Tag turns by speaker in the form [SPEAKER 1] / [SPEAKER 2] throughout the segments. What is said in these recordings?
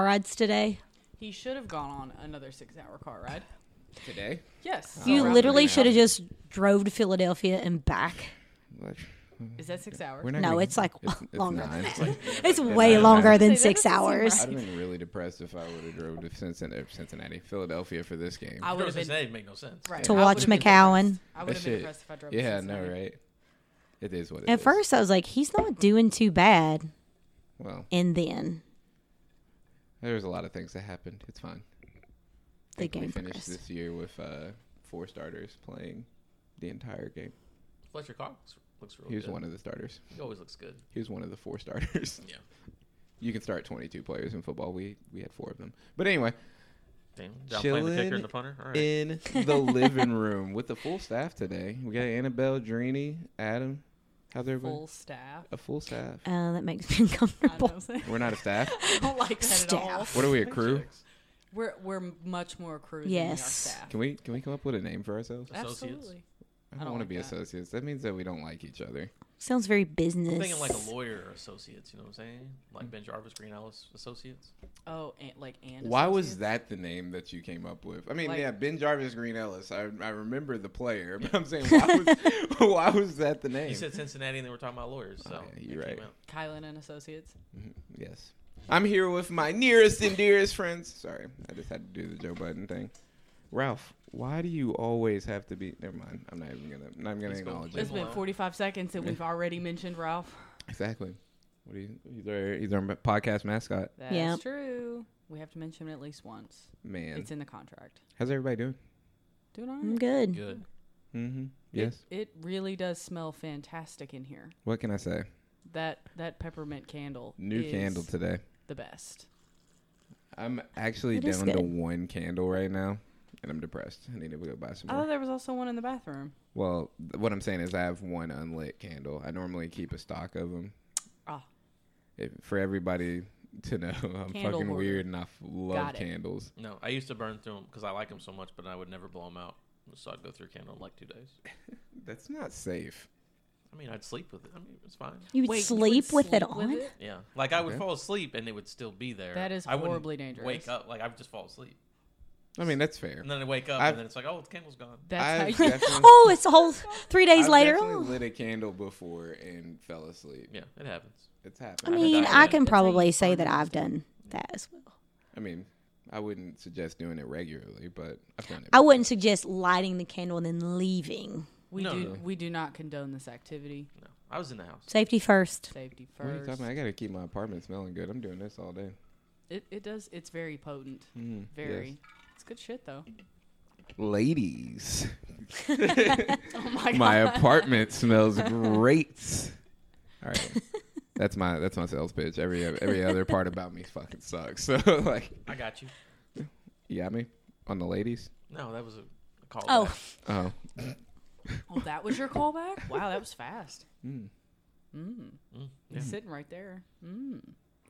[SPEAKER 1] rides today?
[SPEAKER 2] He should have gone on another six-hour car ride.
[SPEAKER 3] today.
[SPEAKER 2] Yes.
[SPEAKER 1] you
[SPEAKER 2] Oh, Around
[SPEAKER 1] literally
[SPEAKER 2] Atlanta.
[SPEAKER 1] should have just drove to Philadelphia and back.
[SPEAKER 3] Like,
[SPEAKER 2] Is that six hours?
[SPEAKER 3] we're not
[SPEAKER 1] No,
[SPEAKER 3] gonna-
[SPEAKER 1] it's like longer.
[SPEAKER 3] nine. It's like,
[SPEAKER 1] It's way longer
[SPEAKER 2] Say,
[SPEAKER 1] than
[SPEAKER 2] that
[SPEAKER 1] six
[SPEAKER 2] doesn't seem
[SPEAKER 1] hours.
[SPEAKER 3] I'd have been really depressed if I would have drove to Cincinnati, Cincinnati, Philadelphia for this game.
[SPEAKER 2] I
[SPEAKER 4] I
[SPEAKER 2] would
[SPEAKER 4] was
[SPEAKER 2] have
[SPEAKER 4] gonna
[SPEAKER 2] been
[SPEAKER 4] say it make no sense.
[SPEAKER 2] right.
[SPEAKER 1] To
[SPEAKER 2] I
[SPEAKER 1] watch
[SPEAKER 2] would've been
[SPEAKER 1] McCowan.
[SPEAKER 2] depressed. I would
[SPEAKER 3] That
[SPEAKER 2] have been
[SPEAKER 3] shit-
[SPEAKER 2] depressed if I drove. to
[SPEAKER 3] Yeah, no,
[SPEAKER 2] Cincinnati.
[SPEAKER 3] right? It is what it is.
[SPEAKER 1] At first, I was like, he's not doing too bad.
[SPEAKER 3] well,
[SPEAKER 1] And then
[SPEAKER 3] there was a lot of things that happened. It's fine. I
[SPEAKER 1] the
[SPEAKER 3] think we
[SPEAKER 1] game
[SPEAKER 3] finished
[SPEAKER 1] progressed.
[SPEAKER 3] this year with uh, four starters playing the entire game.
[SPEAKER 4] Fletcher Cox looks real
[SPEAKER 3] He was
[SPEAKER 4] good.
[SPEAKER 3] one of the starters.
[SPEAKER 4] He always looks good.
[SPEAKER 3] He was one of the four starters.
[SPEAKER 4] Yeah.
[SPEAKER 3] You can start 22 players in football. We we had four of them. But anyway,
[SPEAKER 4] Damn. Downplaying the kicker and the punter. All right.
[SPEAKER 3] in the living room with the full staff today. We got Annabelle, Drini, Adam. How's everybody?
[SPEAKER 2] Full staff.
[SPEAKER 3] A full staff.
[SPEAKER 1] Uh, that makes me
[SPEAKER 2] I
[SPEAKER 1] uncomfortable.
[SPEAKER 2] don't, know.
[SPEAKER 3] We're not a staff.
[SPEAKER 2] I don't like that at all.
[SPEAKER 1] Staff.
[SPEAKER 3] What are we, a crew?
[SPEAKER 4] Checks.
[SPEAKER 2] We're we're much more crew than we are
[SPEAKER 1] Yes.
[SPEAKER 2] staff.
[SPEAKER 3] Can we can we come up with a name for ourselves?
[SPEAKER 4] Associates.
[SPEAKER 2] Absolutely.
[SPEAKER 3] I
[SPEAKER 2] I
[SPEAKER 3] don't,
[SPEAKER 2] don't
[SPEAKER 3] want to
[SPEAKER 2] like
[SPEAKER 3] be
[SPEAKER 2] that.
[SPEAKER 3] associates. That means that we don't like each other.
[SPEAKER 1] Sounds very
[SPEAKER 4] I'm
[SPEAKER 1] business.
[SPEAKER 4] thinking like a lawyer or associates, you know what I'm saying? Like Ben Jarvis, Green Ellis associates.
[SPEAKER 2] Oh, and, like and.
[SPEAKER 3] Why was
[SPEAKER 2] associates?
[SPEAKER 3] that the name that you came up with? I mean,
[SPEAKER 2] Like-
[SPEAKER 3] yeah, Ben Jarvis Green Ellis. I, I remember the player, but I'm saying why was why was that the name?
[SPEAKER 4] You said Cincinnati and they were talking about lawyers, so
[SPEAKER 3] Oh, yeah, you're
[SPEAKER 4] it came
[SPEAKER 3] right.
[SPEAKER 4] out.
[SPEAKER 2] Kylan and Associates?
[SPEAKER 3] Mm-hmm. yes. I'm here with my nearest and dearest friends. Sorry, I just had to do the Joe Budden thing. Ralph, why do you always have to be? Never mind. I'm not even gonna. I'm not even gonna
[SPEAKER 4] He's gonna
[SPEAKER 3] acknowledge
[SPEAKER 4] play
[SPEAKER 3] it.
[SPEAKER 2] It's been
[SPEAKER 4] Malone.
[SPEAKER 2] 45 seconds and we've already mentioned Ralph.
[SPEAKER 3] Exactly. What do you? He's our he's our podcast mascot.
[SPEAKER 2] That's
[SPEAKER 1] Yep.
[SPEAKER 2] true. We have to mention him at least once.
[SPEAKER 3] Man,
[SPEAKER 2] It's in the contract.
[SPEAKER 1] Mm,
[SPEAKER 3] how's everybody doing?
[SPEAKER 2] Doing all
[SPEAKER 1] I'm
[SPEAKER 2] right.
[SPEAKER 1] good.
[SPEAKER 4] Good.
[SPEAKER 3] Mm-hmm. Yes.
[SPEAKER 2] It, it really does smell fantastic in here.
[SPEAKER 3] What can I say?
[SPEAKER 2] That that peppermint candle.
[SPEAKER 3] New
[SPEAKER 2] is
[SPEAKER 3] candle today.
[SPEAKER 2] the best.
[SPEAKER 3] I'm actually
[SPEAKER 1] It is
[SPEAKER 3] down
[SPEAKER 1] good.
[SPEAKER 3] to one candle right now, and I'm depressed. I need to go buy some
[SPEAKER 2] I thought
[SPEAKER 3] more.
[SPEAKER 2] there was also one in the bathroom.
[SPEAKER 3] Well, th- what I'm saying is I have one unlit candle. I normally keep a stock of them.
[SPEAKER 2] Ah.
[SPEAKER 3] If, for everybody to know, I'm
[SPEAKER 2] Candle
[SPEAKER 3] fucking
[SPEAKER 2] hoarder.
[SPEAKER 3] weird and I f- love
[SPEAKER 2] Got it.
[SPEAKER 3] candles.
[SPEAKER 4] No, I used to burn through them because I like them so much, but I would never blow them out. So I'd go through a candle in like two days.
[SPEAKER 3] That's not safe.
[SPEAKER 4] I mean, I'd sleep with it. I mean, it's fine.
[SPEAKER 1] You would
[SPEAKER 2] Wait, you would
[SPEAKER 1] sleep with it
[SPEAKER 2] sleep with
[SPEAKER 1] on?
[SPEAKER 2] it?
[SPEAKER 4] Yeah, like I would
[SPEAKER 3] Okay.
[SPEAKER 4] fall asleep and it would still be there.
[SPEAKER 2] That is
[SPEAKER 4] I wouldn't
[SPEAKER 2] horribly dangerous.
[SPEAKER 4] Wake up, like I would just fall asleep,
[SPEAKER 3] I mean, that's fair.
[SPEAKER 4] and then I wake up,
[SPEAKER 3] I've-
[SPEAKER 4] and then it's like, oh, the candle's gone.
[SPEAKER 3] I've
[SPEAKER 2] That's how you,
[SPEAKER 3] definitely-
[SPEAKER 1] Oh, it's a whole three days
[SPEAKER 3] I've
[SPEAKER 1] later.
[SPEAKER 3] definitely
[SPEAKER 1] Oh.
[SPEAKER 3] lit a candle before and fell asleep.
[SPEAKER 4] Yeah, it happens.
[SPEAKER 3] It's
[SPEAKER 1] I
[SPEAKER 3] happened.
[SPEAKER 1] mean,
[SPEAKER 4] that's
[SPEAKER 1] I
[SPEAKER 4] how
[SPEAKER 1] can
[SPEAKER 2] you
[SPEAKER 1] probably say
[SPEAKER 2] find
[SPEAKER 1] that
[SPEAKER 2] it.
[SPEAKER 1] I've done that as well.
[SPEAKER 3] I mean, I wouldn't suggest doing it regularly, but I've done it.
[SPEAKER 1] I wouldn't suggest lighting the candle and then leaving.
[SPEAKER 2] we
[SPEAKER 4] No,
[SPEAKER 2] do
[SPEAKER 4] no.
[SPEAKER 2] we do not condone this activity.
[SPEAKER 4] No, I was in the house.
[SPEAKER 1] Safety first.
[SPEAKER 2] Safety
[SPEAKER 3] What are you
[SPEAKER 2] first.
[SPEAKER 3] talking about? I gotta keep my apartment smelling good. I'm doing this all day.
[SPEAKER 2] It it does it's very potent.
[SPEAKER 3] Mm,
[SPEAKER 2] Very. It's good shit though.
[SPEAKER 3] yes. Ladies,
[SPEAKER 2] Oh my god.
[SPEAKER 3] my apartment smells great. All right, that's my that's my sales pitch. Every every other part about me fucking sucks. So like,
[SPEAKER 4] I got you.
[SPEAKER 3] you got me on the ladies.
[SPEAKER 4] No, that was a, a call.
[SPEAKER 1] Oh.
[SPEAKER 4] back.
[SPEAKER 3] Oh,
[SPEAKER 2] Oh, that was your callback? Wow, that was fast.
[SPEAKER 3] Mm.
[SPEAKER 2] Mm.
[SPEAKER 4] Mm, yeah.
[SPEAKER 2] He's sitting right there. Mm.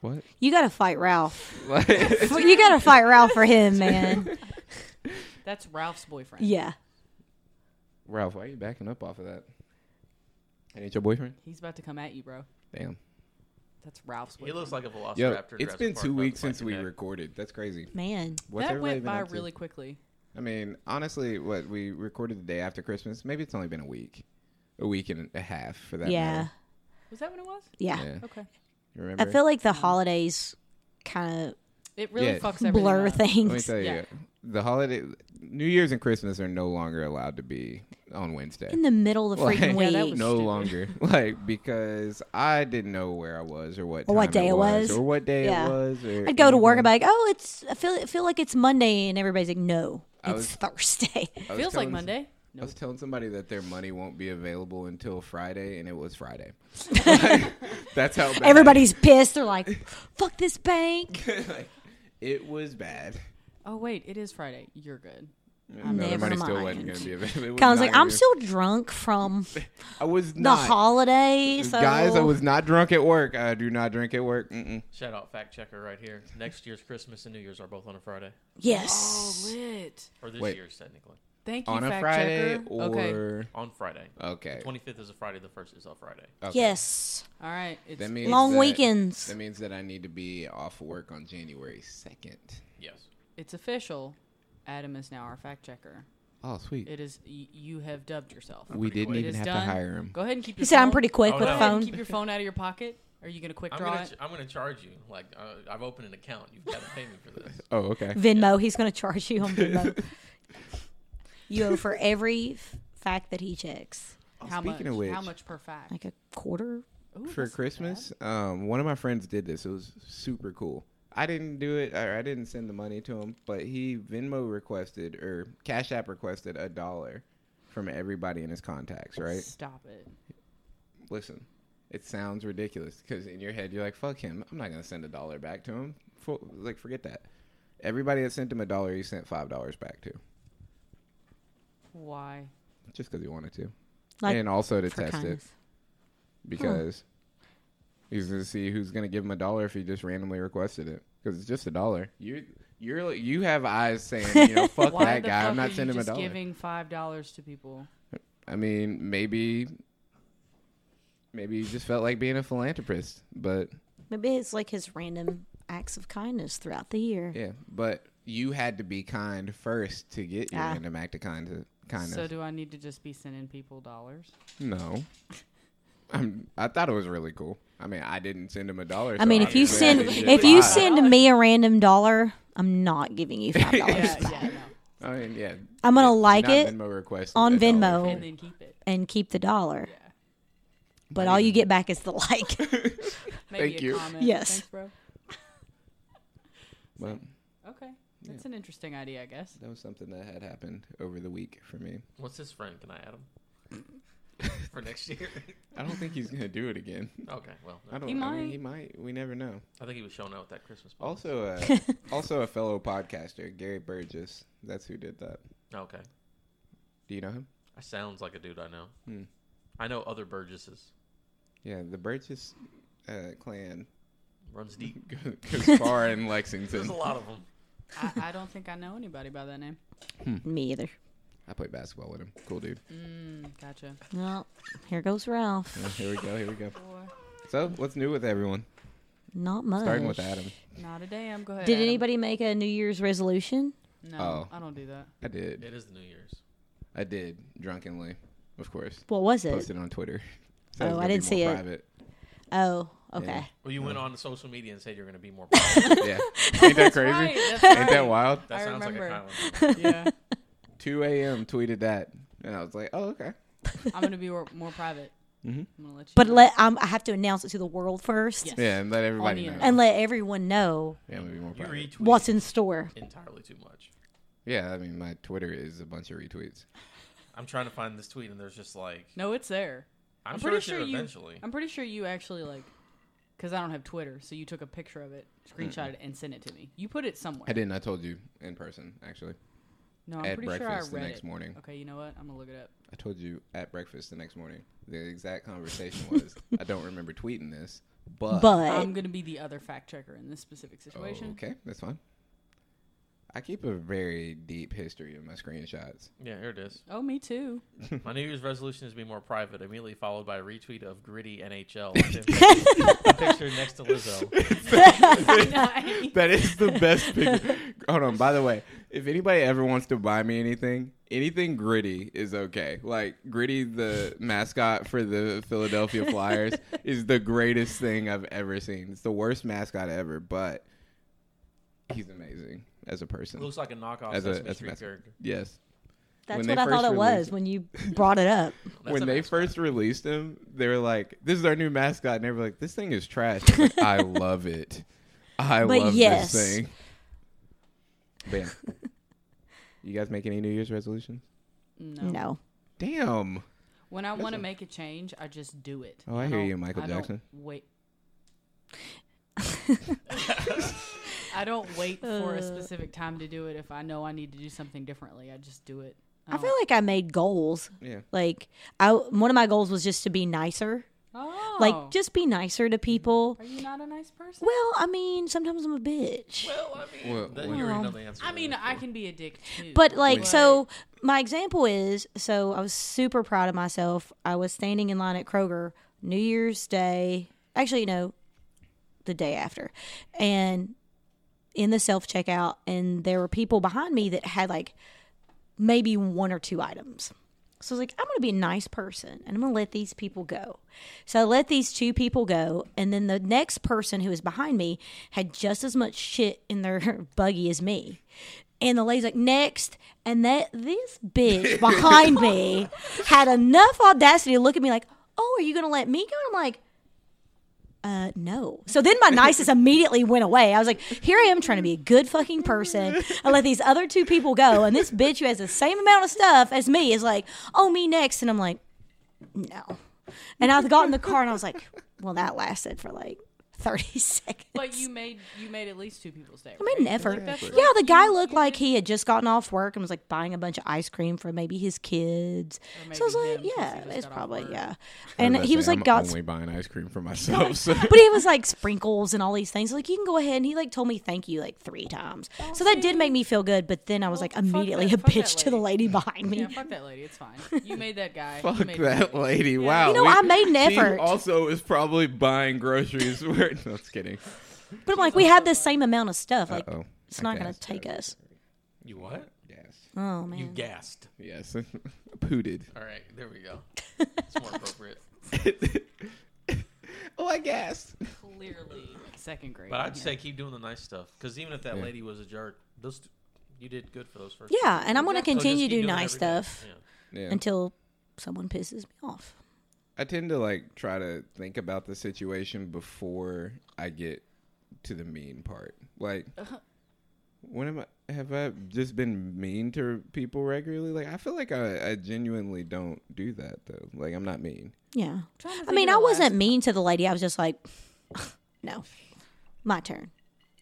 [SPEAKER 3] what?
[SPEAKER 1] You got to fight Ralph.
[SPEAKER 3] Like,
[SPEAKER 1] you got to fight Ralph for him, man.
[SPEAKER 2] That's Ralph's boyfriend.
[SPEAKER 1] Yeah.
[SPEAKER 3] Ralph, why are you backing up off of that? That ain't your boyfriend?
[SPEAKER 2] He's about to come at you, bro.
[SPEAKER 3] Damn.
[SPEAKER 2] That's Ralph's
[SPEAKER 4] He
[SPEAKER 2] boyfriend.
[SPEAKER 4] looks like a velociraptor.
[SPEAKER 3] Yo, it's
[SPEAKER 4] Jurassic
[SPEAKER 3] been
[SPEAKER 4] Park
[SPEAKER 3] two
[SPEAKER 4] about to
[SPEAKER 3] weeks
[SPEAKER 4] bite
[SPEAKER 3] since
[SPEAKER 4] your
[SPEAKER 3] we
[SPEAKER 4] neck.
[SPEAKER 3] recorded. That's crazy.
[SPEAKER 1] Man.
[SPEAKER 3] What's
[SPEAKER 2] that
[SPEAKER 3] everybody
[SPEAKER 2] went
[SPEAKER 3] been
[SPEAKER 2] by
[SPEAKER 3] up to?
[SPEAKER 2] really quickly.
[SPEAKER 3] I mean, honestly, what we recorded the day after Christmas, maybe it's only been a week, a week and a half for that.
[SPEAKER 1] Yeah.
[SPEAKER 2] Was that what it was?
[SPEAKER 1] Yeah.
[SPEAKER 3] matter. yeah.
[SPEAKER 2] Okay.
[SPEAKER 3] You remember?
[SPEAKER 1] I feel like the holidays kind
[SPEAKER 2] It really
[SPEAKER 3] Yeah.
[SPEAKER 2] fucks
[SPEAKER 1] of
[SPEAKER 2] everything
[SPEAKER 1] blur
[SPEAKER 2] up.
[SPEAKER 3] Let me
[SPEAKER 1] things.
[SPEAKER 3] tell you,
[SPEAKER 2] Yeah.
[SPEAKER 3] the holiday, New Year's and Christmas are no longer allowed to be on Wednesday.
[SPEAKER 1] In the middle of the
[SPEAKER 3] Like,
[SPEAKER 1] freaking
[SPEAKER 2] Yeah, that
[SPEAKER 1] week.
[SPEAKER 2] was
[SPEAKER 3] no
[SPEAKER 2] stupid.
[SPEAKER 3] longer like because I didn't know where I was or what
[SPEAKER 1] Or what
[SPEAKER 3] time it
[SPEAKER 1] day it was.
[SPEAKER 3] or what day
[SPEAKER 1] Yeah.
[SPEAKER 3] it was. Or
[SPEAKER 1] I'd go to work and
[SPEAKER 3] anything.
[SPEAKER 1] be like, "Oh, it's I feel I feel like it's Monday," and everybody's like, "No,
[SPEAKER 3] I
[SPEAKER 1] it's
[SPEAKER 3] was-
[SPEAKER 1] Thursday."
[SPEAKER 3] I was
[SPEAKER 2] Feels like
[SPEAKER 3] telling-
[SPEAKER 2] Monday.
[SPEAKER 3] I was telling somebody that their money won't be available until Friday, and it was Friday. that's how bad.
[SPEAKER 1] Everybody's pissed. They're like, "Fuck this bank."
[SPEAKER 3] like, it was bad.
[SPEAKER 2] Oh wait, it is Friday. You're good.
[SPEAKER 3] No,
[SPEAKER 1] never
[SPEAKER 3] their money still
[SPEAKER 1] mind.
[SPEAKER 3] wasn't going to be available. It was
[SPEAKER 1] I was
[SPEAKER 3] not
[SPEAKER 1] like,
[SPEAKER 3] gonna
[SPEAKER 1] "I'm
[SPEAKER 3] be-
[SPEAKER 1] still drunk from
[SPEAKER 3] I was
[SPEAKER 1] the
[SPEAKER 3] not.
[SPEAKER 1] holiday." So
[SPEAKER 3] Guys, I was not drunk at work. I do not drink at work. Mm-mm.
[SPEAKER 4] Shout out fact checker right here. Next year's Christmas and New Year's are both on a Friday,
[SPEAKER 1] yes.
[SPEAKER 3] Oh,
[SPEAKER 2] lit.
[SPEAKER 4] or this
[SPEAKER 3] Wait.
[SPEAKER 4] year's technically.
[SPEAKER 2] Thank you,
[SPEAKER 3] on a
[SPEAKER 2] fact
[SPEAKER 3] Friday
[SPEAKER 2] checker.
[SPEAKER 3] or
[SPEAKER 2] okay.
[SPEAKER 4] on Friday.
[SPEAKER 3] okay.
[SPEAKER 4] Twenty fifth is a Friday. The first is a Friday.
[SPEAKER 3] okay.
[SPEAKER 1] Yes.
[SPEAKER 2] All right. It's
[SPEAKER 3] That means
[SPEAKER 1] Long
[SPEAKER 3] that-
[SPEAKER 1] weekends.
[SPEAKER 3] That means that I need to be off work on January second.
[SPEAKER 4] Yes.
[SPEAKER 2] it's official. Adam is now our fact checker.
[SPEAKER 3] Oh, sweet.
[SPEAKER 2] It is y- you have dubbed yourself.
[SPEAKER 3] we didn't
[SPEAKER 4] quick.
[SPEAKER 2] It
[SPEAKER 3] even
[SPEAKER 2] is
[SPEAKER 3] have
[SPEAKER 2] done.
[SPEAKER 3] to hire him.
[SPEAKER 2] Go ahead and keep. Your
[SPEAKER 1] He said,
[SPEAKER 2] phone.
[SPEAKER 1] I'm pretty quick
[SPEAKER 4] Oh,
[SPEAKER 1] with
[SPEAKER 4] no.
[SPEAKER 1] the
[SPEAKER 2] Go ahead and
[SPEAKER 1] phone.
[SPEAKER 2] Keep your phone out of your pocket. Are you gonna quick
[SPEAKER 4] I'm
[SPEAKER 2] draw
[SPEAKER 4] gonna,
[SPEAKER 2] it?
[SPEAKER 4] ch- I'm gonna charge you. Like uh, I've opened an account. You've got to pay me for this.
[SPEAKER 3] Oh, okay.
[SPEAKER 1] Venmo. He's going to charge you on Venmo. you owe for every f- fact that he checks,
[SPEAKER 2] how much?
[SPEAKER 3] Speaking of which,
[SPEAKER 2] how much per fact?
[SPEAKER 1] like a quarter.
[SPEAKER 2] Ooh, that's
[SPEAKER 3] for
[SPEAKER 2] not bad.
[SPEAKER 3] Christmas, um, one of my friends did this. It was super cool. I didn't do it, or I didn't send the money to him, but he Venmo requested or Cash App requested a dollar from everybody in his contacts. Right?
[SPEAKER 2] Stop it.
[SPEAKER 3] Listen, it sounds ridiculous because in your head you're like, "Fuck him! I'm not gonna send a dollar back to him." For, like, forget that. Everybody that sent him a dollar, he sent five dollars back to,
[SPEAKER 2] Why?
[SPEAKER 3] just because he wanted to,
[SPEAKER 1] Like,
[SPEAKER 3] and also to
[SPEAKER 1] for
[SPEAKER 3] test it.
[SPEAKER 1] kindness.
[SPEAKER 3] because he's gonna see who's gonna give him a dollar if he just randomly requested it because it's just a dollar. You you're you have eyes saying you know fuck
[SPEAKER 2] Why
[SPEAKER 3] that
[SPEAKER 2] the
[SPEAKER 3] guy.
[SPEAKER 2] fuck
[SPEAKER 3] I'm
[SPEAKER 2] are
[SPEAKER 3] not
[SPEAKER 2] you
[SPEAKER 3] sending him a
[SPEAKER 2] just
[SPEAKER 3] dollar.
[SPEAKER 2] Giving five dollars to people.
[SPEAKER 3] I mean maybe maybe he just felt like being a philanthropist, but
[SPEAKER 1] Maybe it's like his random acts of kindness throughout the year.
[SPEAKER 3] yeah, but you had to be kind first to get your
[SPEAKER 1] Ah.
[SPEAKER 3] random act of kind kindness.
[SPEAKER 2] So do I need to just be sending people dollars?
[SPEAKER 3] no. I'm, I thought it was really cool. I mean, I didn't send him a dollar.
[SPEAKER 1] I mean,
[SPEAKER 3] so
[SPEAKER 1] if you
[SPEAKER 3] obviously I
[SPEAKER 1] send
[SPEAKER 3] didn't get
[SPEAKER 1] if you
[SPEAKER 3] five.
[SPEAKER 1] send me a random dollar, I'm not giving you five dollars.
[SPEAKER 2] yeah, yeah,
[SPEAKER 3] I mean, yeah,
[SPEAKER 1] I'm gonna like
[SPEAKER 3] not
[SPEAKER 1] it
[SPEAKER 3] Venmo request,
[SPEAKER 1] on
[SPEAKER 3] a dollar
[SPEAKER 1] Venmo.
[SPEAKER 3] for
[SPEAKER 2] no.
[SPEAKER 3] it.
[SPEAKER 2] And then keep it.
[SPEAKER 1] and keep the dollar,
[SPEAKER 2] Yeah.
[SPEAKER 1] but all you get back is the like.
[SPEAKER 2] Maybe
[SPEAKER 3] Thank
[SPEAKER 2] a
[SPEAKER 3] you.
[SPEAKER 2] comment.
[SPEAKER 1] Yes.
[SPEAKER 2] Thanks, bro.
[SPEAKER 3] But
[SPEAKER 2] Okay. That's an interesting idea, I guess.
[SPEAKER 3] that was something that had happened over the week for me.
[SPEAKER 4] What's his friend? Can I add him for next year?
[SPEAKER 3] I don't think he's gonna do it again.
[SPEAKER 4] okay. Well,
[SPEAKER 3] I don't.
[SPEAKER 2] He
[SPEAKER 3] I mean,
[SPEAKER 2] might.
[SPEAKER 3] he might. We never know.
[SPEAKER 4] I think he was showing out with that Christmas. bonus.
[SPEAKER 3] Also, uh, also a fellow podcaster, Gary Burgess. That's who did that.
[SPEAKER 4] Okay.
[SPEAKER 3] Do you know him?
[SPEAKER 4] I sounds like a dude I know.
[SPEAKER 3] Hmm.
[SPEAKER 4] I know other Burgesses.
[SPEAKER 3] Yeah, the Burgess uh, clan
[SPEAKER 4] Runs deep.
[SPEAKER 3] go- goes far in
[SPEAKER 4] There's
[SPEAKER 3] Lexington.
[SPEAKER 4] a lot of them.
[SPEAKER 2] I, I don't think I know anybody by that name.
[SPEAKER 1] me either.
[SPEAKER 3] I played basketball with him. Cool dude.
[SPEAKER 2] Mm, gotcha.
[SPEAKER 1] Well, here goes Ralph.
[SPEAKER 3] Yeah, here we go. Here we go.
[SPEAKER 2] Boy,
[SPEAKER 3] So, what's new with everyone?
[SPEAKER 1] Not much.
[SPEAKER 3] Starting with Adam.
[SPEAKER 2] not a damn. Go ahead.
[SPEAKER 1] Did
[SPEAKER 2] Adam.
[SPEAKER 1] anybody make a New Year's resolution?
[SPEAKER 2] No,
[SPEAKER 3] Oh.
[SPEAKER 2] I don't do that.
[SPEAKER 3] I did.
[SPEAKER 4] It is the New Year's.
[SPEAKER 3] I did drunkenly, of course.
[SPEAKER 1] What was it?
[SPEAKER 3] Posted on Twitter.
[SPEAKER 1] Oh,
[SPEAKER 3] it's
[SPEAKER 1] I
[SPEAKER 3] gonna be
[SPEAKER 1] didn't see
[SPEAKER 3] more
[SPEAKER 1] it.
[SPEAKER 3] Private.
[SPEAKER 1] Oh, okay.
[SPEAKER 3] Yeah.
[SPEAKER 4] Well, you went on to social media and said you're going to be more. That
[SPEAKER 3] Yeah. Ain't that crazy?
[SPEAKER 2] Right, that's
[SPEAKER 3] Ain't that
[SPEAKER 2] right.
[SPEAKER 3] wild?
[SPEAKER 2] I
[SPEAKER 4] sounds like a
[SPEAKER 2] remember.
[SPEAKER 4] Kyle.
[SPEAKER 2] 2
[SPEAKER 3] 2 a.m. tweeted that, and I was like, "Oh, okay."
[SPEAKER 2] I'm gonna be more, more private.
[SPEAKER 3] Mhm.
[SPEAKER 2] I'm gonna let you.
[SPEAKER 1] But
[SPEAKER 2] know.
[SPEAKER 1] let um, I have to announce it to the world first
[SPEAKER 2] Yes.
[SPEAKER 3] Yeah, and let
[SPEAKER 2] On
[SPEAKER 3] everybody
[SPEAKER 2] the
[SPEAKER 3] know.
[SPEAKER 1] and let everyone know
[SPEAKER 3] yeah, maybe more
[SPEAKER 4] You
[SPEAKER 3] private.
[SPEAKER 4] retweet
[SPEAKER 1] what's in store.
[SPEAKER 4] entirely too much.
[SPEAKER 3] yeah, I mean, my Twitter is a bunch of retweets.
[SPEAKER 4] I'm trying to find this tweet and there's just like
[SPEAKER 2] no, it's there.
[SPEAKER 4] I'm,
[SPEAKER 2] I'm
[SPEAKER 4] sure
[SPEAKER 2] pretty
[SPEAKER 4] it's there
[SPEAKER 2] sure you-
[SPEAKER 4] eventually.
[SPEAKER 2] I'm pretty sure you actually like, because I don't have Twitter, so you took a picture of it, screenshot it, and sent it to me. You put it somewhere.
[SPEAKER 3] I didn't. I told you in person, actually.
[SPEAKER 2] No, I'm
[SPEAKER 3] at
[SPEAKER 2] pretty sure I
[SPEAKER 3] breakfast
[SPEAKER 2] read
[SPEAKER 3] the next
[SPEAKER 2] it.
[SPEAKER 3] morning,
[SPEAKER 2] Okay, you know what? I'm gonna look it up.
[SPEAKER 3] I told you at breakfast the next morning. The exact conversation was, "I don't remember tweeting this, but,
[SPEAKER 1] But
[SPEAKER 2] I'm gonna be the other fact checker in this specific
[SPEAKER 3] Oh,
[SPEAKER 2] situation.
[SPEAKER 3] okay, that's fine." I keep a very deep history of my screenshots.
[SPEAKER 4] Yeah, here it is.
[SPEAKER 2] Oh, me too.
[SPEAKER 4] My New Year's resolution is to be more private. Immediately followed by a retweet of gritty NHL. picture next to Lizzo.
[SPEAKER 2] Nice.
[SPEAKER 3] That is the best picture. Hold on. By the way, if anybody ever wants to buy me anything, anything gritty is okay. Like gritty, the mascot for the Philadelphia Flyers, is the greatest thing I've ever seen. It's the worst mascot ever, but he's amazing as a person.
[SPEAKER 4] Looks like a knockoff
[SPEAKER 3] As a-
[SPEAKER 4] Sesame
[SPEAKER 3] as a
[SPEAKER 4] Street
[SPEAKER 3] mascot.
[SPEAKER 4] character.
[SPEAKER 3] yes.
[SPEAKER 1] that's
[SPEAKER 3] when they
[SPEAKER 1] what I thought
[SPEAKER 3] first
[SPEAKER 1] it was
[SPEAKER 3] released-
[SPEAKER 1] when you brought it up.
[SPEAKER 4] That's
[SPEAKER 3] when
[SPEAKER 4] a
[SPEAKER 3] they
[SPEAKER 4] mascot.
[SPEAKER 3] first released him, they were like, "This is our new mascot," and they were like, "This thing is trash." I, was like, I love it. I
[SPEAKER 1] But
[SPEAKER 3] love
[SPEAKER 1] yes.
[SPEAKER 3] this thing. Bam. you guys make any New Year's resolutions?
[SPEAKER 2] No.
[SPEAKER 1] No.
[SPEAKER 3] Damn.
[SPEAKER 2] When I want to
[SPEAKER 3] Listen.
[SPEAKER 2] make a change, I just do it.
[SPEAKER 3] Oh, I hear
[SPEAKER 2] don't-
[SPEAKER 3] you, Michael
[SPEAKER 2] I don't
[SPEAKER 3] Jackson.
[SPEAKER 2] Wait. I don't wait for
[SPEAKER 1] Uh.
[SPEAKER 2] a specific time to do it. If I know I need to do something differently, I just do it.
[SPEAKER 1] I feel like I made goals.
[SPEAKER 3] Yeah.
[SPEAKER 1] Like I one of my goals was just to be nicer
[SPEAKER 2] Oh.
[SPEAKER 1] Like, just be nicer to people.
[SPEAKER 2] Are you not a nice person? Oh,
[SPEAKER 1] Well, I mean, sometimes I'm a bitch.
[SPEAKER 4] Well, I mean,
[SPEAKER 3] Well,
[SPEAKER 4] that,
[SPEAKER 3] well.
[SPEAKER 4] you already know the answer.
[SPEAKER 2] I
[SPEAKER 4] to
[SPEAKER 2] mean,
[SPEAKER 4] that.
[SPEAKER 2] I can be a dick too.
[SPEAKER 1] But like, so my example is so I was super proud of myself. I was standing in line at Kroger New Year's Day, actually, no, the day after, and in the self checkout, and there were people behind me that had like maybe one or two items. So I was like, I'm going to be a nice person and I'm going to let these people go. So I let these two people go. And then the next person who was behind me had just as much shit in their buggy as me. And the lady's like, next. And that this bitch behind me had enough audacity to look at me like, oh, are you going to let me go? And I'm like, uh, no. So then my niceness immediately went away. I was like, here I am trying to be a good fucking person. I let these other two people go, and this bitch who has the same amount of stuff as me is like, oh, me next. And I'm like, no. And I got in the car and I was like, well, that lasted for like 30 seconds.
[SPEAKER 2] But you made you made at least two people's day.
[SPEAKER 1] I mean, never.
[SPEAKER 2] that's
[SPEAKER 1] yeah,
[SPEAKER 2] like-
[SPEAKER 1] the guy looked like he had just gotten off work and was like buying a bunch of ice cream for maybe his kids. so I was
[SPEAKER 2] maybe him,
[SPEAKER 1] like,
[SPEAKER 2] 'cause he
[SPEAKER 1] yeah,
[SPEAKER 2] just
[SPEAKER 1] it's
[SPEAKER 2] got off
[SPEAKER 1] probably
[SPEAKER 2] work.
[SPEAKER 1] yeah. And
[SPEAKER 3] I was
[SPEAKER 1] he
[SPEAKER 3] about
[SPEAKER 1] was
[SPEAKER 3] to say,
[SPEAKER 1] like,
[SPEAKER 3] I'm
[SPEAKER 1] got
[SPEAKER 3] only buying ice cream for myself. So.
[SPEAKER 1] but it was like sprinkles and all these things. Like you can go ahead and he like told me thank you like three times. so that did make me feel good. But then I was like
[SPEAKER 2] Oh, fuck
[SPEAKER 1] immediately
[SPEAKER 2] that-
[SPEAKER 1] a
[SPEAKER 2] fuck that
[SPEAKER 1] bitch to the lady behind me.
[SPEAKER 2] Yeah, fuck that lady. It's fine. You made that guy. you
[SPEAKER 3] Fuck
[SPEAKER 2] made
[SPEAKER 3] that
[SPEAKER 2] guy.
[SPEAKER 3] lady! Wow,
[SPEAKER 1] You know, I made an
[SPEAKER 3] she
[SPEAKER 1] effort.
[SPEAKER 3] Also, is probably buying groceries. Where? No, just kidding.
[SPEAKER 1] but I'm like, we had the same amount of stuff. Like
[SPEAKER 3] Uh-oh.
[SPEAKER 1] it's not
[SPEAKER 3] I
[SPEAKER 1] gonna
[SPEAKER 3] gasped.
[SPEAKER 1] take us.
[SPEAKER 4] You what?
[SPEAKER 3] Yes.
[SPEAKER 1] Oh
[SPEAKER 4] You
[SPEAKER 1] man.
[SPEAKER 4] gassed.
[SPEAKER 3] Yes. Pooted.
[SPEAKER 4] All right, there we go. It's more appropriate.
[SPEAKER 3] oh, I gasped.
[SPEAKER 2] Clearly, second grade.
[SPEAKER 4] But
[SPEAKER 2] in
[SPEAKER 4] I'd
[SPEAKER 2] here.
[SPEAKER 4] say keep doing the nice stuff because even if that
[SPEAKER 3] Yeah.
[SPEAKER 4] lady was a jerk, those t- you did good for those first.
[SPEAKER 1] Yeah, and I'm gonna
[SPEAKER 4] So just
[SPEAKER 1] continue
[SPEAKER 4] keep
[SPEAKER 1] to do
[SPEAKER 4] doing
[SPEAKER 1] nice
[SPEAKER 4] every day.
[SPEAKER 1] stuff
[SPEAKER 4] Yeah.
[SPEAKER 3] Yeah.
[SPEAKER 1] until someone pisses me off.
[SPEAKER 3] I tend to like try to think about the situation before I get to the mean part. Like,
[SPEAKER 2] Uh-huh.
[SPEAKER 3] when am I? Have I just been mean to people regularly? Like, I feel like I, I genuinely don't do that though. Like, I'm not mean.
[SPEAKER 1] Yeah.
[SPEAKER 2] trying to
[SPEAKER 1] I
[SPEAKER 2] think
[SPEAKER 1] mean,
[SPEAKER 2] of
[SPEAKER 1] I
[SPEAKER 2] the last-
[SPEAKER 1] wasn't mean to the lady. I was just like, no, my turn.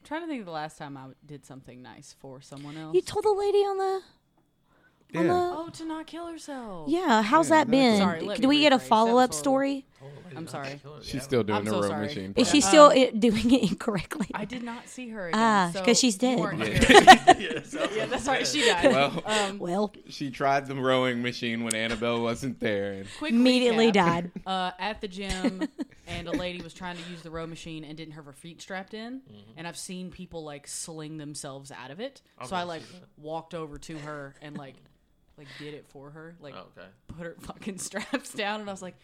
[SPEAKER 2] trying to think of the last time I did something nice for someone else.
[SPEAKER 1] You told the lady on the on the
[SPEAKER 3] Yeah.
[SPEAKER 2] oh, to not kill herself.
[SPEAKER 1] yeah. How's
[SPEAKER 3] Yeah,
[SPEAKER 1] that
[SPEAKER 3] exactly.
[SPEAKER 1] been?
[SPEAKER 2] Sorry, let
[SPEAKER 1] Do
[SPEAKER 2] me
[SPEAKER 1] we get a
[SPEAKER 2] rephrase. That
[SPEAKER 1] follow up
[SPEAKER 2] was horrible.
[SPEAKER 1] story?
[SPEAKER 4] Totally
[SPEAKER 2] I'm
[SPEAKER 4] nice.
[SPEAKER 2] sorry.
[SPEAKER 4] Kill it,
[SPEAKER 3] She's
[SPEAKER 4] yeah.
[SPEAKER 3] still doing
[SPEAKER 2] I'm
[SPEAKER 3] the
[SPEAKER 2] so
[SPEAKER 3] road
[SPEAKER 2] sorry.
[SPEAKER 3] machine.
[SPEAKER 1] Is she
[SPEAKER 3] part.
[SPEAKER 1] still i doing it incorrectly?
[SPEAKER 2] Um, I did not see her.
[SPEAKER 1] Ah,
[SPEAKER 2] again,
[SPEAKER 1] 'cause she's
[SPEAKER 2] you
[SPEAKER 1] dead.
[SPEAKER 2] weren't
[SPEAKER 3] Yeah.
[SPEAKER 2] here.
[SPEAKER 4] yeah, sounds
[SPEAKER 2] yeah,
[SPEAKER 4] like
[SPEAKER 2] that's
[SPEAKER 4] that.
[SPEAKER 2] right. She died.
[SPEAKER 3] Well,
[SPEAKER 2] um,
[SPEAKER 1] well,
[SPEAKER 3] she tried the rowing machine when Annabelle wasn't there. And
[SPEAKER 2] quick
[SPEAKER 1] immediately
[SPEAKER 2] recap.
[SPEAKER 1] died.
[SPEAKER 2] uh, at the gym, and a lady was trying to use the row machine and didn't have her feet strapped in. And I've seen people like sling themselves out of it.
[SPEAKER 4] I've
[SPEAKER 2] so I
[SPEAKER 4] never
[SPEAKER 2] like
[SPEAKER 4] seen that.
[SPEAKER 2] walked over to her and like like did it for her, like
[SPEAKER 4] Oh, okay.
[SPEAKER 2] put her fucking straps down, and I was like,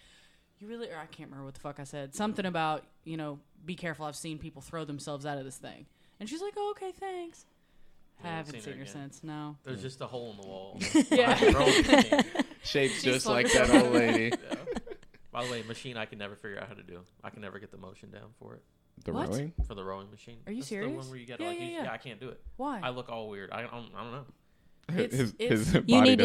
[SPEAKER 2] "You really?" Or I can't remember what the fuck I said. Something about you know, be careful. I've seen people throw themselves out of this thing, and she's like, "Oh, okay, thanks." I
[SPEAKER 4] haven't
[SPEAKER 2] haven't
[SPEAKER 4] seen
[SPEAKER 2] seen
[SPEAKER 4] her
[SPEAKER 2] her
[SPEAKER 4] again.
[SPEAKER 2] since. No.
[SPEAKER 4] There's just a hole in the wall.
[SPEAKER 2] Yeah.
[SPEAKER 4] Behind the road machine.
[SPEAKER 3] shaped just
[SPEAKER 2] slung
[SPEAKER 3] like that
[SPEAKER 2] herself.
[SPEAKER 3] old lady.
[SPEAKER 4] Yeah. By the way, machine I can never figure out how to do. I can never get the motion down for it
[SPEAKER 3] The
[SPEAKER 2] What?
[SPEAKER 3] rowing?
[SPEAKER 4] for the rowing machine.
[SPEAKER 2] Are you
[SPEAKER 4] That's The
[SPEAKER 2] serious?
[SPEAKER 4] one where you gotta
[SPEAKER 2] Yeah,
[SPEAKER 4] like
[SPEAKER 2] yeah,
[SPEAKER 4] use-
[SPEAKER 2] yeah.
[SPEAKER 4] I can't do it.
[SPEAKER 2] Why?
[SPEAKER 4] I look all weird. I, I, don't, I don't know.
[SPEAKER 2] It's-
[SPEAKER 3] his,
[SPEAKER 2] it's-
[SPEAKER 3] his
[SPEAKER 1] You
[SPEAKER 3] body
[SPEAKER 1] need
[SPEAKER 3] doesn't work that way.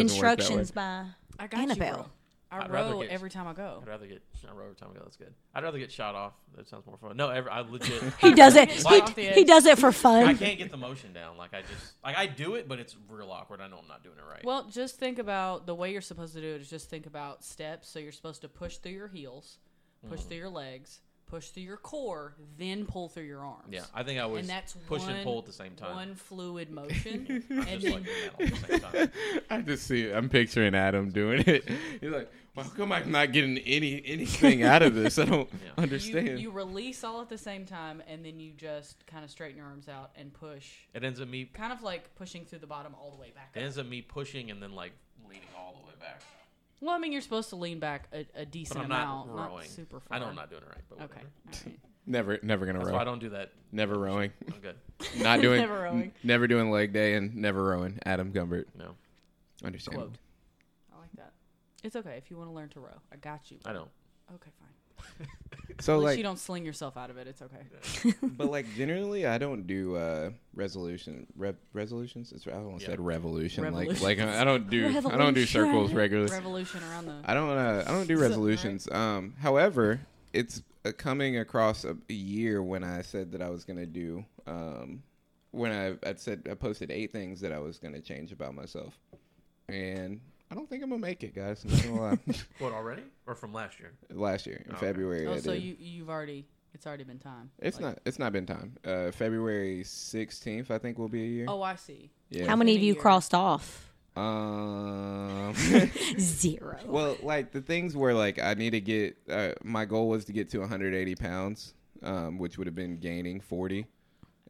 [SPEAKER 1] instructions by.
[SPEAKER 2] I got you.
[SPEAKER 1] Annabelle.
[SPEAKER 2] Bro. I
[SPEAKER 4] I'd rather
[SPEAKER 2] row
[SPEAKER 4] get-
[SPEAKER 2] every time I go.
[SPEAKER 4] I'd rather get I row every time I go. That's good. I'd rather get shot off. That sounds more fun. No, every, I legit.
[SPEAKER 1] He does it.
[SPEAKER 4] Why-
[SPEAKER 1] He, he does it for
[SPEAKER 4] I
[SPEAKER 1] fun.
[SPEAKER 4] can't get the motion down. Like I just like I do it, but it's real awkward. I know I'm not doing it right.
[SPEAKER 2] Well, just think about the way you're supposed to do it is just think about steps. So you're supposed to push through your heels, push
[SPEAKER 4] Mm-hmm.
[SPEAKER 2] through your legs, push through your core, then pull through your arms.
[SPEAKER 4] yeah, I think I was
[SPEAKER 2] And that's
[SPEAKER 4] push
[SPEAKER 2] one,
[SPEAKER 4] and pull at the same time.
[SPEAKER 2] One fluid motion.
[SPEAKER 4] I'm
[SPEAKER 2] and
[SPEAKER 4] just
[SPEAKER 2] then
[SPEAKER 4] like doing that all at the same time.
[SPEAKER 3] I just see. I'm picturing Adam doing it. He's like, "Well, how come I'm not getting any anything out of this? I don't
[SPEAKER 4] Yeah.
[SPEAKER 3] understand."
[SPEAKER 2] you, you release all at the same time and then you just kind of straighten your arms out and push.
[SPEAKER 4] It ends up me
[SPEAKER 2] Kind of like pushing through the bottom all the way back
[SPEAKER 4] it
[SPEAKER 2] up.
[SPEAKER 4] ends up me pushing and then like leaning all the way back.
[SPEAKER 2] Well, I mean, you're supposed to lean back a, a
[SPEAKER 4] But
[SPEAKER 2] decent
[SPEAKER 4] I'm not
[SPEAKER 2] amount, not
[SPEAKER 4] rowing.
[SPEAKER 2] super far.
[SPEAKER 4] I know I'm not doing it right. But
[SPEAKER 2] Okay.
[SPEAKER 4] whatever.
[SPEAKER 2] All right.
[SPEAKER 3] never, never gonna
[SPEAKER 4] That's
[SPEAKER 3] row.
[SPEAKER 4] why I don't do that.
[SPEAKER 3] never rowing.
[SPEAKER 4] I'm good.
[SPEAKER 3] Not doing.
[SPEAKER 2] Never rowing.
[SPEAKER 3] n- Never doing leg day and never rowing. Adam Gumbert.
[SPEAKER 4] No,
[SPEAKER 3] Understand.
[SPEAKER 2] Quote. I like that. It's okay if you want to learn to row. I got you.
[SPEAKER 4] I don't.
[SPEAKER 2] Okay, fine.
[SPEAKER 3] So
[SPEAKER 2] At least
[SPEAKER 3] like,
[SPEAKER 2] you don't sling yourself out of it. It's okay.
[SPEAKER 3] but like generally, I don't do uh resolution re- resolutions. It's, I almost
[SPEAKER 4] Yeah.
[SPEAKER 3] said revolution. Like
[SPEAKER 2] Revolutions.
[SPEAKER 3] like I don't do I don't do circles
[SPEAKER 1] Revolution.
[SPEAKER 3] regularly.
[SPEAKER 2] Revolution around the.
[SPEAKER 3] I don't uh, I don't do resolutions. Um, however, it's uh, coming across a, a year when I said that I was going to do um, when I I said I posted eight things that I was going to change about myself, and I don't think I'm gonna make it, guys. I'm not gonna lie.
[SPEAKER 4] What already? Or from last year?
[SPEAKER 3] Last year in
[SPEAKER 4] Okay.
[SPEAKER 3] February, I
[SPEAKER 2] Oh,
[SPEAKER 3] did.
[SPEAKER 2] so you you've already it's already been time.
[SPEAKER 3] it's
[SPEAKER 2] Like-
[SPEAKER 3] not. It's not been time. Uh, February 16th, I think, will be a year.
[SPEAKER 2] Oh, I see.
[SPEAKER 3] yeah.
[SPEAKER 1] How many of
[SPEAKER 2] Within a
[SPEAKER 1] you
[SPEAKER 2] year.
[SPEAKER 1] crossed off?
[SPEAKER 3] Um.
[SPEAKER 1] Zero.
[SPEAKER 3] well, like the things where like I need to get. Uh, my goal was to get to 180 pounds, um, which would have been gaining 40,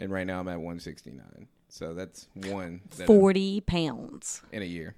[SPEAKER 3] and right now I'm at 169. So that's one that I'm-
[SPEAKER 1] 40 pounds.
[SPEAKER 3] in a year.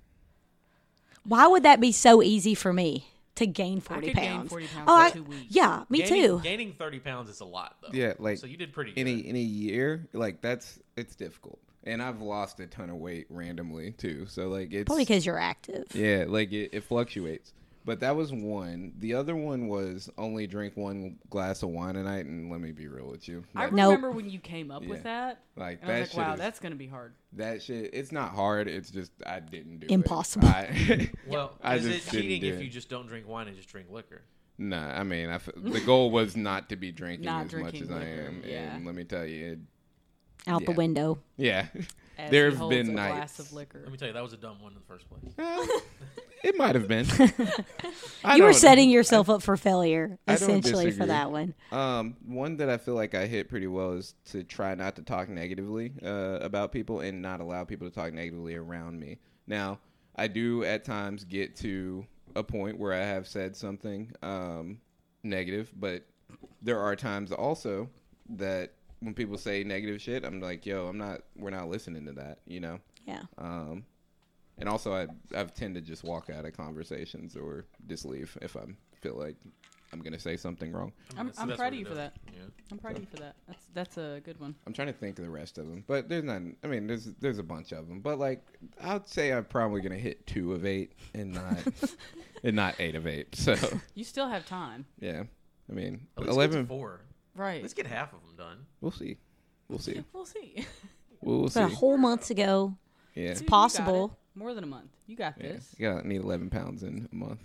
[SPEAKER 1] Why would that be so easy for me to gain 40
[SPEAKER 2] could gain
[SPEAKER 1] pounds?
[SPEAKER 2] 40 pounds
[SPEAKER 1] oh,
[SPEAKER 2] in
[SPEAKER 1] I,
[SPEAKER 2] two weeks.
[SPEAKER 1] yeah, me
[SPEAKER 4] gaining,
[SPEAKER 1] too.
[SPEAKER 4] Gaining 30 pounds is a lot, though.
[SPEAKER 3] Yeah, like,
[SPEAKER 4] so you did pretty good.
[SPEAKER 3] in a in a year, like that's it's difficult. And I've lost a ton of weight randomly too. So like it's
[SPEAKER 1] Probably because you're active.
[SPEAKER 3] yeah, like it, it fluctuates. But that was one. The other one was only drink one glass of wine a night. And let me be real with you,
[SPEAKER 2] I
[SPEAKER 3] like,
[SPEAKER 1] Nope.
[SPEAKER 2] remember when you came up
[SPEAKER 3] Yeah.
[SPEAKER 2] with that.
[SPEAKER 3] like,
[SPEAKER 2] And I
[SPEAKER 3] that
[SPEAKER 2] was
[SPEAKER 3] shit.
[SPEAKER 2] like, wow,
[SPEAKER 3] is-
[SPEAKER 2] that's going to be hard.
[SPEAKER 3] that shit. It's not hard. It's just I didn't do it.
[SPEAKER 1] Impossible.
[SPEAKER 3] I-
[SPEAKER 4] Well,
[SPEAKER 3] I
[SPEAKER 4] is it
[SPEAKER 3] just didn't
[SPEAKER 4] cheating
[SPEAKER 3] do
[SPEAKER 4] if
[SPEAKER 3] it.
[SPEAKER 4] you just don't drink wine and just drink liquor?
[SPEAKER 3] nah, I mean, I f the goal was not to be drinking
[SPEAKER 2] Not
[SPEAKER 3] as
[SPEAKER 2] drinking
[SPEAKER 3] much as
[SPEAKER 2] liquor,
[SPEAKER 3] I am.
[SPEAKER 2] yeah.
[SPEAKER 3] And let me tell you, it,
[SPEAKER 1] Out the
[SPEAKER 3] Yeah.
[SPEAKER 1] window.
[SPEAKER 3] yeah,
[SPEAKER 2] As
[SPEAKER 3] There
[SPEAKER 2] he
[SPEAKER 3] have
[SPEAKER 2] holds
[SPEAKER 3] been
[SPEAKER 2] a
[SPEAKER 3] nights-
[SPEAKER 2] glass of liquor.
[SPEAKER 4] Let me tell you, that was a dumb one in the first place.
[SPEAKER 3] Uh, it might have been. I
[SPEAKER 1] You were
[SPEAKER 3] don't-
[SPEAKER 1] setting yourself up for failure,
[SPEAKER 3] I don't
[SPEAKER 1] essentially, for
[SPEAKER 3] disagree.
[SPEAKER 1] that one.
[SPEAKER 3] Um, one that I feel like I hit pretty well is to try not to talk negatively uh, about people and not allow people to talk negatively around me. Now, I do at times get to a point where I have said something um, negative, but there are times also that when people say negative shit, I'm like, yo, I'm not, we're not listening to that, you know?
[SPEAKER 1] Yeah.
[SPEAKER 3] Um, and also, I I tend to just walk out of conversations or just leave if I feel like I'm gonna say something wrong.
[SPEAKER 2] I'm-
[SPEAKER 4] that's-
[SPEAKER 2] I'm
[SPEAKER 4] that's
[SPEAKER 2] proud
[SPEAKER 4] what
[SPEAKER 2] of you
[SPEAKER 4] it
[SPEAKER 2] for
[SPEAKER 4] is.
[SPEAKER 2] that. I'm proud of you for that. That's that's a good one.
[SPEAKER 3] I'm trying to think of the rest of them, but there's not. I mean, there's there's a bunch of them, but like I'd say I'm probably gonna hit two of eight and not and not eight of eight. So
[SPEAKER 2] You still have time.
[SPEAKER 3] yeah, I mean
[SPEAKER 4] Yeah. At least
[SPEAKER 3] eleven.
[SPEAKER 4] get four.
[SPEAKER 2] Right.
[SPEAKER 4] Let's get half of them done.
[SPEAKER 3] We'll see. We'll see.
[SPEAKER 2] We'll see.
[SPEAKER 3] We'll, we'll
[SPEAKER 1] But a
[SPEAKER 3] see.
[SPEAKER 1] whole month ago,
[SPEAKER 3] Yeah.
[SPEAKER 2] Dude, you got
[SPEAKER 1] possible.
[SPEAKER 2] it. More than a month. You got
[SPEAKER 3] yeah.
[SPEAKER 2] this.
[SPEAKER 3] Yeah. I need 11 pounds in a month.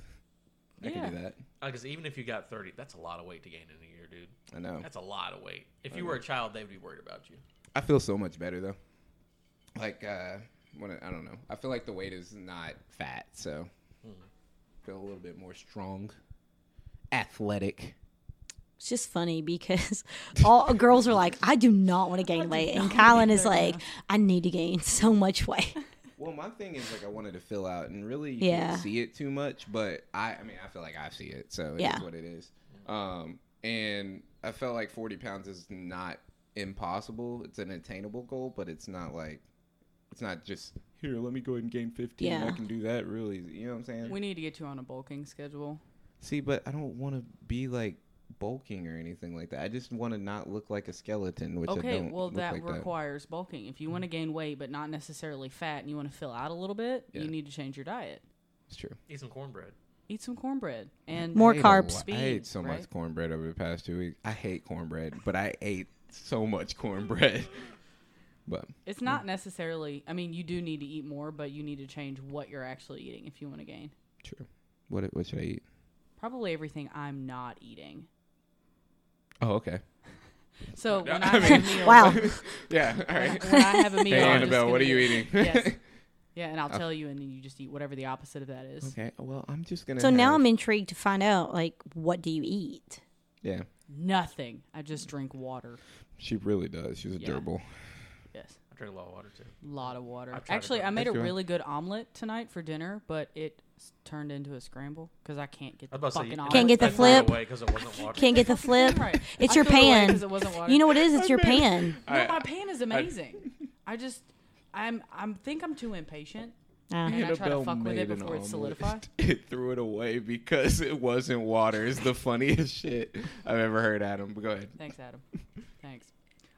[SPEAKER 3] I
[SPEAKER 2] Yeah.
[SPEAKER 3] can do that.
[SPEAKER 4] Because Uh, even if you got 30, that's a lot of weight to gain in a year, dude.
[SPEAKER 3] I know.
[SPEAKER 4] That's a lot of weight. If
[SPEAKER 3] Oh,
[SPEAKER 4] you were a child, they would be worried about you.
[SPEAKER 3] I feel so much better though. Like uh when I, I don't know. I feel like the weight is not fat, so
[SPEAKER 4] Hmm.
[SPEAKER 3] feel a little bit more strong, athletic.
[SPEAKER 1] it's just funny because all girls are like, I do not want to gain weight. And Kylan is like, I need to gain so much weight.
[SPEAKER 3] Well, my thing is like I wanted to fill out and really you
[SPEAKER 1] Yeah.
[SPEAKER 3] can't see it too much, but I I mean, I feel like I see it, so it's
[SPEAKER 1] Yeah.
[SPEAKER 3] what it is. Um and I felt like 40 pounds is not impossible. It's an attainable goal, but it's not like it's not just here, let me go ahead and gain 15. I
[SPEAKER 1] Yeah.
[SPEAKER 3] can do that really easy. You know what I'm saying?
[SPEAKER 2] We need to get you on a bulking schedule.
[SPEAKER 3] See, but I don't want to be like bulking or anything like that. I just want to not look like a skeleton, which I
[SPEAKER 2] okay,
[SPEAKER 3] don't
[SPEAKER 2] well
[SPEAKER 3] look
[SPEAKER 2] that
[SPEAKER 3] like Mm-hmm.
[SPEAKER 2] requires bulking. If you want to gain weight but not necessarily fat and you want to fill out a little bit,
[SPEAKER 3] Yeah.
[SPEAKER 2] you need to change your diet.
[SPEAKER 3] It's true.
[SPEAKER 4] Eat some cornbread.
[SPEAKER 2] Eat some cornbread and
[SPEAKER 1] More
[SPEAKER 3] I ate a
[SPEAKER 1] carbs.
[SPEAKER 3] lot-
[SPEAKER 2] Speed,
[SPEAKER 3] I ate so much
[SPEAKER 2] right?
[SPEAKER 3] cornbread over the past two weeks. I hate cornbread, but I ate so much cornbread. but
[SPEAKER 2] It's not necessarily. I mean, you do need to eat more, but you need to change what you're actually eating if you want to gain.
[SPEAKER 3] true. What what should I eat?
[SPEAKER 2] Probably everything I'm not eating.
[SPEAKER 3] Oh, okay.
[SPEAKER 2] So when
[SPEAKER 3] I
[SPEAKER 2] I, have a meal,
[SPEAKER 1] Wow.
[SPEAKER 3] Yeah. All
[SPEAKER 2] When I,
[SPEAKER 3] right.
[SPEAKER 2] when I have a meal,
[SPEAKER 3] Hey,
[SPEAKER 2] I'm just
[SPEAKER 3] Annabelle, what
[SPEAKER 2] gonna
[SPEAKER 3] are you
[SPEAKER 2] eat-
[SPEAKER 3] eating?
[SPEAKER 2] Yes. Yeah, and I'll
[SPEAKER 1] Oh.
[SPEAKER 2] tell you, and then you just eat whatever the opposite of that is.
[SPEAKER 3] okay. Well, I'm just gonna.
[SPEAKER 1] So now
[SPEAKER 3] have-
[SPEAKER 1] I'm intrigued to find out, like, what do you eat?
[SPEAKER 3] Yeah,
[SPEAKER 2] Nothing. I just drink water.
[SPEAKER 3] she really does. She's a
[SPEAKER 2] Yeah.
[SPEAKER 3] durable.
[SPEAKER 2] Yes,
[SPEAKER 4] I drink a lot of water, too.
[SPEAKER 2] a lot of water.
[SPEAKER 4] I've tried to
[SPEAKER 2] Actually,
[SPEAKER 4] cook-
[SPEAKER 2] I made a
[SPEAKER 3] Thank you.
[SPEAKER 2] really good omelet tonight for dinner, but it s- turned into a scramble because I can't get
[SPEAKER 4] I
[SPEAKER 2] the
[SPEAKER 4] was about to
[SPEAKER 2] fucking
[SPEAKER 4] say,
[SPEAKER 2] omelet.
[SPEAKER 1] Can't get the
[SPEAKER 4] I threw it
[SPEAKER 1] flip.
[SPEAKER 4] away 'cause it wasn't water.
[SPEAKER 1] Can't get the flip.
[SPEAKER 2] Right.
[SPEAKER 1] It's
[SPEAKER 2] I
[SPEAKER 1] your
[SPEAKER 2] threw it away
[SPEAKER 1] pan.
[SPEAKER 2] 'cause it wasn't water.
[SPEAKER 1] You know what it is? It's your pan.
[SPEAKER 2] No, my pan is amazing. I just, I'm, I'm think I'm too impatient.
[SPEAKER 1] Ah.
[SPEAKER 2] And I try to
[SPEAKER 3] Annabelle
[SPEAKER 2] fuck with
[SPEAKER 3] made
[SPEAKER 2] it
[SPEAKER 3] an
[SPEAKER 2] before it
[SPEAKER 3] omelet.
[SPEAKER 2] solidifies.
[SPEAKER 3] It threw it away because it wasn't water. It's the funniest shit I've ever heard, Adam. But go ahead.
[SPEAKER 2] Thanks, Adam. Thanks.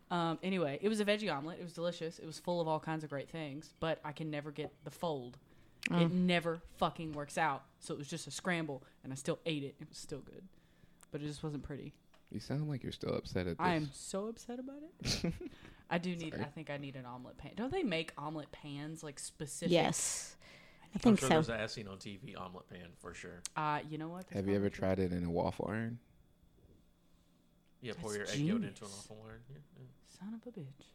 [SPEAKER 2] Um, anyway, it was a veggie omelet. It was delicious. It was full of all kinds of great things, but I can never get the fold. It never fucking works out. So it was just a scramble, and I still ate it. It was still good, but it just wasn't pretty.
[SPEAKER 3] You sound like you're still upset at this.
[SPEAKER 2] I am so upset about it. I do need. I think I need an omelet pan. Don't they make omelet pans like specific?
[SPEAKER 1] Yes. I
[SPEAKER 4] I'm
[SPEAKER 1] think
[SPEAKER 4] sure
[SPEAKER 1] so.
[SPEAKER 4] there's a scene on TV omelet pan for sure.
[SPEAKER 2] Uh, you know what? That's
[SPEAKER 3] Have you ever
[SPEAKER 2] probably
[SPEAKER 3] tried it in a waffle iron?
[SPEAKER 4] Yeah, pour your
[SPEAKER 2] That's
[SPEAKER 4] egg yolk into an
[SPEAKER 2] genius.
[SPEAKER 4] awful iron. Yeah, yeah.
[SPEAKER 2] true. Son of a bitch.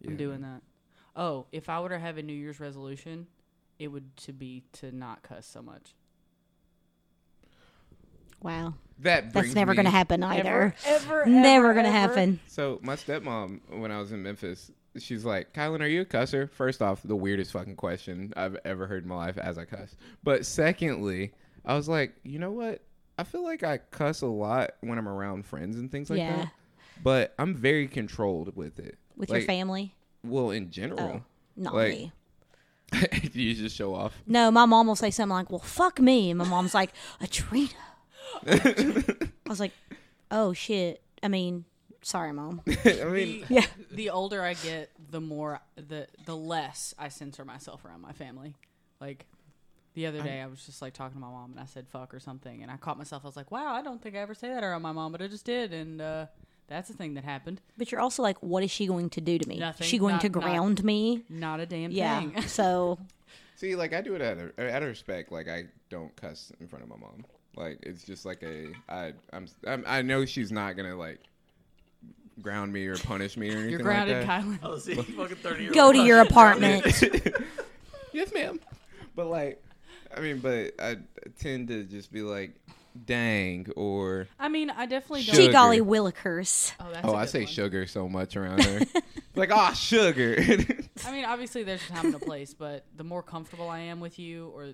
[SPEAKER 3] Yeah.
[SPEAKER 2] I'm doing that. Oh, if I were to have a New Year's resolution, it would to be to not cuss so much.
[SPEAKER 1] Wow. That's
[SPEAKER 3] That brings
[SPEAKER 1] never
[SPEAKER 3] me-
[SPEAKER 1] going to happen either.
[SPEAKER 2] Ever, ever
[SPEAKER 1] never going to
[SPEAKER 2] ever.
[SPEAKER 1] happen.
[SPEAKER 3] So my stepmom, when I was in Memphis, she's like, "Kylan, are you a cusser?" First off, the weirdest fucking question I've ever heard in my life as I cuss. But secondly, I was like, you know what? I feel like I cuss a lot when I'm around friends and things like
[SPEAKER 1] Yeah.
[SPEAKER 3] that. But I'm very controlled with it.
[SPEAKER 1] With
[SPEAKER 3] like,
[SPEAKER 1] your family?
[SPEAKER 3] Well, in general,
[SPEAKER 1] Not
[SPEAKER 3] like-
[SPEAKER 1] me.
[SPEAKER 3] you just show off.
[SPEAKER 1] No, my mom will say something like, well, fuck me. And my mom's like, Atrina. I was like, oh, shit. I mean, sorry, mom.
[SPEAKER 3] I mean,
[SPEAKER 2] The,
[SPEAKER 1] Yeah.
[SPEAKER 2] the older I get, the more the the less I censor myself around my family. Like the other day, i was just like talking to my mom, and I said "fuck" or something, and I caught myself. I was like, "Wow, I don't think I ever say that around my mom, but I just did," and uh, that's a thing that happened.
[SPEAKER 1] But you're also like, what is she going to do to me?
[SPEAKER 2] Nothing.
[SPEAKER 1] Is she going
[SPEAKER 2] Not-
[SPEAKER 1] to
[SPEAKER 2] not-
[SPEAKER 1] ground me?
[SPEAKER 2] Not a damn
[SPEAKER 1] Yeah.
[SPEAKER 2] thing.
[SPEAKER 1] So
[SPEAKER 3] see, like I do it out of, out of respect. Like I don't cuss in front of my mom. Like it's just like a I I'm, I'm I know she's not gonna like ground me or punish me or anything
[SPEAKER 2] You're grounded,
[SPEAKER 3] like that.
[SPEAKER 2] Kylan.
[SPEAKER 4] Oh, see, fucking 30
[SPEAKER 1] go to your apartment.
[SPEAKER 3] yes, ma'am. But like, I mean, but I tend to just be like, dang, or
[SPEAKER 2] I mean, I definitely don't.
[SPEAKER 3] Sugar.
[SPEAKER 1] Gee golly willikers.
[SPEAKER 2] Oh, that's
[SPEAKER 3] oh,
[SPEAKER 2] a
[SPEAKER 3] I
[SPEAKER 2] good
[SPEAKER 3] say
[SPEAKER 2] one.
[SPEAKER 3] sugar so much around there. like, ah, sugar.
[SPEAKER 2] I mean, obviously, there's a time and a place, but the more comfortable I am with you, or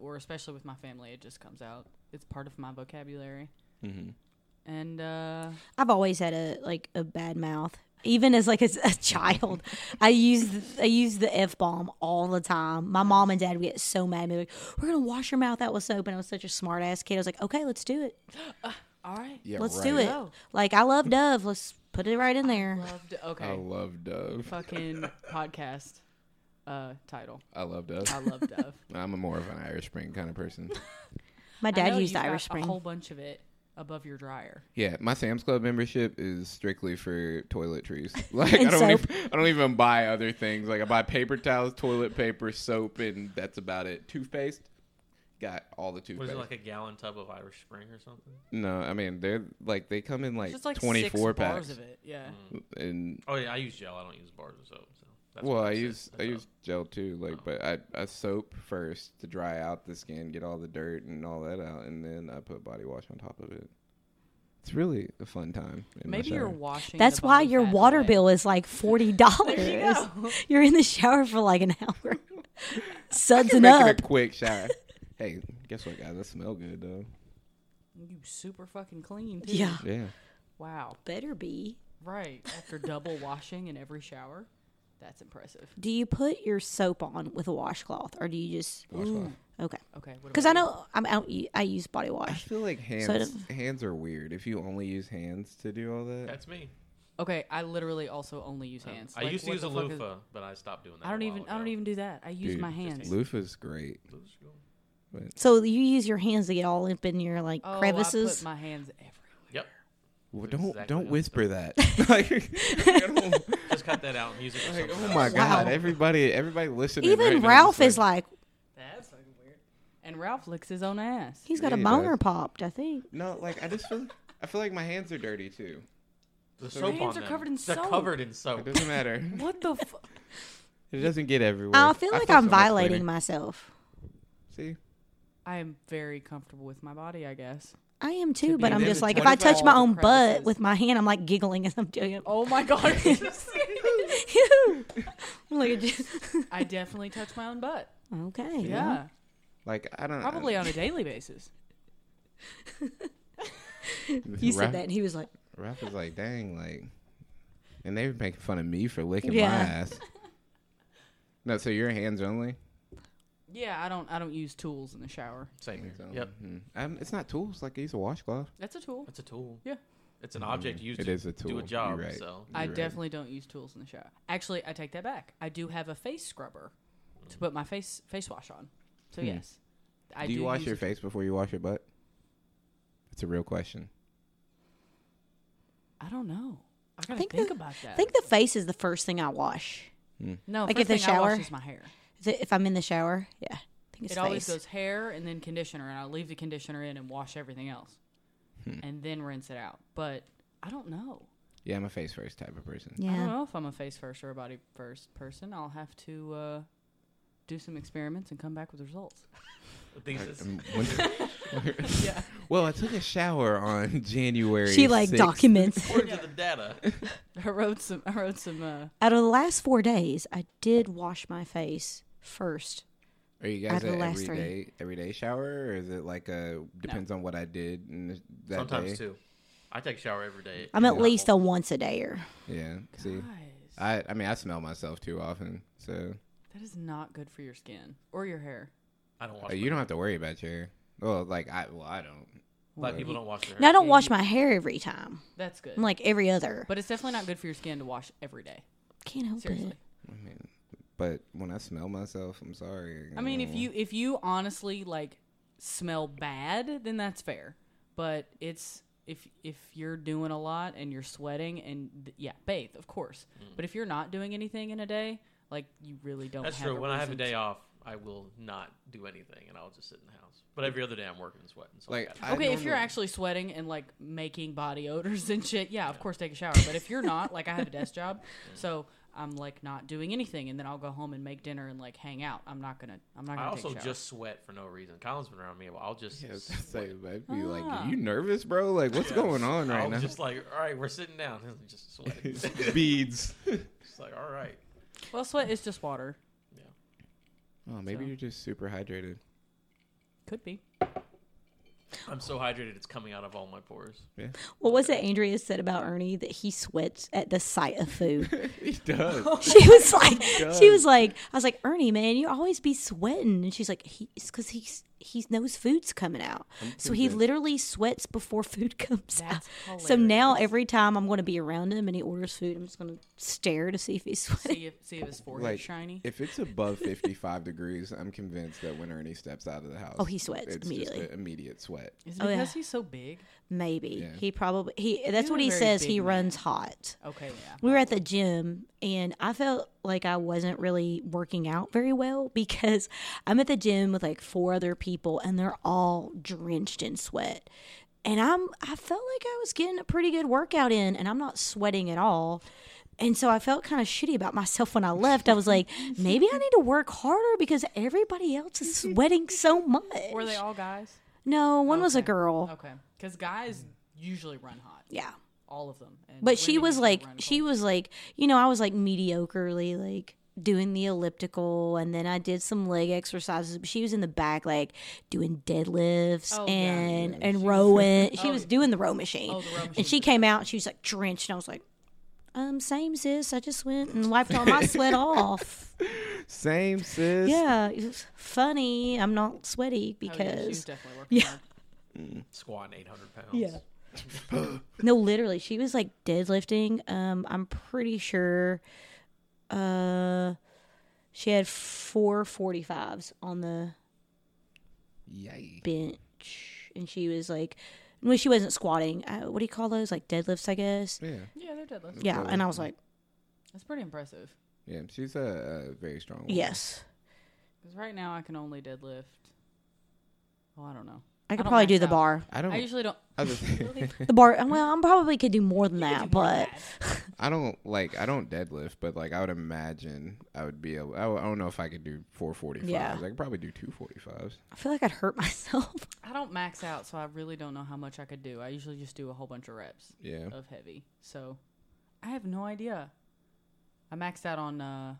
[SPEAKER 2] or especially with my family, it just comes out. It's part of my vocabulary. Mm-hmm. And uh,
[SPEAKER 1] I've always had a like a bad mouth. Even as like as a child, I use I use the f bomb all the time. My mom and dad would get so mad at me, like, "We're gonna wash your mouth out with soap." And I was such a smart ass kid. I was like, "Okay, let's do it.
[SPEAKER 2] all right,
[SPEAKER 3] yeah,
[SPEAKER 1] Let's
[SPEAKER 3] right.
[SPEAKER 1] do it."
[SPEAKER 2] Oh.
[SPEAKER 1] Like I love Dove. Let's put it right in there.
[SPEAKER 2] loved. Okay,
[SPEAKER 3] I love Dove.
[SPEAKER 2] fucking podcast uh, title.
[SPEAKER 3] I love Dove.
[SPEAKER 2] I love Dove.
[SPEAKER 3] I'm a more of an Irish Spring kind of person.
[SPEAKER 1] My
[SPEAKER 2] I
[SPEAKER 1] dad
[SPEAKER 2] know
[SPEAKER 1] used the
[SPEAKER 2] you've got
[SPEAKER 1] Irish
[SPEAKER 2] A
[SPEAKER 1] Spring.
[SPEAKER 2] whole bunch of it above your dryer.
[SPEAKER 3] Yeah, my Sam's Club membership is strictly for toiletries. Like I
[SPEAKER 1] And
[SPEAKER 3] don't,
[SPEAKER 1] soap.
[SPEAKER 3] even, I don't even buy other things. Like I buy paper towels, toilet paper, soap, and that's about it. Toothpaste, got all the
[SPEAKER 4] What
[SPEAKER 3] toothpaste.
[SPEAKER 4] is it, like a gallon tub of Irish Spring or something?
[SPEAKER 3] No, I mean they're like they come in like,
[SPEAKER 2] Just like
[SPEAKER 3] twenty four
[SPEAKER 2] six bars
[SPEAKER 3] packs,
[SPEAKER 2] of it. Yeah.
[SPEAKER 3] and
[SPEAKER 4] Oh, yeah, I use gel. I don't use bars of soap. So that's
[SPEAKER 3] well,
[SPEAKER 4] what
[SPEAKER 3] I
[SPEAKER 4] said.
[SPEAKER 3] use I
[SPEAKER 4] That's
[SPEAKER 3] use gel too, like but I I soap first to dry out the skin, get all the dirt and all that out, and then I put body wash on top of it. It's really a fun time. in my
[SPEAKER 2] Maybe you're
[SPEAKER 3] shower.
[SPEAKER 2] washing.
[SPEAKER 1] That's
[SPEAKER 2] the
[SPEAKER 1] why
[SPEAKER 2] body
[SPEAKER 1] your
[SPEAKER 2] fat
[SPEAKER 1] water
[SPEAKER 2] away.
[SPEAKER 1] bill is like forty dollars. You're in the shower for like an hour, sudsing
[SPEAKER 3] Making
[SPEAKER 1] up.
[SPEAKER 3] a quick shower. hey, guess what, guys? That smell good though.
[SPEAKER 2] You super fucking clean. Too.
[SPEAKER 1] Yeah,
[SPEAKER 3] Yeah.
[SPEAKER 2] Wow.
[SPEAKER 1] better be.
[SPEAKER 2] Right. After double washing in every shower, that's impressive.
[SPEAKER 1] Do you put your soap on with a washcloth, or do you just
[SPEAKER 3] Washcloth.
[SPEAKER 1] okay?
[SPEAKER 2] Okay. what
[SPEAKER 1] Because I
[SPEAKER 2] about you?
[SPEAKER 1] know I'm out. I use body
[SPEAKER 3] I
[SPEAKER 1] wash.
[SPEAKER 3] feel like hands
[SPEAKER 1] does-
[SPEAKER 3] hands are weird. If you only use hands to do all that,
[SPEAKER 4] That's me.
[SPEAKER 2] Okay, I literally also only use hands.
[SPEAKER 4] I
[SPEAKER 2] Like,
[SPEAKER 4] used to
[SPEAKER 2] what
[SPEAKER 4] use a
[SPEAKER 2] the fuck is-
[SPEAKER 4] loofah, but I stopped doing that.
[SPEAKER 2] I don't
[SPEAKER 4] a
[SPEAKER 2] even.
[SPEAKER 4] while
[SPEAKER 2] I don't
[SPEAKER 4] ago.
[SPEAKER 2] even do that. I use
[SPEAKER 3] Dude,
[SPEAKER 2] my
[SPEAKER 3] just
[SPEAKER 2] hands.
[SPEAKER 3] loofah's great.
[SPEAKER 1] So you use your hands to get all up in your like
[SPEAKER 2] Oh, I put
[SPEAKER 1] crevices.
[SPEAKER 2] my hands everywhere.
[SPEAKER 4] Yep.
[SPEAKER 3] Well,
[SPEAKER 4] That's
[SPEAKER 3] don't
[SPEAKER 4] exactly
[SPEAKER 3] don't
[SPEAKER 4] what
[SPEAKER 3] whisper that. like, I don't-
[SPEAKER 4] Just cut that out and use it. For
[SPEAKER 3] like,
[SPEAKER 4] something
[SPEAKER 3] oh
[SPEAKER 4] else.
[SPEAKER 3] my
[SPEAKER 1] Wow.
[SPEAKER 3] god! Everybody, everybody listening.
[SPEAKER 1] Even
[SPEAKER 3] right now
[SPEAKER 1] Ralph
[SPEAKER 3] just
[SPEAKER 1] is like
[SPEAKER 2] That's fucking weird. And Ralph licks his own ass.
[SPEAKER 1] he's got
[SPEAKER 3] Yeah,
[SPEAKER 1] a
[SPEAKER 3] he
[SPEAKER 1] boner
[SPEAKER 3] does.
[SPEAKER 1] popped. I think.
[SPEAKER 3] no, like I just feel, I feel like my hands are dirty too.
[SPEAKER 4] The
[SPEAKER 3] Their
[SPEAKER 4] soap
[SPEAKER 2] hands
[SPEAKER 4] on
[SPEAKER 2] are
[SPEAKER 4] them.
[SPEAKER 2] covered in
[SPEAKER 4] They're
[SPEAKER 2] soap.
[SPEAKER 4] covered in
[SPEAKER 3] It
[SPEAKER 2] Oh.
[SPEAKER 4] soap.
[SPEAKER 3] doesn't matter.
[SPEAKER 2] What the? F-
[SPEAKER 3] It doesn't get everywhere.
[SPEAKER 1] I feel like I'm
[SPEAKER 3] so much
[SPEAKER 1] violating
[SPEAKER 3] cleaner.
[SPEAKER 1] myself.
[SPEAKER 3] See,
[SPEAKER 2] I am very comfortable with my body. I guess.
[SPEAKER 1] I am too,
[SPEAKER 2] be
[SPEAKER 1] but I'm
[SPEAKER 3] in
[SPEAKER 1] just
[SPEAKER 3] the
[SPEAKER 1] like if I
[SPEAKER 3] toilet
[SPEAKER 1] touch my
[SPEAKER 2] bowl,
[SPEAKER 1] own
[SPEAKER 2] the
[SPEAKER 1] butt
[SPEAKER 2] crevices.
[SPEAKER 1] with my hand, I'm like giggling as I'm doing it.
[SPEAKER 2] Oh my god.
[SPEAKER 1] Ew. Look at you.
[SPEAKER 2] I definitely touch my own butt.
[SPEAKER 1] Okay.
[SPEAKER 2] Yeah.
[SPEAKER 1] well,
[SPEAKER 3] like I don't
[SPEAKER 2] Probably on a daily basis.
[SPEAKER 1] You said
[SPEAKER 3] Ralph-
[SPEAKER 1] that, and he was like,
[SPEAKER 3] Ralph was like, dang, like, and they were making fun of me for licking
[SPEAKER 1] Yeah.
[SPEAKER 3] my ass. No, so your hands only.
[SPEAKER 2] Yeah, I don't. I don't use tools in the shower.
[SPEAKER 4] Same here.
[SPEAKER 3] So,
[SPEAKER 4] Yep.
[SPEAKER 3] mm. Um, it's not tools. Like I use a washcloth.
[SPEAKER 2] That's a tool.
[SPEAKER 4] It's a tool.
[SPEAKER 2] Yeah.
[SPEAKER 4] It's an object used
[SPEAKER 3] Mm-hmm. It
[SPEAKER 4] to
[SPEAKER 3] is a
[SPEAKER 4] do
[SPEAKER 3] tool.
[SPEAKER 4] a
[SPEAKER 3] You're
[SPEAKER 4] job.
[SPEAKER 3] right.
[SPEAKER 4] So
[SPEAKER 2] I
[SPEAKER 3] You're right.
[SPEAKER 2] definitely don't use tools in the shower. Actually, I take that back. I do have a face scrubber to put my face face wash on. So
[SPEAKER 3] Hmm.
[SPEAKER 2] yes, I
[SPEAKER 3] do you wash
[SPEAKER 2] use
[SPEAKER 3] your
[SPEAKER 2] it-
[SPEAKER 3] face before you wash your butt? It's a real question.
[SPEAKER 2] I don't know. I gotta
[SPEAKER 1] think
[SPEAKER 2] think,
[SPEAKER 1] the-
[SPEAKER 2] about that.
[SPEAKER 1] I think the face is the first thing I wash.
[SPEAKER 2] no,
[SPEAKER 1] like
[SPEAKER 2] first
[SPEAKER 1] if the
[SPEAKER 2] thing I wash
[SPEAKER 1] shower-
[SPEAKER 2] is my hair.
[SPEAKER 1] Is it if I'm in the shower? Yeah. I think it's
[SPEAKER 2] it always
[SPEAKER 1] face.
[SPEAKER 2] goes hair and then conditioner, and I leave the conditioner in and wash everything else,
[SPEAKER 3] Hmm.
[SPEAKER 2] and then rinse it out. But I don't know.
[SPEAKER 3] Yeah, I'm a face first type of person.
[SPEAKER 2] I don't
[SPEAKER 1] Yeah.
[SPEAKER 2] know if I'm a face first or a body first person. I'll have to uh, do some experiments and come back with results.
[SPEAKER 4] Thesis.
[SPEAKER 3] Um, when- Well, I took a shower on January.
[SPEAKER 1] She like
[SPEAKER 3] 6th.
[SPEAKER 1] documents.
[SPEAKER 4] According to the data,
[SPEAKER 2] I wrote some. I wrote some. Uh,
[SPEAKER 1] Out of the last four days, I did wash my face first.
[SPEAKER 3] Are you
[SPEAKER 1] Out
[SPEAKER 3] guys
[SPEAKER 1] of the
[SPEAKER 3] an
[SPEAKER 1] last
[SPEAKER 3] everyday everyday shower, or is it like a depends on what I did in the- that
[SPEAKER 4] sometimes
[SPEAKER 3] day?
[SPEAKER 4] too. I take a shower every day.
[SPEAKER 1] I'm at
[SPEAKER 4] Yeah.
[SPEAKER 1] least a once a dayer.
[SPEAKER 3] Yeah. See,
[SPEAKER 2] guys,
[SPEAKER 3] I I mean I smell myself too often, so
[SPEAKER 2] that is not good for your skin or your hair.
[SPEAKER 4] I don't wash.
[SPEAKER 3] Uh, you don't have to worry about your. Well, like I well I don't.
[SPEAKER 4] A lot of people don't wash their hair.
[SPEAKER 1] Now I don't wash my hair every time.
[SPEAKER 2] That's good.
[SPEAKER 1] I'm like every other. But
[SPEAKER 2] but it's definitely not good for your skin to wash every day.
[SPEAKER 1] can't help
[SPEAKER 2] Seriously.
[SPEAKER 1] it.
[SPEAKER 3] I mean, but when I smell myself, I'm sorry.
[SPEAKER 2] I mean, if you if you honestly like smell bad, then that's fair. But it's if if you're doing a lot and you're sweating and th- yeah, bathe of course.
[SPEAKER 4] Mm.
[SPEAKER 2] But if you're not doing anything in a day, like you really don't.
[SPEAKER 4] That's
[SPEAKER 2] have
[SPEAKER 4] true. When I have a
[SPEAKER 2] reason to-
[SPEAKER 4] day off, I will not do anything, and I'll just sit in the house. But every other day, I'm working and sweating. So I
[SPEAKER 3] like
[SPEAKER 4] got it.
[SPEAKER 3] I
[SPEAKER 2] Okay, if you're
[SPEAKER 3] normally-
[SPEAKER 2] actually sweating and like making body odors and shit, yeah, of course take a shower. But if you're not, like I have a desk job, so I'm like not doing anything, and then I'll go home and make dinner and like hang out. I'm not gonna. I'm not
[SPEAKER 4] I
[SPEAKER 2] gonna.
[SPEAKER 4] also
[SPEAKER 2] take a shower.
[SPEAKER 4] just sweat for no reason. Colin's been around me, but I'll just.
[SPEAKER 3] Yeah, I was
[SPEAKER 4] sweat.
[SPEAKER 3] gonna say, I'd be like,
[SPEAKER 2] Ah.
[SPEAKER 3] you nervous, bro? Like, what's going on right
[SPEAKER 4] I'm
[SPEAKER 3] now?
[SPEAKER 4] just like, all right, we're sitting down. just sweating.
[SPEAKER 3] Beads.
[SPEAKER 4] It's like, all right.
[SPEAKER 2] well, sweat is just water.
[SPEAKER 3] Oh, maybe
[SPEAKER 2] So.
[SPEAKER 3] you're just super hydrated.
[SPEAKER 2] Could be.
[SPEAKER 4] I'm so hydrated, it's coming out of all my pores.
[SPEAKER 1] What was it Andrea said about Ernie that he sweats at the sight of food?
[SPEAKER 3] he does.
[SPEAKER 1] she was
[SPEAKER 2] Oh
[SPEAKER 1] like, she
[SPEAKER 3] God.
[SPEAKER 1] was like, I was like, Ernie, man, you always be sweating, and she's like, he, it's because he's he knows food's coming out, so he
[SPEAKER 3] convinced.
[SPEAKER 1] literally sweats before food comes out.
[SPEAKER 2] That's
[SPEAKER 1] So now every time I'm going to be around him and he orders food, I'm just going to stare to see if he's sweating.
[SPEAKER 2] see if see if his forehead's
[SPEAKER 3] Like,
[SPEAKER 2] shiny.
[SPEAKER 3] If it's above 55 degrees, I'm convinced that when Ernie steps out of the house,
[SPEAKER 1] Oh, he sweats
[SPEAKER 3] it's
[SPEAKER 1] immediately.
[SPEAKER 3] Just an immediate sweat.
[SPEAKER 2] Is it
[SPEAKER 1] oh,
[SPEAKER 2] because
[SPEAKER 1] yeah.
[SPEAKER 2] he's so big?
[SPEAKER 1] Maybe
[SPEAKER 3] Yeah.
[SPEAKER 1] he probably he. That's
[SPEAKER 2] You're
[SPEAKER 1] what
[SPEAKER 2] a
[SPEAKER 1] he
[SPEAKER 2] very
[SPEAKER 1] says. He
[SPEAKER 2] big man.
[SPEAKER 1] runs hot.
[SPEAKER 2] Okay, yeah.
[SPEAKER 1] We were at the gym and I felt like I wasn't really working out very well because I'm at the gym with like four other people and they're all drenched in sweat. And I'm I felt like I was getting a pretty good workout in and I'm not sweating at all. And so I felt kind of shitty about myself when I left. I was like, maybe I need to work harder because everybody else is sweating so much.
[SPEAKER 2] Were they all guys?
[SPEAKER 1] no, one was a
[SPEAKER 2] Okay.
[SPEAKER 1] girl.
[SPEAKER 2] Okay, because guys usually run hot,
[SPEAKER 1] Yeah.
[SPEAKER 2] all of them. And
[SPEAKER 1] But she
[SPEAKER 2] women
[SPEAKER 1] was
[SPEAKER 2] usually
[SPEAKER 1] like,
[SPEAKER 2] run
[SPEAKER 1] she
[SPEAKER 2] cold.
[SPEAKER 1] was like, you know, I was like mediocrely like doing the elliptical and then I did some leg exercises. But she was in the back like doing deadlifts
[SPEAKER 2] Oh, yeah.
[SPEAKER 1] and and rowing. She was doing the row machine.
[SPEAKER 2] Oh, the row
[SPEAKER 1] and she came out and she was like drenched and I was like, um, same sis. I just went and wiped all my sweat off.
[SPEAKER 3] Same, sis.
[SPEAKER 1] Yeah. it was funny. I'm not sweaty
[SPEAKER 2] Oh, yeah, she was
[SPEAKER 1] because
[SPEAKER 2] definitely working.
[SPEAKER 1] Yeah.
[SPEAKER 2] hard.
[SPEAKER 4] Squatting 800 pounds.
[SPEAKER 1] Yeah. No, literally, she was like deadlifting. Um, I'm pretty sure, uh, she had four 45s on the
[SPEAKER 3] Yay.
[SPEAKER 1] bench, and she was like, well, she wasn't squatting. Uh, what do you call those? Like deadlifts, I guess.
[SPEAKER 3] Yeah.
[SPEAKER 2] Yeah, they're deadlifts.
[SPEAKER 1] Yeah, and I was like,
[SPEAKER 2] That's pretty impressive.
[SPEAKER 3] Yeah. She's a, a very strong woman.
[SPEAKER 1] yes,
[SPEAKER 2] Because right now I can only deadlift. Oh, I don't know.
[SPEAKER 1] I could
[SPEAKER 2] don't
[SPEAKER 1] probably do
[SPEAKER 2] max
[SPEAKER 1] the
[SPEAKER 2] out.
[SPEAKER 1] bar.
[SPEAKER 3] I don't.
[SPEAKER 2] I
[SPEAKER 3] I,
[SPEAKER 2] usually don't.
[SPEAKER 3] was-
[SPEAKER 1] The bar. Well, I probably could do more than that,
[SPEAKER 2] more than
[SPEAKER 1] but
[SPEAKER 3] I don't like. I don't deadlift, but like I would imagine I would be able. I, don't- I don't know if I could do 445s.
[SPEAKER 1] Yeah.
[SPEAKER 3] I could probably do 245s.
[SPEAKER 1] I feel like I'd hurt myself.
[SPEAKER 2] I don't max out, so I really don't know how much I could do. I usually just do a whole bunch of reps
[SPEAKER 3] Yeah.
[SPEAKER 2] of heavy. So I have no idea. I maxed out on uh,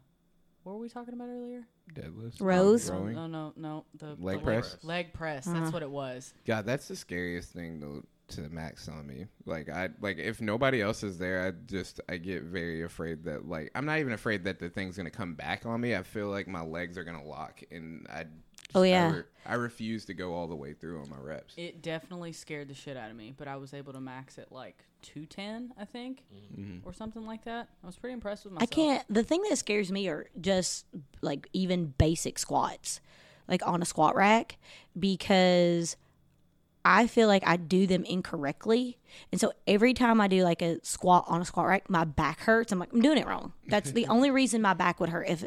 [SPEAKER 2] what were we talking about earlier?
[SPEAKER 3] Deadlifts.
[SPEAKER 1] Rows?
[SPEAKER 3] Rowing.
[SPEAKER 2] No, no, no. The
[SPEAKER 3] Leg
[SPEAKER 2] the
[SPEAKER 3] press?
[SPEAKER 2] Leg press.
[SPEAKER 1] Uh-huh.
[SPEAKER 2] That's what it was.
[SPEAKER 3] God, that's the scariest thing to to max on me. Like I like if nobody else is there, I just I get very afraid that like I'm not even afraid that the thing's gonna come back on me. I feel like my legs are gonna lock, and I just-
[SPEAKER 1] Oh, yeah.
[SPEAKER 3] I, re- I refuse to go all the way through on my reps.
[SPEAKER 2] It definitely scared the shit out of me, but I was able to max at like 210, I think,
[SPEAKER 3] Mm-hmm.
[SPEAKER 2] or something like that. I was pretty impressed with
[SPEAKER 1] I
[SPEAKER 2] myself.
[SPEAKER 1] can't. The thing that scares me are just like even basic squats, like on a squat rack, because I feel like I do them incorrectly. And so every time I do like a squat on a squat rack, my back hurts. I'm like, I'm doing it wrong. That's the only reason my back would hurt if.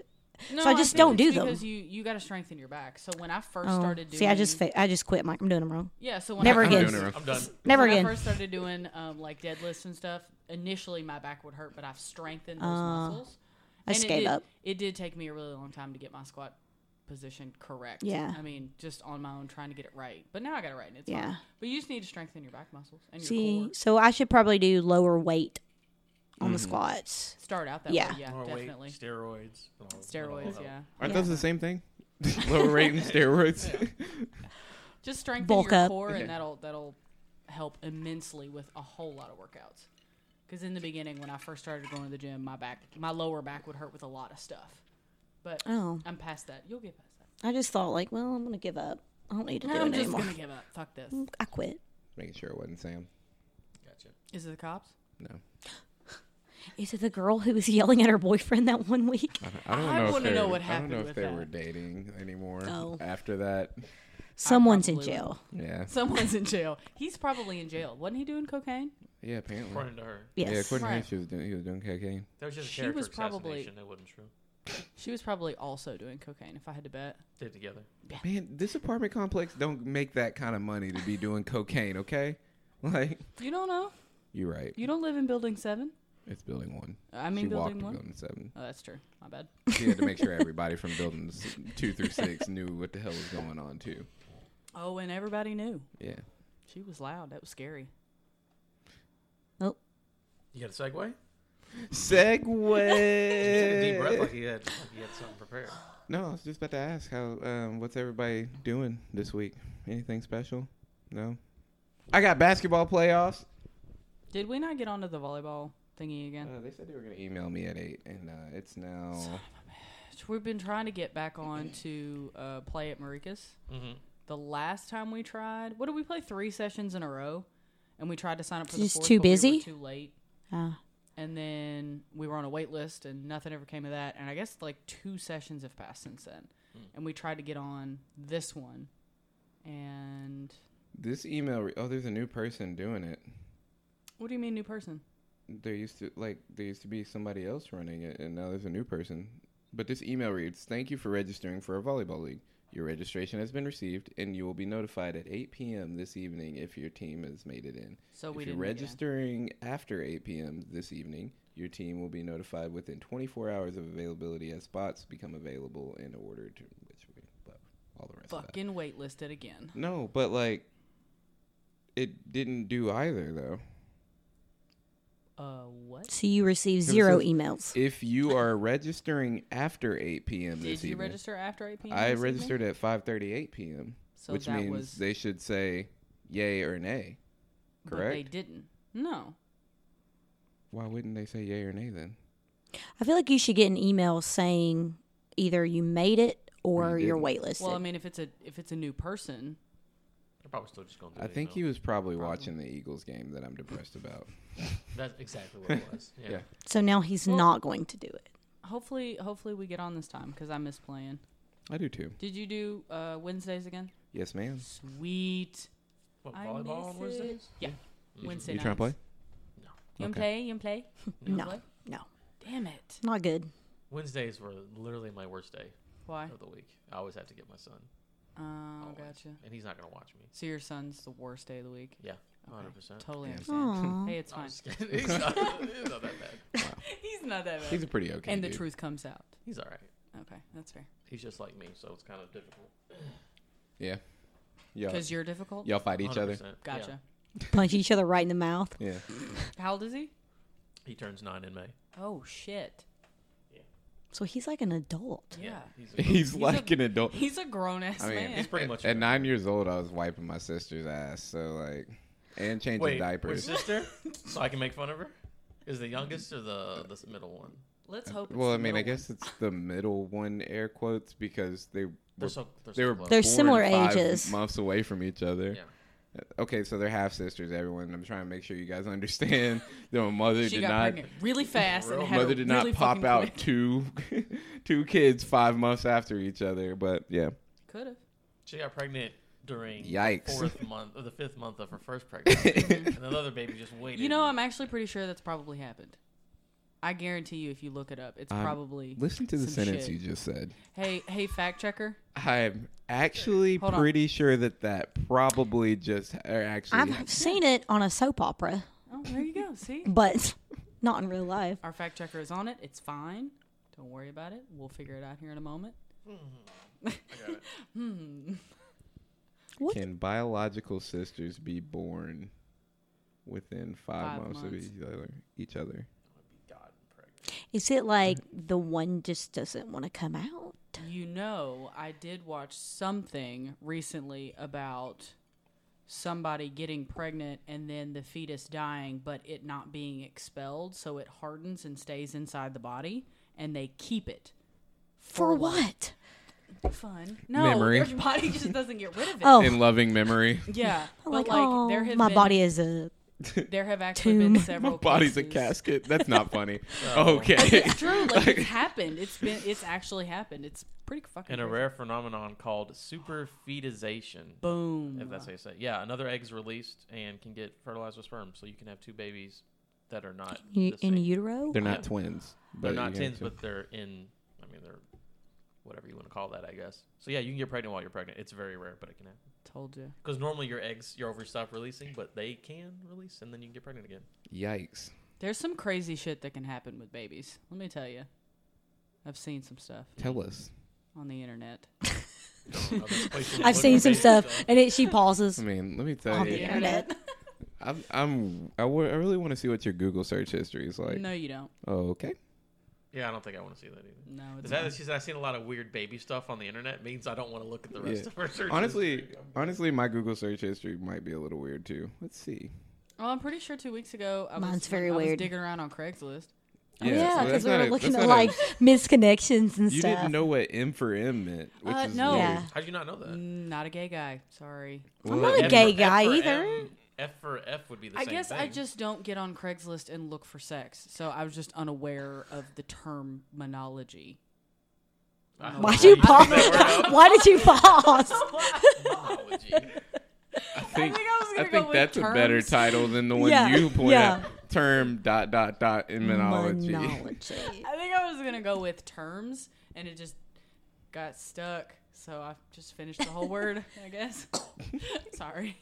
[SPEAKER 2] No,
[SPEAKER 1] so I just
[SPEAKER 2] think
[SPEAKER 1] don't
[SPEAKER 2] it's
[SPEAKER 1] do them.
[SPEAKER 2] because you you got to strengthen your back. So when I first
[SPEAKER 1] Oh,
[SPEAKER 2] started doing,
[SPEAKER 1] see, I just fa- I just quit. I'm like, I'm doing them wrong.
[SPEAKER 2] yeah. So when
[SPEAKER 1] Never
[SPEAKER 2] I
[SPEAKER 3] I'm
[SPEAKER 2] first,
[SPEAKER 1] again.
[SPEAKER 3] doing it wrong.
[SPEAKER 4] I'm done.
[SPEAKER 1] Never
[SPEAKER 2] when I
[SPEAKER 1] again.
[SPEAKER 2] first started doing um, like deadlifts and stuff, initially my back would hurt, but I've strengthened those muscles.
[SPEAKER 1] Uh, I
[SPEAKER 2] and
[SPEAKER 1] just
[SPEAKER 2] it
[SPEAKER 1] gave
[SPEAKER 2] did,
[SPEAKER 1] up.
[SPEAKER 2] It did take me a really long time to get my squat position correct.
[SPEAKER 1] Yeah.
[SPEAKER 2] I mean, just on my own trying to get it right. But now I got it right and it's
[SPEAKER 1] Yeah.
[SPEAKER 2] fine. But you just need to strengthen your back muscles and your
[SPEAKER 1] See,
[SPEAKER 2] core.
[SPEAKER 1] so I should probably do lower weight on
[SPEAKER 2] Mm-hmm.
[SPEAKER 1] the squats.
[SPEAKER 2] Start out that
[SPEAKER 1] Yeah.
[SPEAKER 2] way. Yeah,
[SPEAKER 4] More weight,
[SPEAKER 2] definitely.
[SPEAKER 4] steroids. and all- and
[SPEAKER 2] Steroids,
[SPEAKER 4] all that.
[SPEAKER 2] yeah.
[SPEAKER 3] Aren't
[SPEAKER 1] Yeah.
[SPEAKER 3] those the same thing? Lower rate and steroids.
[SPEAKER 2] Just strengthen
[SPEAKER 1] Bulk
[SPEAKER 2] your
[SPEAKER 1] up.
[SPEAKER 2] core
[SPEAKER 3] Yeah.
[SPEAKER 2] and that'll that'll help immensely with a whole lot of workouts. Cuz in the beginning when I first started going to the gym, my back my lower back would hurt with a lot of stuff. But
[SPEAKER 1] Oh,
[SPEAKER 2] I'm past that. You'll get past that.
[SPEAKER 1] I just thought like, well, I'm gonna give up. I don't need to do
[SPEAKER 2] I'm
[SPEAKER 1] it
[SPEAKER 2] just
[SPEAKER 1] anymore. Mm-hmm.
[SPEAKER 2] going to give up. Fuck this.
[SPEAKER 1] I quit.
[SPEAKER 3] Making sure it wasn't Sam.
[SPEAKER 4] Gotcha.
[SPEAKER 2] Is it the cops?
[SPEAKER 3] No,
[SPEAKER 1] Is it the girl who was yelling at her boyfriend that one week?
[SPEAKER 3] I don't, I don't
[SPEAKER 2] I
[SPEAKER 3] know. if
[SPEAKER 2] wanna
[SPEAKER 3] they-
[SPEAKER 2] know what
[SPEAKER 3] I don't
[SPEAKER 2] happened
[SPEAKER 3] know if
[SPEAKER 2] with
[SPEAKER 3] they
[SPEAKER 2] that.
[SPEAKER 3] were dating anymore
[SPEAKER 1] Oh.
[SPEAKER 3] after that.
[SPEAKER 1] Someone's in
[SPEAKER 2] probably would.
[SPEAKER 1] jail.
[SPEAKER 3] Yeah,
[SPEAKER 2] Someone's in jail. He's probably in jail. Wasn't he doing cocaine?
[SPEAKER 3] yeah. Apparently,
[SPEAKER 4] According to her,
[SPEAKER 1] Yes.
[SPEAKER 3] yeah. According to him,
[SPEAKER 2] Right.
[SPEAKER 3] she was doing he was doing cocaine.
[SPEAKER 4] that was just a
[SPEAKER 2] She
[SPEAKER 4] character
[SPEAKER 2] was probably-
[SPEAKER 4] assassination. It wasn't true.
[SPEAKER 2] She was probably also doing cocaine, if I had to bet.
[SPEAKER 4] Did it together.
[SPEAKER 3] Man, this apartment complex don't make that kind of money to be doing cocaine. Okay, like
[SPEAKER 2] You don't know.
[SPEAKER 3] you're right.
[SPEAKER 2] You don't live in Building 7.
[SPEAKER 3] It's building one.
[SPEAKER 2] I mean,
[SPEAKER 3] she
[SPEAKER 2] Building
[SPEAKER 3] walked to
[SPEAKER 2] 1.
[SPEAKER 3] building seven.
[SPEAKER 2] Oh, that's true. My bad.
[SPEAKER 3] She had to make sure everybody from buildings two through six knew what the hell was going on too.
[SPEAKER 2] Oh, and everybody knew.
[SPEAKER 3] Yeah.
[SPEAKER 2] She was loud. That was scary.
[SPEAKER 4] You got a segue? He took
[SPEAKER 2] Eh.
[SPEAKER 4] a deep breath
[SPEAKER 3] Segway.
[SPEAKER 4] like he had, like he had something prepared.
[SPEAKER 3] no, I was just about to ask how. Um, what's everybody doing this week? Anything special? No. I got basketball playoffs.
[SPEAKER 2] Did we not get onto the volleyball thingy again?
[SPEAKER 3] Uh, they said they were gonna email me at eight, and uh, it's now.
[SPEAKER 2] We've been trying to get back on to uh, play at Marika's.
[SPEAKER 4] Mm-hmm.
[SPEAKER 2] The last time we tried, what did we play? Three sessions in a row, and we tried to sign up for
[SPEAKER 1] Just
[SPEAKER 2] the fourth,
[SPEAKER 1] too
[SPEAKER 2] but we were
[SPEAKER 1] busy?
[SPEAKER 2] too late.
[SPEAKER 1] Uh,
[SPEAKER 2] and then we were on a wait list and nothing ever came of that and i guess like two sessions have passed since then
[SPEAKER 3] Hmm.
[SPEAKER 2] and we tried to get on this one and
[SPEAKER 3] This email. Re- oh, there's a new person doing it.
[SPEAKER 2] what do you mean new person
[SPEAKER 3] There used to like there used to be somebody else running it, and now there's a new person. But this email reads: "Thank you for registering for a volleyball league. Your registration has been received, and you will be notified at 8 p.m. this evening if your team has made it in.
[SPEAKER 2] so we
[SPEAKER 3] if you're
[SPEAKER 2] didn't make it in.
[SPEAKER 3] registering after 8 p.m. this evening, your team will be notified within 24 hours of availability as spots become available in order to which we but all the rest of that.
[SPEAKER 2] fucking wait listed again
[SPEAKER 3] No, but like it didn't do either though.
[SPEAKER 2] uh what
[SPEAKER 1] so you receive
[SPEAKER 3] was
[SPEAKER 1] zero
[SPEAKER 3] just-
[SPEAKER 1] emails.
[SPEAKER 3] If you are registering after 8 p.m.
[SPEAKER 2] did
[SPEAKER 3] this
[SPEAKER 2] you
[SPEAKER 3] evening,
[SPEAKER 2] register after 8 p.m
[SPEAKER 3] I
[SPEAKER 2] this evening?
[SPEAKER 3] registered at 5:38 p.m.,
[SPEAKER 2] so
[SPEAKER 3] which
[SPEAKER 2] that
[SPEAKER 3] means
[SPEAKER 2] was
[SPEAKER 3] they should say yay or nay.
[SPEAKER 2] but they
[SPEAKER 3] Correct?
[SPEAKER 2] didn't no
[SPEAKER 3] Why wouldn't they say yay or nay then?
[SPEAKER 1] I feel like you should get an email saying either you made it or
[SPEAKER 3] you
[SPEAKER 1] you are
[SPEAKER 3] didn't.
[SPEAKER 1] waitlisted.
[SPEAKER 2] well i mean if it's a if it's a new person
[SPEAKER 4] They're probably still just going to
[SPEAKER 3] I think he was probably watching the Eagles game that I'm depressed about.
[SPEAKER 4] That's exactly what it was. Yeah.
[SPEAKER 3] Yeah.
[SPEAKER 1] so now he's
[SPEAKER 2] Well-
[SPEAKER 1] not going to do it.
[SPEAKER 2] hopefully hopefully we get on this time because i miss playing
[SPEAKER 3] I do too.
[SPEAKER 2] did you do uh wednesdays again
[SPEAKER 3] Yes, ma'am.
[SPEAKER 2] sweet
[SPEAKER 4] What,
[SPEAKER 2] I
[SPEAKER 4] volleyball
[SPEAKER 2] miss
[SPEAKER 4] on
[SPEAKER 2] it.
[SPEAKER 4] Wednesdays?
[SPEAKER 2] Yeah.
[SPEAKER 4] Mhm.
[SPEAKER 2] Wednesday
[SPEAKER 3] You trying to play?
[SPEAKER 2] nights. You wanna
[SPEAKER 3] Okay.
[SPEAKER 2] play? You wanna play? You wanna
[SPEAKER 1] No.
[SPEAKER 2] play?
[SPEAKER 1] No.
[SPEAKER 2] Damn it.
[SPEAKER 1] Not good.
[SPEAKER 4] Wednesdays were literally my worst day
[SPEAKER 2] Why?
[SPEAKER 4] of the week. I always have to get my son.
[SPEAKER 2] Oh,
[SPEAKER 4] Always.
[SPEAKER 2] gotcha.
[SPEAKER 4] And he's not going to watch me.
[SPEAKER 2] So your son's the worst day of the week.
[SPEAKER 4] Yeah.
[SPEAKER 2] Okay.
[SPEAKER 4] 100%.
[SPEAKER 2] Totally
[SPEAKER 3] Yeah.
[SPEAKER 2] understand.
[SPEAKER 1] Aw.
[SPEAKER 2] Hey, it's
[SPEAKER 4] I'm
[SPEAKER 2] fine.
[SPEAKER 4] just kidding. he's, not, he's not that bad.
[SPEAKER 2] He's not that bad.
[SPEAKER 3] He's a pretty okay.
[SPEAKER 2] and the
[SPEAKER 3] dude.
[SPEAKER 2] truth comes out.
[SPEAKER 4] He's all right.
[SPEAKER 2] Okay, that's fair.
[SPEAKER 4] He's just like me, so it's kind of difficult.
[SPEAKER 3] Yeah. Y'all,
[SPEAKER 2] Because you're difficult.
[SPEAKER 3] y'all fight each other.
[SPEAKER 4] 100%. Yeah.
[SPEAKER 2] Gotcha.
[SPEAKER 1] Punch each other right in the mouth.
[SPEAKER 3] Yeah.
[SPEAKER 2] How old is he?
[SPEAKER 4] He turns nine in May.
[SPEAKER 2] Oh shit.
[SPEAKER 1] So he's like an adult.
[SPEAKER 2] Yeah.
[SPEAKER 4] He's a,
[SPEAKER 3] He's
[SPEAKER 2] a-
[SPEAKER 3] like an adult.
[SPEAKER 2] He's a grown ass
[SPEAKER 3] I mean,
[SPEAKER 2] man.
[SPEAKER 4] he's pretty much.
[SPEAKER 3] At nine years old, I was wiping my sister's ass. So like, and changing
[SPEAKER 4] Wait, her
[SPEAKER 3] diapers.
[SPEAKER 4] sister? so I can make fun of her? Is the youngest or the the middle one?
[SPEAKER 2] Let's hope. It's
[SPEAKER 3] Uh, Well,
[SPEAKER 2] the
[SPEAKER 3] I mean, I
[SPEAKER 2] middle
[SPEAKER 3] guess it's the middle one, air quotes, because they
[SPEAKER 4] They're
[SPEAKER 3] were
[SPEAKER 4] so they're,
[SPEAKER 3] they
[SPEAKER 4] so
[SPEAKER 3] were
[SPEAKER 4] close.
[SPEAKER 1] They're
[SPEAKER 3] born
[SPEAKER 1] similar
[SPEAKER 3] five
[SPEAKER 1] ages.
[SPEAKER 3] months away from each other.
[SPEAKER 4] Yeah.
[SPEAKER 3] Okay, so they're half sisters. Everyone, I'm trying to make sure you guys understand. Their mother
[SPEAKER 2] one. She
[SPEAKER 3] did
[SPEAKER 2] got
[SPEAKER 3] not.
[SPEAKER 2] pregnant really fast and had
[SPEAKER 3] Mother
[SPEAKER 2] a
[SPEAKER 3] did not
[SPEAKER 2] really
[SPEAKER 3] pop
[SPEAKER 2] fucking
[SPEAKER 3] out two two kids five months after each other. But yeah,
[SPEAKER 2] Could have.
[SPEAKER 4] She got pregnant during
[SPEAKER 3] Yikes.
[SPEAKER 4] the fourth month or the fifth month of her first pregnancy, and another baby just waited.
[SPEAKER 2] You know, I'm actually pretty sure that's probably happened. I guarantee you, if you look it up, it's
[SPEAKER 3] I'm-
[SPEAKER 2] probably.
[SPEAKER 3] listen to the
[SPEAKER 2] Some
[SPEAKER 3] sentence
[SPEAKER 2] shit.
[SPEAKER 3] you just said.
[SPEAKER 2] Hey, hey, fact checker.
[SPEAKER 3] I'm actually
[SPEAKER 2] Hold on.
[SPEAKER 3] pretty sure that that probably just or actually.
[SPEAKER 1] I've seen it on a soap opera,
[SPEAKER 2] Oh, there you go. See,
[SPEAKER 1] but not in real life.
[SPEAKER 2] our fact checker is on it. It's fine. Don't worry about it. We'll figure it out here in a moment.
[SPEAKER 1] What?
[SPEAKER 3] Can biological sisters be born within five,
[SPEAKER 2] Five
[SPEAKER 3] months,
[SPEAKER 2] months.
[SPEAKER 3] of each other? Each other.
[SPEAKER 4] God, pregnant.
[SPEAKER 1] Is it like the one just doesn't want to come out?
[SPEAKER 2] You know, I did watch something recently about somebody getting pregnant and then the fetus dying, but it not being expelled, so it hardens and stays inside the body, and they keep it
[SPEAKER 1] For
[SPEAKER 2] life.
[SPEAKER 1] what?
[SPEAKER 2] Fun. No,
[SPEAKER 3] Memory.
[SPEAKER 2] your body just doesn't get rid of it.
[SPEAKER 1] Oh,
[SPEAKER 3] In loving memory.
[SPEAKER 2] Yeah, but
[SPEAKER 1] like,
[SPEAKER 2] like,
[SPEAKER 1] oh,
[SPEAKER 2] there have
[SPEAKER 1] my
[SPEAKER 2] been,
[SPEAKER 1] body is a.
[SPEAKER 2] There have actually
[SPEAKER 1] tomb.
[SPEAKER 2] been
[SPEAKER 1] My
[SPEAKER 2] several.
[SPEAKER 3] Body's a
[SPEAKER 2] cases-
[SPEAKER 3] casket. That's not funny.
[SPEAKER 4] Oh.
[SPEAKER 3] okay.
[SPEAKER 2] It's true. Like it's happened. It's been. It's actually happened. It's pretty fucking.
[SPEAKER 4] And a
[SPEAKER 2] crazy.
[SPEAKER 4] rare phenomenon called superfetization.
[SPEAKER 2] boom.
[SPEAKER 4] If that's how you say it. Yeah, another egg's released and can get fertilized with sperm, so you can have two babies that are not
[SPEAKER 1] You,
[SPEAKER 4] the
[SPEAKER 1] in
[SPEAKER 4] same.
[SPEAKER 1] utero?
[SPEAKER 3] They're not twins.
[SPEAKER 4] They're
[SPEAKER 3] but
[SPEAKER 4] not
[SPEAKER 3] you have
[SPEAKER 4] tins,
[SPEAKER 3] to-
[SPEAKER 4] but they're in. I mean, they're whatever you want to call that, I guess. So yeah, you can get pregnant while you're pregnant. It's very rare, but it can happen.
[SPEAKER 2] Told you.
[SPEAKER 4] Because normally your eggs, your ovaries stop releasing, but they can release, and then you can get pregnant again.
[SPEAKER 3] Yikes.
[SPEAKER 2] There's some crazy shit that can happen with babies. Let me tell you. I've seen some stuff
[SPEAKER 3] Tell us.
[SPEAKER 2] on the internet.
[SPEAKER 1] I've seen some stuff, and it, she pauses
[SPEAKER 3] I mean, let me tell
[SPEAKER 2] Um,
[SPEAKER 1] on the
[SPEAKER 3] you.
[SPEAKER 1] internet.
[SPEAKER 3] I'm, I'm, I, w- I really want to see what your Google search history is like.
[SPEAKER 2] no, you don't.
[SPEAKER 3] Oh, okay.
[SPEAKER 4] Yeah, I don't think I want to see that either.
[SPEAKER 2] No, it's
[SPEAKER 4] Is that
[SPEAKER 2] not.
[SPEAKER 4] she said I've seen a lot of weird baby stuff on the internet? Means I don't want to look at the rest
[SPEAKER 3] Yeah.
[SPEAKER 4] of her searches.
[SPEAKER 3] Honestly, honestly, my Google search history might be a little weird too. Let's see.
[SPEAKER 2] Well, I'm pretty sure two weeks ago I was,
[SPEAKER 1] Mine's very
[SPEAKER 2] I was
[SPEAKER 1] weird.
[SPEAKER 2] digging around on Craigslist.
[SPEAKER 1] Oh, yeah,
[SPEAKER 3] so
[SPEAKER 1] because
[SPEAKER 3] that's
[SPEAKER 1] we
[SPEAKER 3] not
[SPEAKER 1] were
[SPEAKER 3] a-
[SPEAKER 1] looking
[SPEAKER 3] that's
[SPEAKER 1] at
[SPEAKER 3] not a-
[SPEAKER 1] like misconnections and
[SPEAKER 3] You
[SPEAKER 1] stuff.
[SPEAKER 3] didn't know what M for M meant, which
[SPEAKER 2] Uh,
[SPEAKER 3] is
[SPEAKER 2] no.
[SPEAKER 3] weird.
[SPEAKER 1] Yeah.
[SPEAKER 4] how do you not know that?
[SPEAKER 2] Mm, Not a gay guy. Sorry.
[SPEAKER 3] Well,
[SPEAKER 1] I'm not a
[SPEAKER 4] F
[SPEAKER 1] gay
[SPEAKER 4] for- F
[SPEAKER 1] guy
[SPEAKER 4] for
[SPEAKER 1] either.
[SPEAKER 4] M, F for F would be the
[SPEAKER 2] I
[SPEAKER 4] same
[SPEAKER 2] guess I
[SPEAKER 4] thing.
[SPEAKER 2] just don't get on Craigslist and look for sex, so I was just unaware of the terminology.
[SPEAKER 4] I don't
[SPEAKER 1] Why'd
[SPEAKER 4] know
[SPEAKER 1] you
[SPEAKER 4] how
[SPEAKER 1] pause?
[SPEAKER 4] picked that word up.
[SPEAKER 1] Why did you pause?
[SPEAKER 4] Etymology.
[SPEAKER 3] I think,
[SPEAKER 2] think I was gonna
[SPEAKER 3] I
[SPEAKER 2] go
[SPEAKER 3] think
[SPEAKER 2] with
[SPEAKER 3] that's a better
[SPEAKER 2] terms.
[SPEAKER 3] title than the one
[SPEAKER 1] Yeah,
[SPEAKER 3] you pointed
[SPEAKER 1] yeah.
[SPEAKER 3] out. Term dot dot dot immunology.
[SPEAKER 1] Monology.
[SPEAKER 2] I think I was gonna go with terms, and it just got stuck. So I just finished the whole word, I guess. Sorry.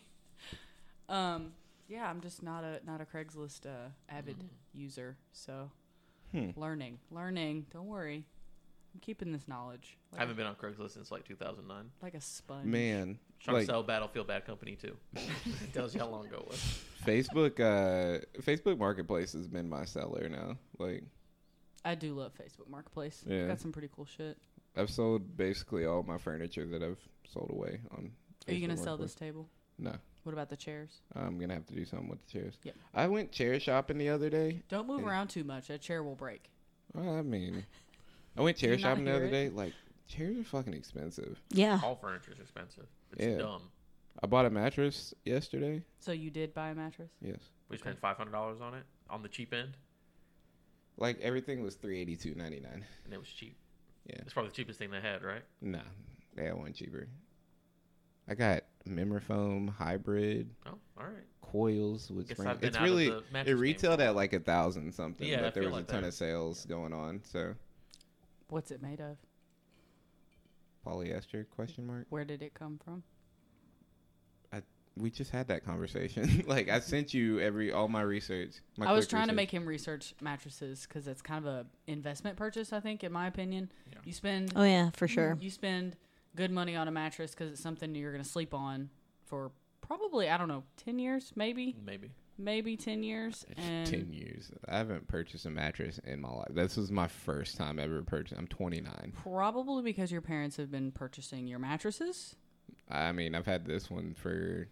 [SPEAKER 2] Um, yeah, I'm just not a not a Craigslist uh, avid user. So
[SPEAKER 3] Hmm.
[SPEAKER 2] learning, learning. Don't worry, I'm keeping this knowledge
[SPEAKER 4] I haven't been on Craigslist since like 2009.
[SPEAKER 2] like a sponge.
[SPEAKER 3] Man,
[SPEAKER 4] Trying
[SPEAKER 3] like
[SPEAKER 4] to sell Battlefield Bad Company too. it tells you how long ago it was.
[SPEAKER 3] Facebook, uh, Facebook Marketplace has been my seller now. Like
[SPEAKER 2] I do love Facebook Marketplace.
[SPEAKER 3] Yeah.
[SPEAKER 2] Got some pretty cool shit.
[SPEAKER 3] I've sold basically all my furniture that I've sold away on.
[SPEAKER 2] Are you
[SPEAKER 3] Facebook
[SPEAKER 2] gonna sell
[SPEAKER 3] Marketplace.
[SPEAKER 2] this table?
[SPEAKER 3] No,
[SPEAKER 2] What about the chairs?
[SPEAKER 3] I'm gonna have to do something with the chairs.
[SPEAKER 2] Yep.
[SPEAKER 3] I went chair shopping the other day.
[SPEAKER 2] Don't move around too much. That chair will break.
[SPEAKER 3] I mean, I went chair
[SPEAKER 2] you not
[SPEAKER 3] shopping the
[SPEAKER 2] hear
[SPEAKER 3] other
[SPEAKER 2] it?
[SPEAKER 3] day. Like chairs are fucking expensive.
[SPEAKER 1] Yeah.
[SPEAKER 4] All furniture is expensive. It's
[SPEAKER 3] Yeah.
[SPEAKER 4] dumb.
[SPEAKER 3] I bought a mattress yesterday.
[SPEAKER 2] So you did buy a mattress?
[SPEAKER 3] Yes.
[SPEAKER 4] We spent five hundred dollars on it on the cheap end,
[SPEAKER 3] Like everything was three eighty two ninety nine.
[SPEAKER 4] and it was cheap.
[SPEAKER 3] Yeah.
[SPEAKER 4] it's probably the cheapest thing they had, right?
[SPEAKER 3] Nah, they had one cheaper. I got Memorfoam hybrid
[SPEAKER 4] Oh, all right.
[SPEAKER 3] coils, which
[SPEAKER 4] Guess
[SPEAKER 3] ran-
[SPEAKER 4] I've been
[SPEAKER 3] it's
[SPEAKER 4] out of
[SPEAKER 3] really
[SPEAKER 4] the mattress
[SPEAKER 3] it
[SPEAKER 4] game
[SPEAKER 3] retailed at like a thousand something,
[SPEAKER 4] Yeah, I
[SPEAKER 3] but there
[SPEAKER 4] feel
[SPEAKER 3] was
[SPEAKER 4] like
[SPEAKER 3] a ton
[SPEAKER 4] that.
[SPEAKER 3] of sales going on. So
[SPEAKER 2] What's it made of?
[SPEAKER 3] polyester question mark.
[SPEAKER 2] Where did it come from?
[SPEAKER 3] We just had that conversation. like I sent you every all my research. My
[SPEAKER 2] I was
[SPEAKER 3] quick
[SPEAKER 2] trying to
[SPEAKER 3] research.
[SPEAKER 2] make him research mattresses because that's kind of a investment purchase. I think, in my opinion,
[SPEAKER 4] Yeah.
[SPEAKER 2] you spend
[SPEAKER 1] Oh yeah, for sure.
[SPEAKER 2] you spend good money on a mattress because it's something you're going to sleep on for probably I don't know ten years, maybe
[SPEAKER 4] Maybe.
[SPEAKER 2] maybe ten years. And
[SPEAKER 3] ten years. I haven't purchased a mattress in my life. This was my first time ever purchasing. I'm 29.
[SPEAKER 2] Probably because your parents have been purchasing your mattresses.
[SPEAKER 3] I mean, I've had this one for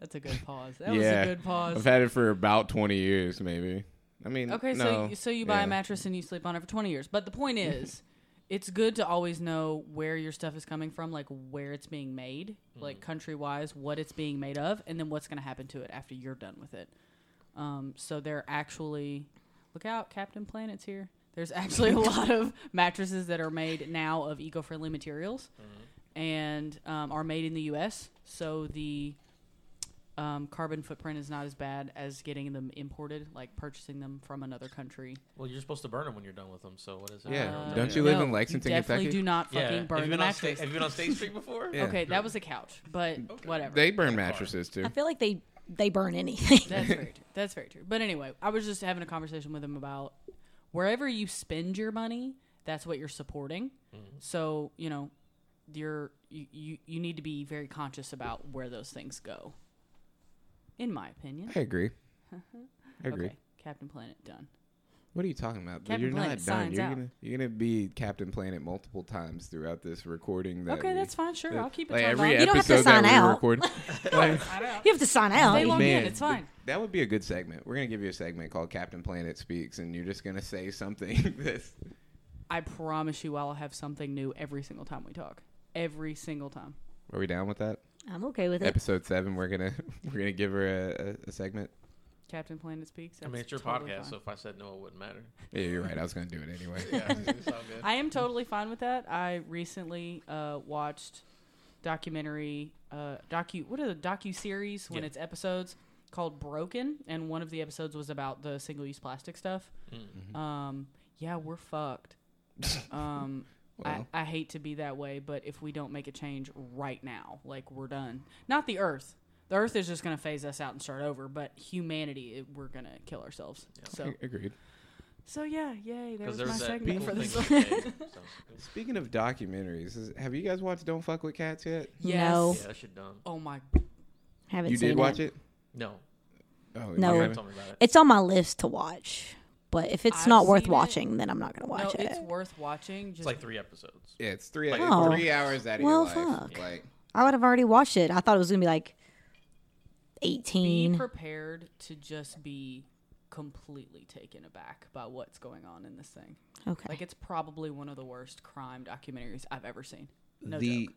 [SPEAKER 2] That's a good pause. That
[SPEAKER 3] Yeah.
[SPEAKER 2] was a good pause.
[SPEAKER 3] I've had it for about 20 years, maybe. I mean,
[SPEAKER 2] Okay, so
[SPEAKER 3] no.
[SPEAKER 2] you, so you buy
[SPEAKER 3] Yeah.
[SPEAKER 2] a mattress and you sleep on it for 20 years. But the point is, it's good to always know where your stuff is coming from, like where it's being made, like country wise, what it's being made of, and then what's going to happen to it after you're done with it. Um, so they're actually look out, Captain Planet's here. There's actually a lot of mattresses that are made now of eco-friendly materials, and um, are made in the U.S. So the um, carbon footprint is not as bad as getting them imported, like purchasing them from another country.
[SPEAKER 4] Well, you're supposed to burn them when you're done with them. So what is it? Oh,
[SPEAKER 3] Yeah.
[SPEAKER 2] Uh,
[SPEAKER 3] Don't you live
[SPEAKER 2] no,
[SPEAKER 3] in Lexington,
[SPEAKER 2] you definitely
[SPEAKER 3] Kentucky?
[SPEAKER 2] do not
[SPEAKER 4] Yeah.
[SPEAKER 2] fucking burn
[SPEAKER 4] have you
[SPEAKER 2] the
[SPEAKER 4] been on state,
[SPEAKER 2] mattress.
[SPEAKER 4] Have you been on State Street before?
[SPEAKER 3] Yeah.
[SPEAKER 2] Okay, that was a couch, but whatever.
[SPEAKER 3] They burn mattresses too.
[SPEAKER 1] I feel like they they burn anything.
[SPEAKER 2] That's very true. That's very true. But anyway, I was just having a conversation with him about wherever you spend your money, that's what you're supporting. So you know, you're you, you you need to be very conscious about where those things go. In my opinion,
[SPEAKER 3] I agree. I agree.
[SPEAKER 2] okay, Captain Planet done.
[SPEAKER 3] What are you talking about?
[SPEAKER 2] Captain
[SPEAKER 3] you're
[SPEAKER 2] Planet
[SPEAKER 3] not done.
[SPEAKER 2] signs
[SPEAKER 3] You're
[SPEAKER 2] out.
[SPEAKER 3] gonna you're gonna be Captain Planet multiple times throughout this recording. That
[SPEAKER 2] okay,
[SPEAKER 3] we-
[SPEAKER 2] that's fine. Sure,
[SPEAKER 3] that-
[SPEAKER 2] I'll keep it.
[SPEAKER 3] Like
[SPEAKER 2] turned
[SPEAKER 3] every
[SPEAKER 2] on.
[SPEAKER 1] You don't have to
[SPEAKER 3] episode
[SPEAKER 1] sign
[SPEAKER 3] that we
[SPEAKER 1] out.
[SPEAKER 3] record. Like,
[SPEAKER 1] You have to sign
[SPEAKER 2] They
[SPEAKER 1] out.
[SPEAKER 2] won't- log in,
[SPEAKER 3] man,
[SPEAKER 2] it's fine.
[SPEAKER 3] That would be a good segment. We're gonna give you a segment called Captain Planet Speaks, and you're just gonna say something. This
[SPEAKER 2] I promise you, I'll have something new every single time we talk. Every single time.
[SPEAKER 3] are we down with that?
[SPEAKER 1] I'm okay with it.
[SPEAKER 3] Episode seven. We're gonna we're gonna give her a, a, a segment.
[SPEAKER 2] Captain Planet speaks.
[SPEAKER 4] I mean,
[SPEAKER 2] that's
[SPEAKER 4] it's your
[SPEAKER 2] totally
[SPEAKER 4] podcast,
[SPEAKER 2] fine.
[SPEAKER 4] so if I said no, it wouldn't matter.
[SPEAKER 3] Yeah, you're right. I was gonna do it anyway.
[SPEAKER 4] Yeah, it's all good.
[SPEAKER 2] I am totally fine with that. I recently uh, watched documentary uh, docu. What are the docu series when
[SPEAKER 4] Yeah.
[SPEAKER 2] it's episodes called Broken? And one of the episodes was about the single use plastic stuff.
[SPEAKER 4] Mm-hmm.
[SPEAKER 2] Um, yeah, we're fucked. um,
[SPEAKER 3] Well.
[SPEAKER 2] I, I hate to be that way, but if we don't make a change right now, like we're done. Not the Earth. The Earth is just going to phase us out and start over, but humanity, it, we're going to kill ourselves. So,
[SPEAKER 3] Agreed.
[SPEAKER 2] so yeah, yay! There was
[SPEAKER 4] Because
[SPEAKER 2] my
[SPEAKER 4] there's that
[SPEAKER 2] segment
[SPEAKER 4] people
[SPEAKER 2] for this.
[SPEAKER 4] thing you say, so-
[SPEAKER 3] Speaking of documentaries, is- have you guys watched Don't Fuck with Cats yet?
[SPEAKER 2] Yes.
[SPEAKER 1] No.
[SPEAKER 4] Yeah, that shit done.
[SPEAKER 2] Oh my
[SPEAKER 1] Haven't
[SPEAKER 3] you
[SPEAKER 1] seen
[SPEAKER 3] did watch it?
[SPEAKER 4] No,
[SPEAKER 1] No.
[SPEAKER 3] Oh, you
[SPEAKER 1] Oh.
[SPEAKER 4] Fran
[SPEAKER 3] haven't?
[SPEAKER 4] told me about it.
[SPEAKER 1] It's on my list to watch, but if it's
[SPEAKER 2] I've
[SPEAKER 1] not worth
[SPEAKER 2] seen it.
[SPEAKER 1] watching, then I'm not gonna watch
[SPEAKER 2] no,
[SPEAKER 1] it.
[SPEAKER 2] it's worth watching. Just
[SPEAKER 4] It's like three episodes.
[SPEAKER 3] Yeah, it's three
[SPEAKER 4] Like-
[SPEAKER 1] Oh.
[SPEAKER 3] three hours out of
[SPEAKER 1] Well,
[SPEAKER 3] your life.
[SPEAKER 1] fuck.
[SPEAKER 3] Like
[SPEAKER 1] I would have already watched it. I thought it was gonna be like
[SPEAKER 2] be
[SPEAKER 1] 18.
[SPEAKER 2] prepared to just be completely taken aback by what's going on in this thing.
[SPEAKER 1] Okay.
[SPEAKER 2] Like it's probably one of the worst crime documentaries I've ever seen. No
[SPEAKER 3] the
[SPEAKER 2] joke.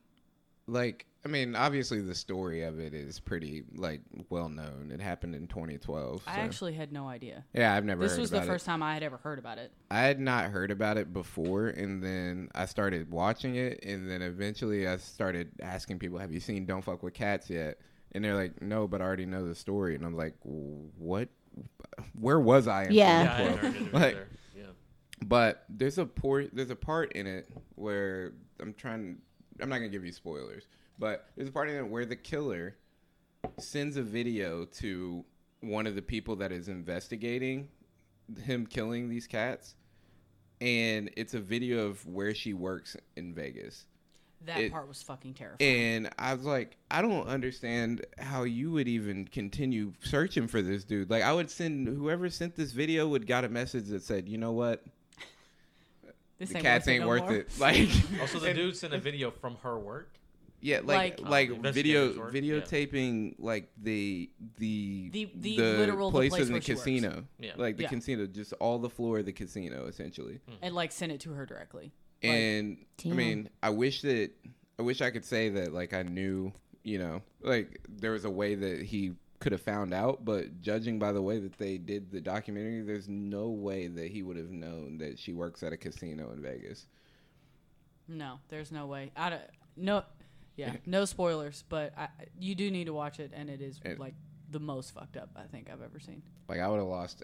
[SPEAKER 3] like I mean, obviously the story of it is pretty like well known. It happened in 2012.
[SPEAKER 2] I
[SPEAKER 3] so-
[SPEAKER 2] actually had no idea.
[SPEAKER 3] yeah, I've never.
[SPEAKER 2] This
[SPEAKER 3] heard
[SPEAKER 2] was the
[SPEAKER 3] about
[SPEAKER 2] first time I had ever heard about it.
[SPEAKER 3] It. I had not heard about it before, and then I started watching it, and then eventually I started asking people, "Have you seen Don't Fuck with Cats yet?" And they're like, "No, but I already know the story." And I'm like, "What? Where was I?" In
[SPEAKER 1] Yeah.
[SPEAKER 4] Yeah, I
[SPEAKER 3] 2012?"
[SPEAKER 4] ain't heard it
[SPEAKER 3] Like-
[SPEAKER 4] either. Yeah.
[SPEAKER 3] But there's a port there's a part in it where I'm trying I'm not gonna give you spoilers, but there's a part in it where the killer sends a video to one of the people that is investigating him killing these cats and it's a video of where she works in Vegas.
[SPEAKER 2] That
[SPEAKER 3] It-
[SPEAKER 2] part was fucking terrifying.
[SPEAKER 3] And I was like, I don't understand how you would even continue searching for this dude. Like, I would send whoever sent this video would got a message that said, you know what,
[SPEAKER 2] this
[SPEAKER 3] the cats ain't
[SPEAKER 2] no
[SPEAKER 3] worth
[SPEAKER 2] more.
[SPEAKER 3] it. Like,
[SPEAKER 4] Also, the dude sent a video from her work.
[SPEAKER 3] yeah,
[SPEAKER 2] Like-
[SPEAKER 3] like like, video
[SPEAKER 4] Investigators work, yeah.
[SPEAKER 3] videotaping like the the
[SPEAKER 2] The- the literal- the
[SPEAKER 3] place,
[SPEAKER 2] place
[SPEAKER 3] in the
[SPEAKER 2] where she works.
[SPEAKER 3] casino,
[SPEAKER 4] Yeah. Hmm.
[SPEAKER 3] like the
[SPEAKER 2] Yeah.
[SPEAKER 3] casino, just all the floor of the casino essentially.
[SPEAKER 2] And like sent it to her directly. Like,
[SPEAKER 3] And I
[SPEAKER 1] Damn.
[SPEAKER 3] mean, I wish that I wish I could say that like I knew, you know, like there was a way that he could have found out, but judging by the way that they did the documentary, there's no way that he would have known that she works at a casino in Vegas.
[SPEAKER 2] No, there's no way. I don't, no, yeah, no spoilers. But I, you do need to watch it, and it is
[SPEAKER 3] And-
[SPEAKER 2] like the most fucked up I think I've ever seen.
[SPEAKER 3] Like I would have lost,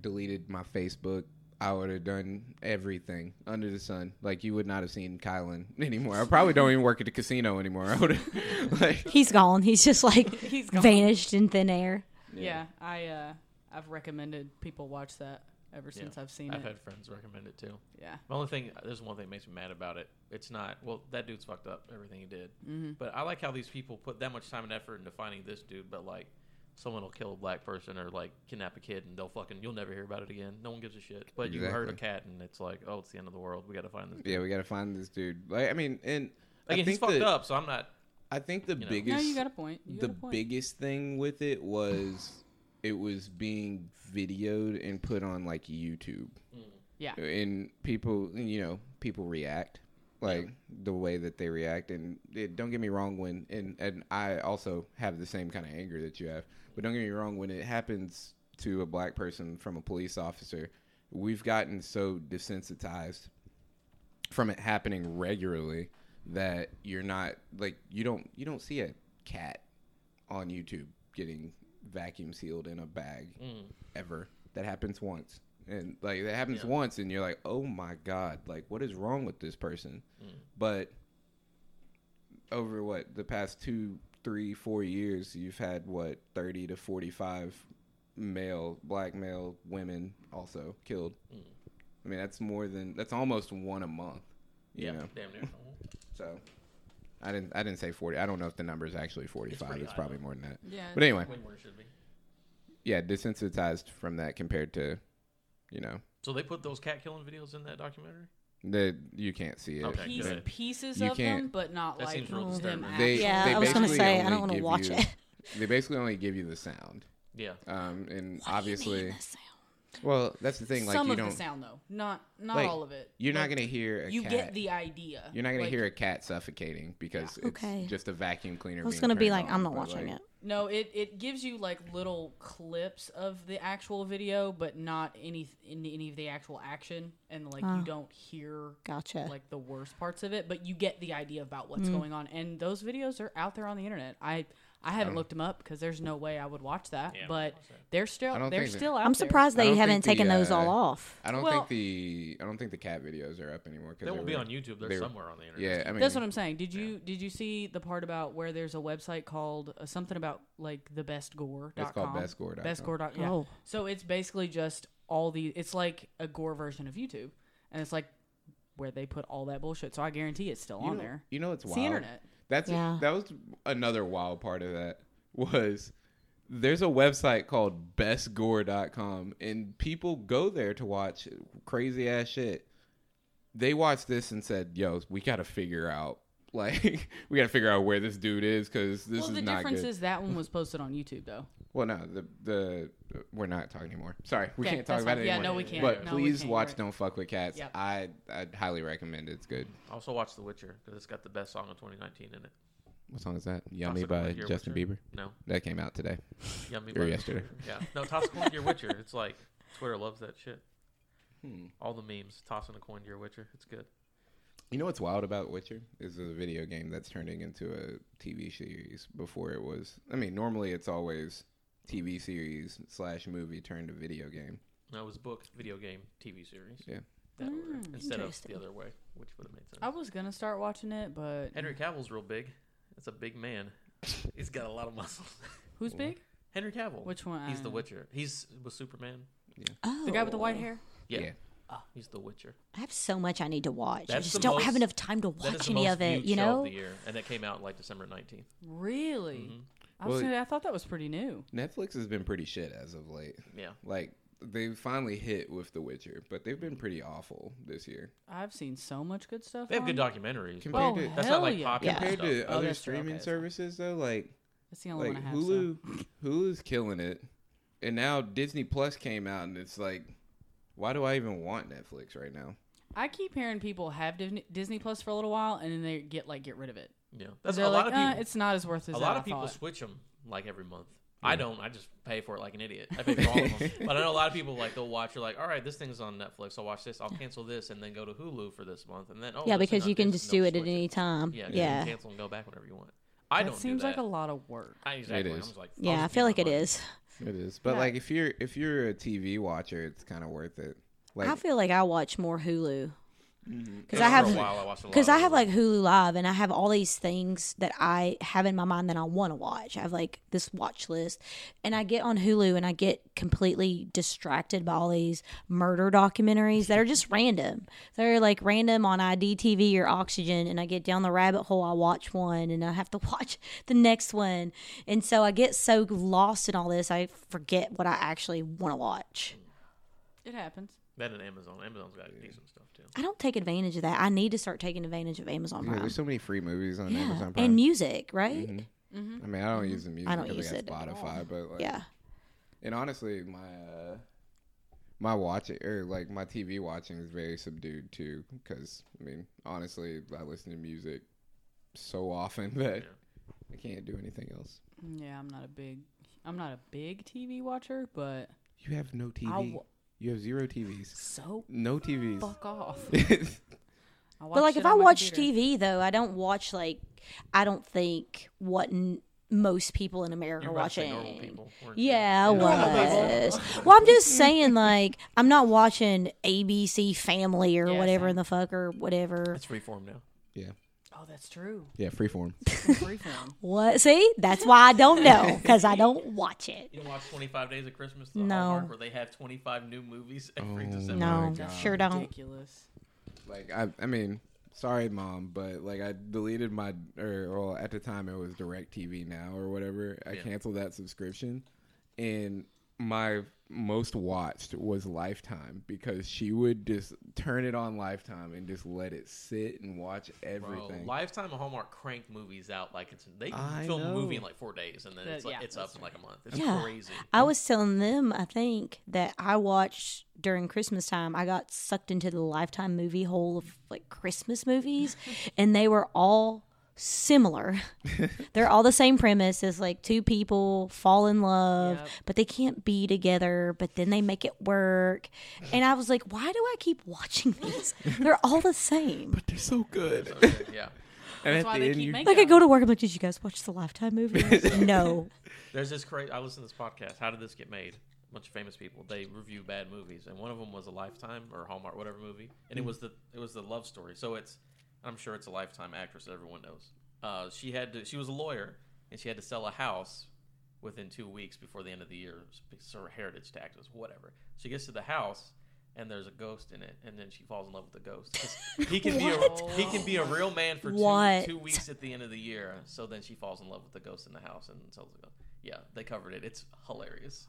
[SPEAKER 3] deleted my Facebook. I would have done everything under the sun. Like you would not have seen Kylan anymore. I probably don't even work at the casino anymore. I would have, like,
[SPEAKER 1] He's gone. He's just like
[SPEAKER 2] He's gone.
[SPEAKER 1] vanished in thin air.
[SPEAKER 2] Yeah, I uh, I've recommended people watch that ever since I've seen
[SPEAKER 4] I've
[SPEAKER 2] it.
[SPEAKER 4] had friends recommend it too.
[SPEAKER 2] yeah,
[SPEAKER 4] The only thing, there's one thing that makes me mad about it. It's not, well, that dude's fucked up, everything he did.
[SPEAKER 2] Mm-hmm.
[SPEAKER 4] But I like how these people put that much time and effort into finding this dude, but like, someone will kill a black person or like kidnap a kid and they'll fucking, you'll never hear about it again. No one gives a shit. But you heard a
[SPEAKER 3] Exactly.
[SPEAKER 4] cat and it's like, oh, it's the end of the world. We got to find this.
[SPEAKER 3] yeah, we got to find this dude. Like I mean, and I
[SPEAKER 4] Again,
[SPEAKER 3] think
[SPEAKER 4] he's fucked
[SPEAKER 3] the,
[SPEAKER 4] up, so I'm not.
[SPEAKER 3] I think the
[SPEAKER 4] know.
[SPEAKER 2] no,
[SPEAKER 3] biggest
[SPEAKER 2] you got a point. You
[SPEAKER 3] the
[SPEAKER 2] got a point.
[SPEAKER 3] biggest thing with it was it was being videoed and put on like YouTube.
[SPEAKER 2] Mm.
[SPEAKER 3] Uh,
[SPEAKER 2] Yeah.
[SPEAKER 3] And people, you know, people react like the way that they react and it, don't get me wrong when and and I also have the same kind of anger that you have. But don't get me wrong when it happens to a black person from a police officer, we've gotten so desensitized from it happening regularly that you're not like you don't you don't see a cat on YouTube getting vacuum sealed in a bag ever. That happens once. And like that happens once and you're like, "Oh my god, like what is wrong with this person?" But over what the past two, three, four years, you've had what thirty to forty-five male, black male women also killed I mean, that's more than that's almost one a month. You know,
[SPEAKER 4] Damn near. Mhm.
[SPEAKER 3] so I didn't I didn't say forty. I don't know if the number is actually forty five. It's,
[SPEAKER 4] high,
[SPEAKER 3] probably more than that.
[SPEAKER 2] Yeah.
[SPEAKER 3] But anyway,
[SPEAKER 4] Way more than it should be.
[SPEAKER 3] yeah, desensitized from that compared to, you know,
[SPEAKER 4] So they put those cat killing videos in that documentary.
[SPEAKER 3] the you can't see it.
[SPEAKER 4] Okay,
[SPEAKER 2] Piece,
[SPEAKER 4] good.
[SPEAKER 3] but
[SPEAKER 2] pieces
[SPEAKER 3] You
[SPEAKER 2] of them,
[SPEAKER 3] can't-
[SPEAKER 2] but not
[SPEAKER 4] That
[SPEAKER 2] like
[SPEAKER 4] seems real
[SPEAKER 2] them.
[SPEAKER 4] disturbing.
[SPEAKER 3] They,
[SPEAKER 1] Yeah,
[SPEAKER 3] they
[SPEAKER 1] I was gonna
[SPEAKER 3] basically
[SPEAKER 1] say, I
[SPEAKER 3] only
[SPEAKER 1] don't wanna
[SPEAKER 3] give
[SPEAKER 1] watch
[SPEAKER 3] you-
[SPEAKER 1] it.
[SPEAKER 3] They basically only give you the sound,
[SPEAKER 4] Yeah.
[SPEAKER 3] um,
[SPEAKER 1] What
[SPEAKER 3] and
[SPEAKER 1] do you
[SPEAKER 3] obviously,
[SPEAKER 1] mean the sound?
[SPEAKER 3] well, that's the thing. Like
[SPEAKER 2] Some
[SPEAKER 3] you
[SPEAKER 2] of
[SPEAKER 3] don't,
[SPEAKER 2] the sound though, not not
[SPEAKER 3] like,
[SPEAKER 2] all of it.
[SPEAKER 3] you're not
[SPEAKER 2] Like,
[SPEAKER 3] gonna hear a
[SPEAKER 2] You
[SPEAKER 3] cat.
[SPEAKER 2] get the idea.
[SPEAKER 3] You're not gonna
[SPEAKER 2] Like,
[SPEAKER 3] hear a cat suffocating because it's
[SPEAKER 1] Okay.
[SPEAKER 3] just a vacuum cleaner.
[SPEAKER 1] I was
[SPEAKER 3] being
[SPEAKER 1] gonna be like,
[SPEAKER 3] turned on,
[SPEAKER 1] I'm not
[SPEAKER 3] but,
[SPEAKER 1] watching
[SPEAKER 3] like,
[SPEAKER 1] it.
[SPEAKER 2] No, it, it gives you like little clips of the actual video, but not any in any of the actual action, and like you don't hear
[SPEAKER 1] Gotcha. Mm.
[SPEAKER 2] like the worst parts of it, but you get the idea about what's going on. And those videos are out there on the internet. I I haven't looked them up because there's no way I would watch that,
[SPEAKER 4] Yeah,
[SPEAKER 2] but
[SPEAKER 4] watch that.
[SPEAKER 2] they're still
[SPEAKER 3] I don't
[SPEAKER 2] they're
[SPEAKER 3] think that-
[SPEAKER 2] still out.
[SPEAKER 1] I'm
[SPEAKER 2] there.
[SPEAKER 1] surprised
[SPEAKER 3] I
[SPEAKER 1] they
[SPEAKER 3] don't
[SPEAKER 1] haven't
[SPEAKER 3] think the,
[SPEAKER 1] taken those all
[SPEAKER 3] uh,
[SPEAKER 1] off.
[SPEAKER 3] I don't
[SPEAKER 2] Well-
[SPEAKER 3] think the I don't think the cat videos are up anymore.
[SPEAKER 4] They won't
[SPEAKER 3] were,
[SPEAKER 4] be on YouTube. They're
[SPEAKER 3] they were-
[SPEAKER 4] somewhere on the internet.
[SPEAKER 3] Yeah, I mean,
[SPEAKER 2] That's what I'm saying. Did you did you see the part about where there's a website called uh, something about like the best gore?
[SPEAKER 3] It's called bestgore.com.
[SPEAKER 2] Bestgore. Yeah.
[SPEAKER 1] Oh.
[SPEAKER 2] So it's basically just all the it's like a gore version of YouTube, and it's like where they put all that bullshit. So I guarantee it's still
[SPEAKER 3] you
[SPEAKER 2] on
[SPEAKER 3] know,
[SPEAKER 2] there.
[SPEAKER 3] You know, it's
[SPEAKER 2] It's
[SPEAKER 3] wild.
[SPEAKER 2] the internet.
[SPEAKER 3] That's
[SPEAKER 1] Yeah.
[SPEAKER 3] that was another wild part of that was there's a website called bestgore.com and people go there to watch crazy ass shit. They watched this and said, "Yo, we got to figure out like we got to figure out where this dude is cuz this
[SPEAKER 2] well,
[SPEAKER 3] is
[SPEAKER 2] the
[SPEAKER 3] not
[SPEAKER 2] difference
[SPEAKER 3] good."
[SPEAKER 2] is that one was posted on YouTube though.
[SPEAKER 3] well, no, the the we're not talking anymore. Sorry, we
[SPEAKER 2] Okay,
[SPEAKER 3] can't talk
[SPEAKER 2] that's
[SPEAKER 3] about
[SPEAKER 2] fine.
[SPEAKER 3] it
[SPEAKER 2] Yeah,
[SPEAKER 3] anymore.
[SPEAKER 2] no, we can't.
[SPEAKER 3] But
[SPEAKER 2] No, we
[SPEAKER 3] please
[SPEAKER 2] can't.
[SPEAKER 3] watch
[SPEAKER 2] You're right.
[SPEAKER 3] Don't Fuck with Cats.
[SPEAKER 2] Yep.
[SPEAKER 3] I I highly recommend it. It's good.
[SPEAKER 4] Also watch The Witcher because it's got the best song of 2019 in it.
[SPEAKER 3] What song is that? Yummy
[SPEAKER 4] Toxic
[SPEAKER 3] by
[SPEAKER 4] Like Your
[SPEAKER 3] Justin
[SPEAKER 4] Witcher.
[SPEAKER 3] Bieber.
[SPEAKER 4] No,
[SPEAKER 3] That came out today.
[SPEAKER 4] Yummy
[SPEAKER 3] Or
[SPEAKER 4] by
[SPEAKER 3] yesterday.
[SPEAKER 4] Yeah. No, toss a coin to your Witcher. It's like Twitter loves that shit. All the memes tossing a coin to your Witcher. It's good.
[SPEAKER 3] You know what's wild about Witcher is the video game that's turning into a TV series. Before it was, I mean, normally it's always TV series slash movie turned to video game.
[SPEAKER 4] No, it was book, video game, TV series.
[SPEAKER 3] Yeah.
[SPEAKER 4] That order, instead of
[SPEAKER 1] interesting.
[SPEAKER 4] the other way, which would have made sense.
[SPEAKER 2] I was gonna start watching it, but
[SPEAKER 4] Henry Cavill's real big. That's a big man. He's got a lot of muscle.
[SPEAKER 2] who's big?
[SPEAKER 4] Henry Cavill.
[SPEAKER 2] Which one?
[SPEAKER 4] He's the
[SPEAKER 2] Uh,
[SPEAKER 4] Witcher. He's was Superman.
[SPEAKER 1] Oh,
[SPEAKER 2] The guy with the white hair.
[SPEAKER 4] Yeah.
[SPEAKER 3] Yeah.
[SPEAKER 4] Ah, he's the Witcher.
[SPEAKER 1] I have so much I need to watch. I
[SPEAKER 4] That's the
[SPEAKER 1] just don't have
[SPEAKER 4] most-
[SPEAKER 1] enough time to
[SPEAKER 4] That is
[SPEAKER 1] watch
[SPEAKER 4] the
[SPEAKER 1] any
[SPEAKER 4] most
[SPEAKER 1] of it.
[SPEAKER 4] viewed
[SPEAKER 1] You
[SPEAKER 4] show
[SPEAKER 1] know,
[SPEAKER 4] of the year, and that came out like December nineteenth.
[SPEAKER 2] Really? I was
[SPEAKER 3] Well,
[SPEAKER 2] gonna, I thought that was pretty new.
[SPEAKER 3] Netflix has been pretty shit as of late.
[SPEAKER 4] Yeah.
[SPEAKER 3] Like they finally hit with The Witcher, but they've been pretty awful this year
[SPEAKER 2] I've seen so much good stuff.
[SPEAKER 4] They have
[SPEAKER 2] on
[SPEAKER 4] good
[SPEAKER 2] it.
[SPEAKER 4] documentaries. but
[SPEAKER 2] Oh,
[SPEAKER 3] Compared to-
[SPEAKER 4] That's
[SPEAKER 2] hell
[SPEAKER 4] not like
[SPEAKER 2] yeah.
[SPEAKER 4] popular
[SPEAKER 1] Yeah.
[SPEAKER 3] compared
[SPEAKER 4] stuff.
[SPEAKER 3] to
[SPEAKER 2] Oh,
[SPEAKER 3] other
[SPEAKER 2] that's true.
[SPEAKER 3] streaming
[SPEAKER 2] Okay, that's fine.
[SPEAKER 3] services. Though, like
[SPEAKER 2] That's the only
[SPEAKER 3] like
[SPEAKER 2] one I have. so-
[SPEAKER 3] Hulu, Hulu's killing it, and now Disney Plus came out, and it's like, why do I even want Netflix right now?
[SPEAKER 2] I keep hearing people have Disney- Disney Plus for a little while and then they get like get rid of it.
[SPEAKER 4] Yeah, that's
[SPEAKER 2] They're
[SPEAKER 4] a
[SPEAKER 2] like,
[SPEAKER 4] lot of
[SPEAKER 2] "Uh,
[SPEAKER 4] people.
[SPEAKER 2] it's not as worth as
[SPEAKER 4] a
[SPEAKER 2] that
[SPEAKER 4] lot of
[SPEAKER 2] I
[SPEAKER 4] people
[SPEAKER 2] thought."
[SPEAKER 4] switch them like every month. I don't. I just pay for it like an idiot. I pay for all of them. but I know a lot of people like they'll watch. You're like, all right, this thing's on Netflix. I'll watch this. I'll cancel this and then go to Hulu for this month. And then oh,
[SPEAKER 1] yeah,
[SPEAKER 4] this thing
[SPEAKER 1] because
[SPEAKER 4] on
[SPEAKER 1] you can
[SPEAKER 4] this,
[SPEAKER 1] just
[SPEAKER 4] and
[SPEAKER 1] do
[SPEAKER 4] they'll
[SPEAKER 1] it at
[SPEAKER 4] switch
[SPEAKER 1] any time.
[SPEAKER 4] Yeah,
[SPEAKER 1] Yeah,
[SPEAKER 4] you can cancel and go back whenever you want. I
[SPEAKER 2] that
[SPEAKER 4] don't.
[SPEAKER 2] seems
[SPEAKER 4] do
[SPEAKER 2] like
[SPEAKER 4] that.
[SPEAKER 2] a lot of work.
[SPEAKER 4] I, exactly.
[SPEAKER 3] is.
[SPEAKER 4] I'm just like, I'll
[SPEAKER 1] yeah. I
[SPEAKER 4] just
[SPEAKER 1] feel
[SPEAKER 4] keep
[SPEAKER 1] like
[SPEAKER 4] my
[SPEAKER 1] it
[SPEAKER 4] money.
[SPEAKER 1] is.
[SPEAKER 3] It is, but like if you're if you're a TV watcher, it's kind of worth it. Like
[SPEAKER 1] I feel like I watch more Hulu
[SPEAKER 4] Mm-hmm.
[SPEAKER 1] because I
[SPEAKER 4] For a
[SPEAKER 1] have
[SPEAKER 4] while, I watched a lot.
[SPEAKER 1] because
[SPEAKER 4] of
[SPEAKER 1] I have
[SPEAKER 4] Hulu.
[SPEAKER 1] like Hulu Live and I have all these things that I have in my mind that I want to watch. I have like this watch list, and I get on Hulu and I get completely distracted by all these murder documentaries that are just random. They're like random on IDTV or Oxygen, and I get down the rabbit hole. I watch one and I have to watch the next one, and so I get so lost in all this, I forget what I actually want to watch.
[SPEAKER 2] It happens.
[SPEAKER 4] that and Amazon. Amazon's got decent stuff too.
[SPEAKER 1] I don't take advantage of that. I need to start taking advantage of Amazon
[SPEAKER 3] Yeah,
[SPEAKER 1] Prime.
[SPEAKER 3] there's so many free movies on
[SPEAKER 1] Yeah,
[SPEAKER 3] Amazon Prime. Mm-hmm.
[SPEAKER 1] and music, right?
[SPEAKER 3] I mean, I don't use the music
[SPEAKER 1] I don't
[SPEAKER 3] because
[SPEAKER 1] use
[SPEAKER 3] I
[SPEAKER 1] it
[SPEAKER 3] got
[SPEAKER 1] at
[SPEAKER 3] Spotify, but like,
[SPEAKER 1] Yeah.
[SPEAKER 3] And honestly, my uh, my watching or like my TV watching is very subdued too. Because I mean, honestly, I listen to music so often that I can't do anything else.
[SPEAKER 2] Yeah, I'm not a big I'm not a big TV watcher, but
[SPEAKER 3] You have no TV.
[SPEAKER 2] I'll wa-
[SPEAKER 3] you have zero TVs.
[SPEAKER 2] so
[SPEAKER 3] No TVs.
[SPEAKER 2] fuck off. I
[SPEAKER 1] But like if I watch TV though, I don't watch like I don't think what n- most people in America
[SPEAKER 4] You're
[SPEAKER 1] are
[SPEAKER 4] about to say normal
[SPEAKER 1] watching.
[SPEAKER 4] people. weren't you?
[SPEAKER 1] Yeah, I
[SPEAKER 2] Normal
[SPEAKER 1] was. well, I'm just saying like I'm not watching ABC Family or
[SPEAKER 2] Yeah,
[SPEAKER 1] whatever
[SPEAKER 2] same.
[SPEAKER 1] in the fuck or whatever.
[SPEAKER 4] It's freeform now.
[SPEAKER 3] yeah.
[SPEAKER 2] Oh, Oh, that's true.
[SPEAKER 3] Yeah, freeform.
[SPEAKER 2] Freeform.
[SPEAKER 1] What? See, that's why I don't know because I don't watch it.
[SPEAKER 4] You didn't watch 25 Days of Christmas? The
[SPEAKER 1] No.
[SPEAKER 4] Hallmark, where they have 25 new movies every
[SPEAKER 3] Oh.
[SPEAKER 4] December.
[SPEAKER 1] No,
[SPEAKER 3] God.
[SPEAKER 1] sure don't.
[SPEAKER 2] Ridiculous.
[SPEAKER 3] like I, I mean, sorry, mom, but like I deleted my or well, at the time it was DirecTV Now or whatever. I
[SPEAKER 4] Yeah.
[SPEAKER 3] canceled that subscription, and my most watched was Lifetime because she would just turn it on Lifetime and just let it sit and watch
[SPEAKER 4] Bro,
[SPEAKER 3] everything.
[SPEAKER 4] Lifetime and Hallmark crank movies out like it's they
[SPEAKER 3] I
[SPEAKER 4] film a movie
[SPEAKER 3] know.
[SPEAKER 4] in like four days and then
[SPEAKER 2] That-
[SPEAKER 4] it's like
[SPEAKER 2] yeah,
[SPEAKER 4] it's
[SPEAKER 2] that's
[SPEAKER 4] up in like a month. It's
[SPEAKER 1] Yeah.
[SPEAKER 4] crazy.
[SPEAKER 1] I was telling them, I think that I watched during Christmas time. I got sucked into the lifetime movie hole of like Christmas movies, and they were all similar. They're all the same premise as like two people fall in love,
[SPEAKER 2] Yep.
[SPEAKER 1] but they can't be together, but then they make it work. And I was like, why do I keep watching these? They're all the same.
[SPEAKER 3] They're so good.
[SPEAKER 4] yeah.
[SPEAKER 3] and at
[SPEAKER 2] why
[SPEAKER 3] the
[SPEAKER 2] they
[SPEAKER 3] end,
[SPEAKER 2] keep
[SPEAKER 3] you,
[SPEAKER 2] making-
[SPEAKER 1] Like I go to work, I'm like, did you guys watch the Lifetime movie? no.
[SPEAKER 4] There's this crazy. I listened to this podcast. How did this get made? A bunch of famous people. They review bad movies, and one of them was a Lifetime or Hallmark, whatever movie, and it was the it was the love story. So it's, I'm sure it's a Lifetime actress. Everyone knows. Uh, she had to. She was a lawyer, and she had to sell a house within two weeks before the end of the year, sort of heritage taxes, whatever. She gets to the house. And there's a ghost in it, and then she falls in love with the ghost. 'Cause He can be a he can be a real man for two,
[SPEAKER 1] What?
[SPEAKER 4] two weeks at the end of the year. So then she falls in love with the ghost in the house and sells the ghost. Yeah, they covered it. It's hilarious.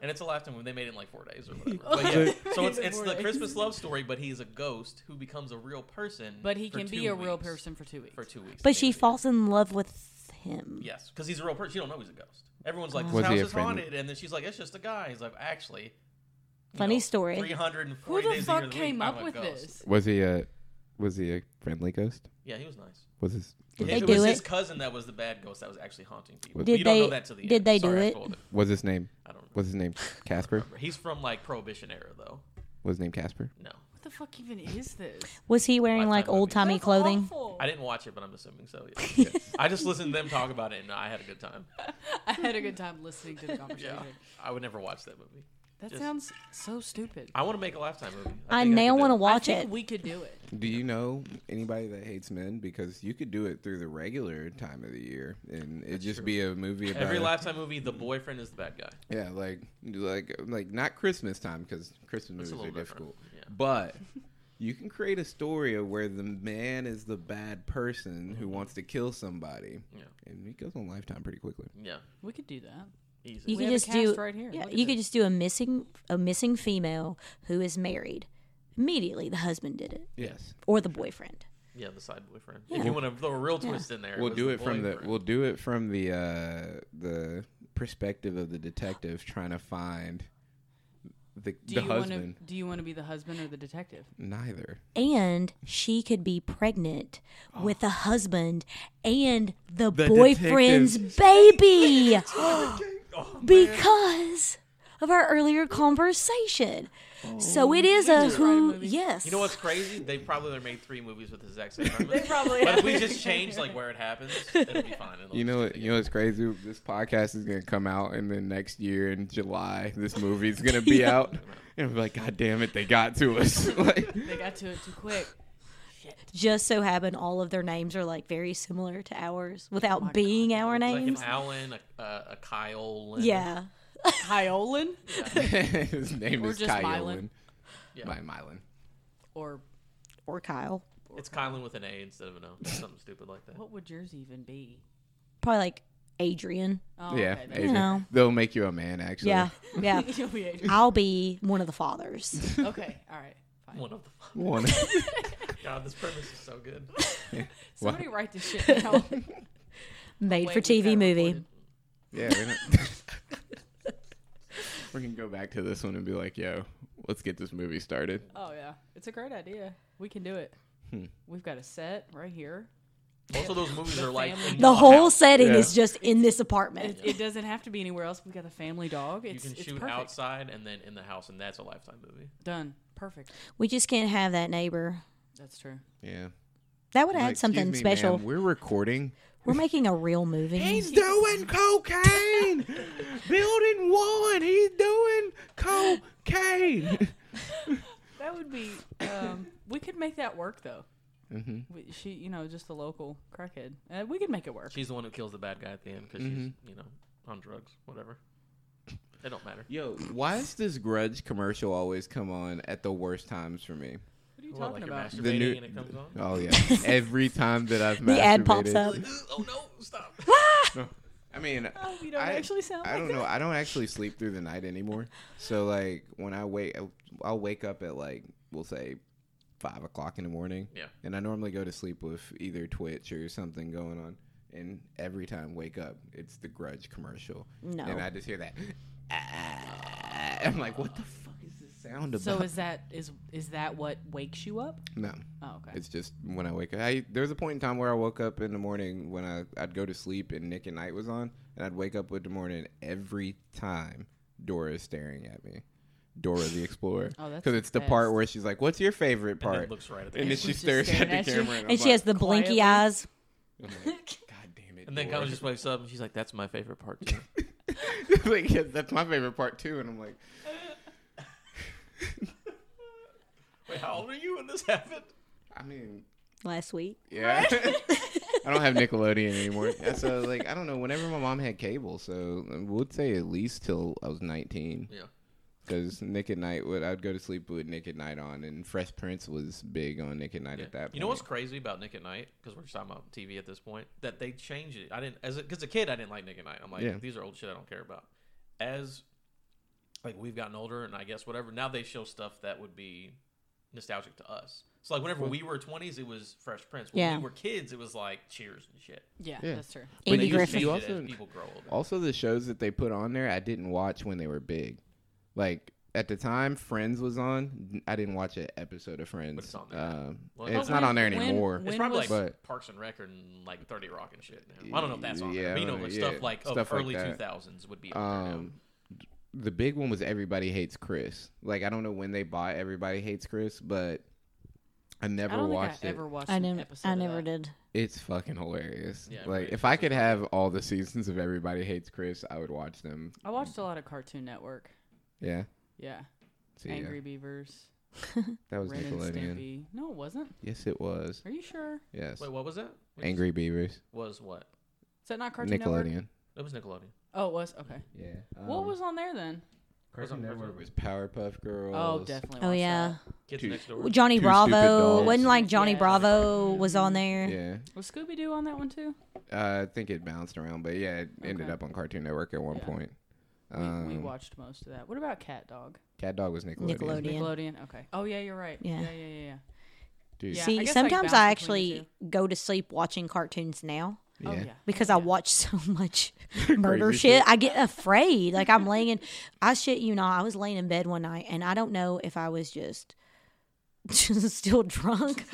[SPEAKER 4] And it's a lifetime when they made it in like four days or whatever. But yeah. So it's,
[SPEAKER 2] Made it
[SPEAKER 4] it's
[SPEAKER 2] four
[SPEAKER 4] the
[SPEAKER 2] days.
[SPEAKER 4] Christmas love story, but he's a ghost who becomes a real person.
[SPEAKER 2] But he
[SPEAKER 4] for
[SPEAKER 2] can be
[SPEAKER 4] two
[SPEAKER 2] a real
[SPEAKER 4] weeks-
[SPEAKER 2] person for two weeks.
[SPEAKER 4] for two weeks.
[SPEAKER 1] But
[SPEAKER 4] at the
[SPEAKER 1] she
[SPEAKER 4] end of the
[SPEAKER 1] falls in love with him.
[SPEAKER 4] year. Yes, because he's a real person. You don't know he's a ghost. Everyone's
[SPEAKER 1] Oh.
[SPEAKER 4] like, this
[SPEAKER 3] Was he
[SPEAKER 4] house
[SPEAKER 3] a
[SPEAKER 4] is
[SPEAKER 3] friend?
[SPEAKER 4] haunted, and then she's like, it's just a guy. He's like, actually. you
[SPEAKER 1] Funny
[SPEAKER 4] know,
[SPEAKER 1] story.
[SPEAKER 4] 340
[SPEAKER 2] Who the
[SPEAKER 4] days a year
[SPEAKER 2] fuck
[SPEAKER 4] of the
[SPEAKER 2] came
[SPEAKER 4] week, I'm
[SPEAKER 2] up
[SPEAKER 4] a
[SPEAKER 2] with
[SPEAKER 4] ghost.
[SPEAKER 2] this?
[SPEAKER 3] was he a was he a friendly ghost?
[SPEAKER 4] Yeah, he was nice.
[SPEAKER 3] Was his
[SPEAKER 1] Did
[SPEAKER 4] it
[SPEAKER 1] they
[SPEAKER 4] was
[SPEAKER 1] do
[SPEAKER 4] his
[SPEAKER 1] it?
[SPEAKER 4] cousin that was the bad ghost that was actually haunting people.
[SPEAKER 3] Did
[SPEAKER 4] you don't know
[SPEAKER 1] they-
[SPEAKER 4] that till the
[SPEAKER 1] did
[SPEAKER 4] end.
[SPEAKER 1] they do
[SPEAKER 4] Sorry, I
[SPEAKER 1] it?
[SPEAKER 4] spoiled
[SPEAKER 3] was his name
[SPEAKER 4] I don't remember.
[SPEAKER 3] was his name Casper?
[SPEAKER 4] He's from like Prohibition era, though.
[SPEAKER 3] Was his name Casper?
[SPEAKER 4] No,
[SPEAKER 2] What the fuck even is this?
[SPEAKER 1] Was he wearing
[SPEAKER 4] Lifetime
[SPEAKER 1] like
[SPEAKER 4] movie.
[SPEAKER 1] old timey
[SPEAKER 2] That's
[SPEAKER 1] clothing?
[SPEAKER 2] awful.
[SPEAKER 4] I didn't watch it, but I'm assuming so. Yeah. I just listened to them talk about it, and I had a good time.
[SPEAKER 2] I had a good time listening to the conversation.
[SPEAKER 4] Yeah, I would never watch that movie.
[SPEAKER 2] That
[SPEAKER 4] Just-
[SPEAKER 2] sounds so stupid.
[SPEAKER 4] I want to make a lifetime movie.
[SPEAKER 1] I,
[SPEAKER 4] think
[SPEAKER 1] now
[SPEAKER 4] could do
[SPEAKER 1] want to
[SPEAKER 4] it.
[SPEAKER 1] watch
[SPEAKER 2] I think
[SPEAKER 1] it.
[SPEAKER 2] We could do it.
[SPEAKER 3] Do you know anybody that hates men? Because you could do it through the regular time of the year, and it'd just be a movie about
[SPEAKER 4] Every lifetime movie, the boyfriend is the bad guy.
[SPEAKER 3] Yeah, like like like not Christmas time because Christmas
[SPEAKER 4] It's a
[SPEAKER 3] movies are
[SPEAKER 4] little
[SPEAKER 3] difficult.
[SPEAKER 4] different, yeah.
[SPEAKER 3] But you can create a story of where the man is the bad person who wants to kill somebody,
[SPEAKER 4] Mm-hmm. Yeah,
[SPEAKER 3] and it goes on Lifetime pretty quickly.
[SPEAKER 4] yeah,
[SPEAKER 2] We could do that.
[SPEAKER 4] easy.
[SPEAKER 1] you
[SPEAKER 2] We
[SPEAKER 1] could
[SPEAKER 2] have a
[SPEAKER 1] just
[SPEAKER 2] cast
[SPEAKER 1] do
[SPEAKER 2] right here.
[SPEAKER 1] Yeah,
[SPEAKER 2] Look at
[SPEAKER 1] you could
[SPEAKER 2] this.
[SPEAKER 1] just do a missing a missing female who is married. Immediately, the husband did it
[SPEAKER 3] Yes,
[SPEAKER 1] or the boyfriend.
[SPEAKER 4] yeah, the side boyfriend. If you want to throw a real twist in there,
[SPEAKER 3] we'll
[SPEAKER 4] was
[SPEAKER 3] do
[SPEAKER 4] the
[SPEAKER 3] it from the
[SPEAKER 4] boyfriend.
[SPEAKER 3] we'll do it from the uh, the perspective of the detective trying to find the
[SPEAKER 2] Do
[SPEAKER 3] the
[SPEAKER 2] you
[SPEAKER 3] husband.
[SPEAKER 2] Wanna, do you want to be the husband or the detective?
[SPEAKER 3] Neither.
[SPEAKER 1] And she could be pregnant
[SPEAKER 4] Oh.
[SPEAKER 1] with a husband and the,
[SPEAKER 3] The
[SPEAKER 1] boyfriend's baby
[SPEAKER 4] Oh,
[SPEAKER 1] because of our earlier conversation. so it is a who? Yes.
[SPEAKER 4] Oh, You know what's crazy? They probably only made three movies with the exact same premise.
[SPEAKER 2] probably
[SPEAKER 4] But if we just change like where it happens, it'll be fine. It'll
[SPEAKER 3] You
[SPEAKER 4] just
[SPEAKER 3] know,
[SPEAKER 4] fit
[SPEAKER 3] what- you know what's crazy? This podcast is gonna come out, and then next year in July, this movie's gonna be out, and we'll be like, "God damn it, they got to us!" like,
[SPEAKER 2] They got to it too quick.
[SPEAKER 1] just so happen all of their names are like very similar to ours without being our
[SPEAKER 4] Oh Like an
[SPEAKER 1] names.
[SPEAKER 4] Alan, a, a, a Kyle. and-
[SPEAKER 1] yeah.
[SPEAKER 2] Hyolan
[SPEAKER 3] his name
[SPEAKER 2] Or
[SPEAKER 3] is
[SPEAKER 2] just
[SPEAKER 3] Kylan.
[SPEAKER 2] Mylan.
[SPEAKER 4] Yeah.
[SPEAKER 3] By Mylan.
[SPEAKER 2] or
[SPEAKER 1] Or Kyle.
[SPEAKER 4] It's Kylan with an A instead of an O. Something stupid like that.
[SPEAKER 2] what would yours even be?
[SPEAKER 1] Probably like Adrian.
[SPEAKER 2] Oh,
[SPEAKER 3] yeah,
[SPEAKER 2] okay,
[SPEAKER 3] Adrian.
[SPEAKER 1] No.
[SPEAKER 3] they'll make you a man. Actually,
[SPEAKER 1] Yeah. Yeah.
[SPEAKER 2] that's- You'll be Adrian.
[SPEAKER 1] I'll be one of the fathers.
[SPEAKER 2] Okay, all right, fine.
[SPEAKER 4] One of the
[SPEAKER 3] One.
[SPEAKER 4] God, this premise is so good.
[SPEAKER 2] Somebody write this shit down.
[SPEAKER 1] Made
[SPEAKER 2] Wait,
[SPEAKER 1] for
[SPEAKER 2] we got
[SPEAKER 1] TV
[SPEAKER 2] it
[SPEAKER 1] movie.
[SPEAKER 2] recorded.
[SPEAKER 3] yeah, we're, not- we're gonna go back to this one and be like, "Yo, let's get this movie started."
[SPEAKER 2] Oh yeah, it's a great idea. We can do it. We've got a set right here.
[SPEAKER 4] Most of those movies are like
[SPEAKER 2] family-
[SPEAKER 4] in
[SPEAKER 1] The
[SPEAKER 4] one
[SPEAKER 1] whole
[SPEAKER 4] house.
[SPEAKER 1] setting
[SPEAKER 3] Yeah.
[SPEAKER 1] is just in this apartment.
[SPEAKER 2] It, it doesn't have to be anywhere else. We've got a family dog.
[SPEAKER 4] You
[SPEAKER 2] It's,
[SPEAKER 4] can
[SPEAKER 2] it's
[SPEAKER 4] shoot
[SPEAKER 2] perfect.
[SPEAKER 4] outside and then in the house, and that's a lifetime movie.
[SPEAKER 2] Done. Perfect.
[SPEAKER 1] We just can't have that neighbor.
[SPEAKER 2] That's true.
[SPEAKER 3] Yeah.
[SPEAKER 1] That would
[SPEAKER 3] Like,
[SPEAKER 1] add
[SPEAKER 3] "Excuse
[SPEAKER 1] something
[SPEAKER 3] me,
[SPEAKER 1] special.
[SPEAKER 3] ma'am, we're recording.
[SPEAKER 1] We're making a real movie.
[SPEAKER 3] He's doing cocaine. Building one. He's doing cocaine.
[SPEAKER 2] That would be. Um, we could make that work though.
[SPEAKER 3] Mm-hmm.
[SPEAKER 2] We, she, you know, just the local crackhead. Uh, we could make it work.
[SPEAKER 4] She's the one who kills the bad guy at the end because she's, you know, on drugs, whatever. It don't matter.
[SPEAKER 3] Yo, why does this grudge commercial always come on at the worst times for me?
[SPEAKER 2] What are you
[SPEAKER 4] What,
[SPEAKER 2] talking
[SPEAKER 4] like
[SPEAKER 2] about?
[SPEAKER 4] you're masturbating
[SPEAKER 3] The new-
[SPEAKER 4] and it comes on?
[SPEAKER 3] Oh yeah, every time that I've
[SPEAKER 1] The ad pops
[SPEAKER 3] masturbated-
[SPEAKER 1] up.
[SPEAKER 4] Like, "Ugh, oh no, stop.
[SPEAKER 3] I mean,
[SPEAKER 2] Oh, you don't
[SPEAKER 3] I-
[SPEAKER 2] actually sound.
[SPEAKER 3] I
[SPEAKER 2] like
[SPEAKER 3] don't know. I don't actually sleep through the night anymore. So like when I wake, I'll wake up at like we'll say five o'clock in the morning.
[SPEAKER 4] Yeah.
[SPEAKER 3] And I normally go to sleep with either Twitch or something going on. And every time wake up, it's the Grudge commercial.
[SPEAKER 1] No.
[SPEAKER 3] And I just hear that. "Ah." I'm like, what the fuck is this sound about?
[SPEAKER 2] So is that is is that what wakes you up?
[SPEAKER 3] no.
[SPEAKER 2] Oh, okay.
[SPEAKER 3] It's just when I wake up. I, there was a point in time where I woke up in the morning when I, I'd go to sleep and Nick and Night was on, and I'd wake up with the morning every time Dora is staring at me. Dora the Explorer.
[SPEAKER 2] Oh, that's
[SPEAKER 3] Because it's the
[SPEAKER 2] the
[SPEAKER 3] part
[SPEAKER 2] best.
[SPEAKER 3] where she's like, What's your favorite
[SPEAKER 4] And
[SPEAKER 3] part?
[SPEAKER 4] it looks right at the
[SPEAKER 3] And then
[SPEAKER 4] camera.
[SPEAKER 3] she
[SPEAKER 2] She's
[SPEAKER 3] stares
[SPEAKER 2] staring
[SPEAKER 3] at the
[SPEAKER 2] at you.
[SPEAKER 3] camera.
[SPEAKER 1] and she has the blinky
[SPEAKER 2] quietly.
[SPEAKER 1] eyes.
[SPEAKER 3] I'm like, God damn it.
[SPEAKER 4] And then
[SPEAKER 3] Dora."
[SPEAKER 4] Kylie just wakes up and she's like, that's my favorite part too.
[SPEAKER 3] like, yeah, that's my favorite part too. And I'm like,
[SPEAKER 4] Wait, how old are you when this happened?
[SPEAKER 3] I mean,
[SPEAKER 1] Last week,
[SPEAKER 3] yeah. I don't have Nickelodeon anymore. Yeah, so, like, I don't know. Whenever my mom had cable, so I would say at least till I was 19.
[SPEAKER 4] Yeah.
[SPEAKER 3] Because Nick at Night, would I'd go to sleep with Nick at Night on, and Fresh Prince was big on Nick at Night
[SPEAKER 4] Yeah.
[SPEAKER 3] at that point.
[SPEAKER 4] You know what's crazy about Nick at Night? Because we're just talking about TV at this point. That they changed it. I didn't as because a, kid I didn't like Nick at Night. I'm like
[SPEAKER 3] Yeah.
[SPEAKER 4] these are old shit I don't care about. As like we've gotten older and I guess whatever. Now they show stuff that would be nostalgic to us. So like whenever we were 20s, it was Fresh Prince. When
[SPEAKER 1] Yeah.
[SPEAKER 4] we were kids, it was like Cheers and shit.
[SPEAKER 2] Yeah,
[SPEAKER 3] Yeah.
[SPEAKER 2] that's true.
[SPEAKER 4] But
[SPEAKER 1] Andy
[SPEAKER 4] they just
[SPEAKER 1] Griffith.
[SPEAKER 3] You
[SPEAKER 4] change it
[SPEAKER 3] also-
[SPEAKER 4] as people grow older.
[SPEAKER 3] Also, the shows that they put on there, I didn't watch when they were big. Like at the time, Friends was on. I didn't watch an episode of Friends.
[SPEAKER 4] it's on there.
[SPEAKER 3] Um,
[SPEAKER 4] Well,
[SPEAKER 3] and it's
[SPEAKER 2] when-
[SPEAKER 3] not on there
[SPEAKER 2] when-
[SPEAKER 3] anymore.
[SPEAKER 4] It's
[SPEAKER 2] When
[SPEAKER 4] probably
[SPEAKER 2] was-
[SPEAKER 4] like
[SPEAKER 3] But-
[SPEAKER 4] Parks and Rec and like Thirty Rock and shit. Now. I don't know if that's on
[SPEAKER 3] Yeah,
[SPEAKER 4] there. But you know,
[SPEAKER 3] I don't
[SPEAKER 4] like,
[SPEAKER 3] know.
[SPEAKER 4] stuff
[SPEAKER 3] Yeah,
[SPEAKER 4] like
[SPEAKER 3] stuff like
[SPEAKER 4] of early
[SPEAKER 3] that.
[SPEAKER 4] 2000s would be on there now.
[SPEAKER 3] um, the big one was Everybody Hates Chris. Like I don't know when they bought Everybody Hates Chris, but I never
[SPEAKER 2] I don't
[SPEAKER 3] watched
[SPEAKER 2] think I
[SPEAKER 3] it.
[SPEAKER 2] ever watched
[SPEAKER 1] I
[SPEAKER 2] an
[SPEAKER 1] didn't.
[SPEAKER 2] episode.
[SPEAKER 1] I
[SPEAKER 2] of
[SPEAKER 1] never
[SPEAKER 2] that.
[SPEAKER 1] did.
[SPEAKER 3] It's fucking hilarious.
[SPEAKER 4] Yeah,
[SPEAKER 3] like
[SPEAKER 4] Everybody
[SPEAKER 3] if I
[SPEAKER 4] Hates
[SPEAKER 3] could have all the seasons of Everybody Hates Chris, I would watch them.
[SPEAKER 2] I watched a lot of Cartoon Network.
[SPEAKER 3] Yeah.
[SPEAKER 2] Yeah,
[SPEAKER 3] See, yeah.
[SPEAKER 2] Angry Beavers,
[SPEAKER 3] That was
[SPEAKER 2] Ren and
[SPEAKER 3] Nickelodeon.
[SPEAKER 2] Stimpy. No, it wasn't.
[SPEAKER 3] Yes, it was.
[SPEAKER 2] Are you sure?
[SPEAKER 3] Yes.
[SPEAKER 4] Wait, what was that? What
[SPEAKER 3] Angry Beavers.
[SPEAKER 4] was what?
[SPEAKER 2] Is that not Cartoon
[SPEAKER 3] Nickelodeon. Um,
[SPEAKER 2] Network?
[SPEAKER 4] It was Nickelodeon.
[SPEAKER 2] Oh, it was. Okay.
[SPEAKER 3] Yeah.
[SPEAKER 2] what was on there then?
[SPEAKER 3] Cartoon
[SPEAKER 4] Cartoon
[SPEAKER 3] Network was Powerpuff Girls.
[SPEAKER 2] Oh, definitely.
[SPEAKER 1] Oh
[SPEAKER 2] watched
[SPEAKER 1] yeah,
[SPEAKER 4] Kids
[SPEAKER 3] Two-
[SPEAKER 4] next door.
[SPEAKER 1] Johnny
[SPEAKER 3] Two Stupid
[SPEAKER 1] Bravo.
[SPEAKER 3] Dogs.
[SPEAKER 1] Wasn't like Johnny
[SPEAKER 2] Yes.
[SPEAKER 1] Bravo was on there.
[SPEAKER 3] Yeah.
[SPEAKER 2] that. Was Scooby Doo on that one too?
[SPEAKER 3] Uh, I think it bounced around, but yeah, it ended
[SPEAKER 2] Okay.
[SPEAKER 3] up on Cartoon Network at one
[SPEAKER 2] Yeah.
[SPEAKER 3] point.
[SPEAKER 2] We, we
[SPEAKER 3] Um,
[SPEAKER 2] watched most of that. What about Cat Dog?
[SPEAKER 3] Cat Dog was Nickelodeon.
[SPEAKER 1] Nickelodeon. Yeah.
[SPEAKER 2] Nickelodeon. Okay. Oh yeah, you're right.
[SPEAKER 1] Yeah.
[SPEAKER 2] Yeah, yeah, yeah, yeah.
[SPEAKER 3] Dude,
[SPEAKER 2] Yeah. I
[SPEAKER 1] See,
[SPEAKER 2] guess, like,
[SPEAKER 1] sometimes
[SPEAKER 2] bounce
[SPEAKER 1] I
[SPEAKER 2] between the
[SPEAKER 1] actually go to sleep watching cartoons now
[SPEAKER 3] yeah.
[SPEAKER 2] Oh yeah.
[SPEAKER 1] because I watch so much murder
[SPEAKER 3] Crazy
[SPEAKER 1] shit. I get afraid. Like I'm laying in, I shit you not, I was laying in bed one night and I don't know if I was just, just still drunk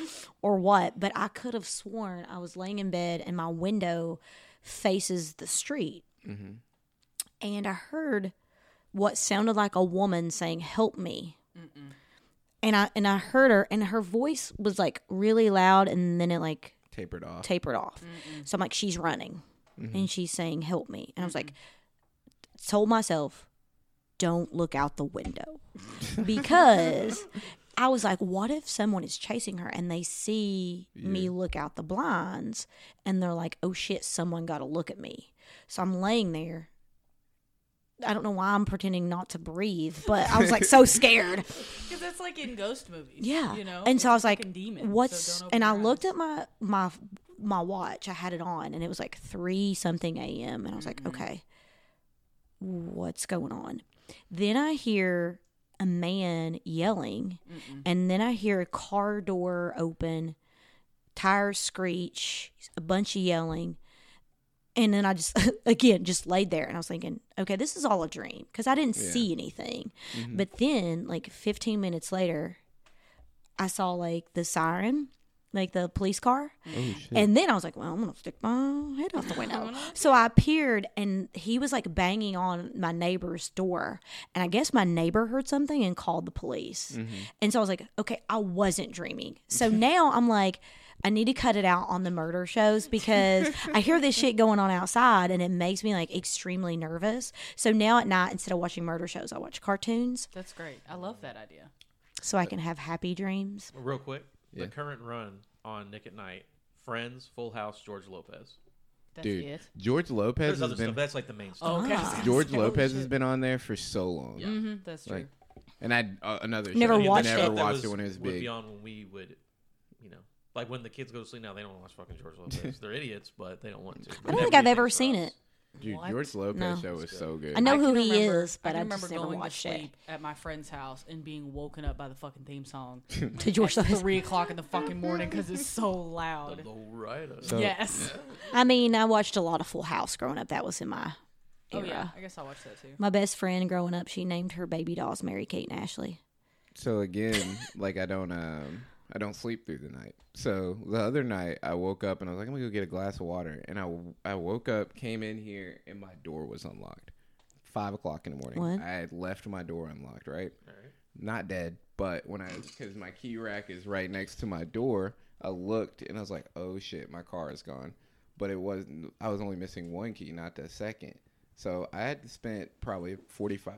[SPEAKER 1] or what, but I could have sworn I was laying in bed and my window faces the street. And I heard what sounded like a woman saying, Help me. And I and I heard her and her voice was like really loud and then it like
[SPEAKER 3] Tapered off.
[SPEAKER 1] tapered off. So I'm like, she's running and she's saying, help me. And I was like, told myself, don't look out the window because I was like, what if someone is chasing her and they see me look out the blinds and they're like, oh shit, someone got to look at me. So I'm laying there. I don't know why I'm pretending not to breathe, but I was like so scared.
[SPEAKER 2] Because that's like in ghost movies.
[SPEAKER 1] Yeah.
[SPEAKER 2] You know.
[SPEAKER 1] And so I was like,
[SPEAKER 2] fucking demon, so
[SPEAKER 1] what's
[SPEAKER 2] don't open
[SPEAKER 1] and I
[SPEAKER 2] your
[SPEAKER 1] looked
[SPEAKER 2] eyes.
[SPEAKER 1] at my my my watch. I had it on and it was like 3 something a.m. and I was like,
[SPEAKER 2] Mm-hmm.
[SPEAKER 1] okay. What's going on? Then I hear a man yelling and then I hear a car door open, tires screech, a bunch of yelling. And then I just again just laid there and I was thinking, okay, this is all a dream because I didn't see anything.
[SPEAKER 2] Mm-hmm.
[SPEAKER 1] But then like 15 minutes later, I saw like the siren, like the police car.
[SPEAKER 3] Oh, shit.
[SPEAKER 1] And then I was like, well, I'm going to stick my head out the window. so I peered and he was like banging on my neighbor's door. And I guess my neighbor heard something and called the police. And so I was like, okay, I wasn't dreaming. So now I'm like, I need to cut it out on the murder shows because I hear this shit going on outside and it makes me like extremely nervous. So now at night, instead of watching murder shows, I watch cartoons
[SPEAKER 2] That's great. I love that idea.
[SPEAKER 1] so I can have happy dreams.
[SPEAKER 4] Real quick,
[SPEAKER 3] Yeah.
[SPEAKER 4] the current run on Nick at Night, Friends, Full House, George Lopez.
[SPEAKER 2] That's
[SPEAKER 3] dude.
[SPEAKER 2] it.
[SPEAKER 3] George Lopez
[SPEAKER 4] There's
[SPEAKER 3] has
[SPEAKER 4] other
[SPEAKER 3] been
[SPEAKER 4] stuff. That's like the main stuff.
[SPEAKER 2] Oh, okay.
[SPEAKER 1] Ah.
[SPEAKER 3] George
[SPEAKER 2] Holy
[SPEAKER 3] Lopez has
[SPEAKER 2] shit.
[SPEAKER 3] been on there for so long,
[SPEAKER 4] Yeah.
[SPEAKER 2] Mhm, that's true.
[SPEAKER 3] Like, and I uh, another
[SPEAKER 1] Never
[SPEAKER 3] show.
[SPEAKER 4] mean, the
[SPEAKER 1] watched
[SPEAKER 4] stuff
[SPEAKER 3] never
[SPEAKER 1] it.
[SPEAKER 4] that
[SPEAKER 3] watched it when it was
[SPEAKER 4] would
[SPEAKER 3] big.
[SPEAKER 4] be on when we would, you know, like when the kids go to sleep now, they don't watch fucking George Lopez. They're idiots, but they don't want to. But
[SPEAKER 1] don't
[SPEAKER 4] that
[SPEAKER 1] think
[SPEAKER 4] would
[SPEAKER 1] I've
[SPEAKER 4] be a
[SPEAKER 1] ever
[SPEAKER 4] thing for
[SPEAKER 1] seen
[SPEAKER 4] us.
[SPEAKER 1] it.
[SPEAKER 3] Dude,
[SPEAKER 2] What?
[SPEAKER 3] George Lopez
[SPEAKER 1] No.
[SPEAKER 3] show was so good.
[SPEAKER 1] I know
[SPEAKER 2] I
[SPEAKER 1] who
[SPEAKER 2] can
[SPEAKER 1] he
[SPEAKER 2] remember-
[SPEAKER 1] is, but
[SPEAKER 2] I,
[SPEAKER 1] I
[SPEAKER 2] can remember
[SPEAKER 1] just never
[SPEAKER 2] going
[SPEAKER 1] watched
[SPEAKER 2] to
[SPEAKER 1] it.
[SPEAKER 2] sleep at my friend's house and being woken up by the fucking theme song
[SPEAKER 1] To George
[SPEAKER 2] at
[SPEAKER 1] Lopez.
[SPEAKER 2] three o'clock in the fucking morning because it's so
[SPEAKER 4] The
[SPEAKER 2] loud.
[SPEAKER 4] lowrider.
[SPEAKER 3] So-
[SPEAKER 2] yes.
[SPEAKER 1] I mean, I watched a lot of Full House growing up. That was in my
[SPEAKER 2] Oh
[SPEAKER 1] era.
[SPEAKER 2] yeah. I guess I watched that too.
[SPEAKER 1] My best friend growing up, she named her baby dolls Mary Kate and Ashley.
[SPEAKER 3] So again, like I don't um I don't sleep through the night. So the other night I woke up and I was like I'm going to go get a glass of water and I I woke up, came in here and my door was unlocked. 5 o'clock in the morning.
[SPEAKER 1] What?
[SPEAKER 3] I had left my door unlocked, right?
[SPEAKER 4] Alright.
[SPEAKER 3] Not dead, but when I cuz my key rack is right next to my door, I looked and I was like, "Oh shit, my car is gone." But it wasn't I was only missing one key, not the second. So I had spent probably 45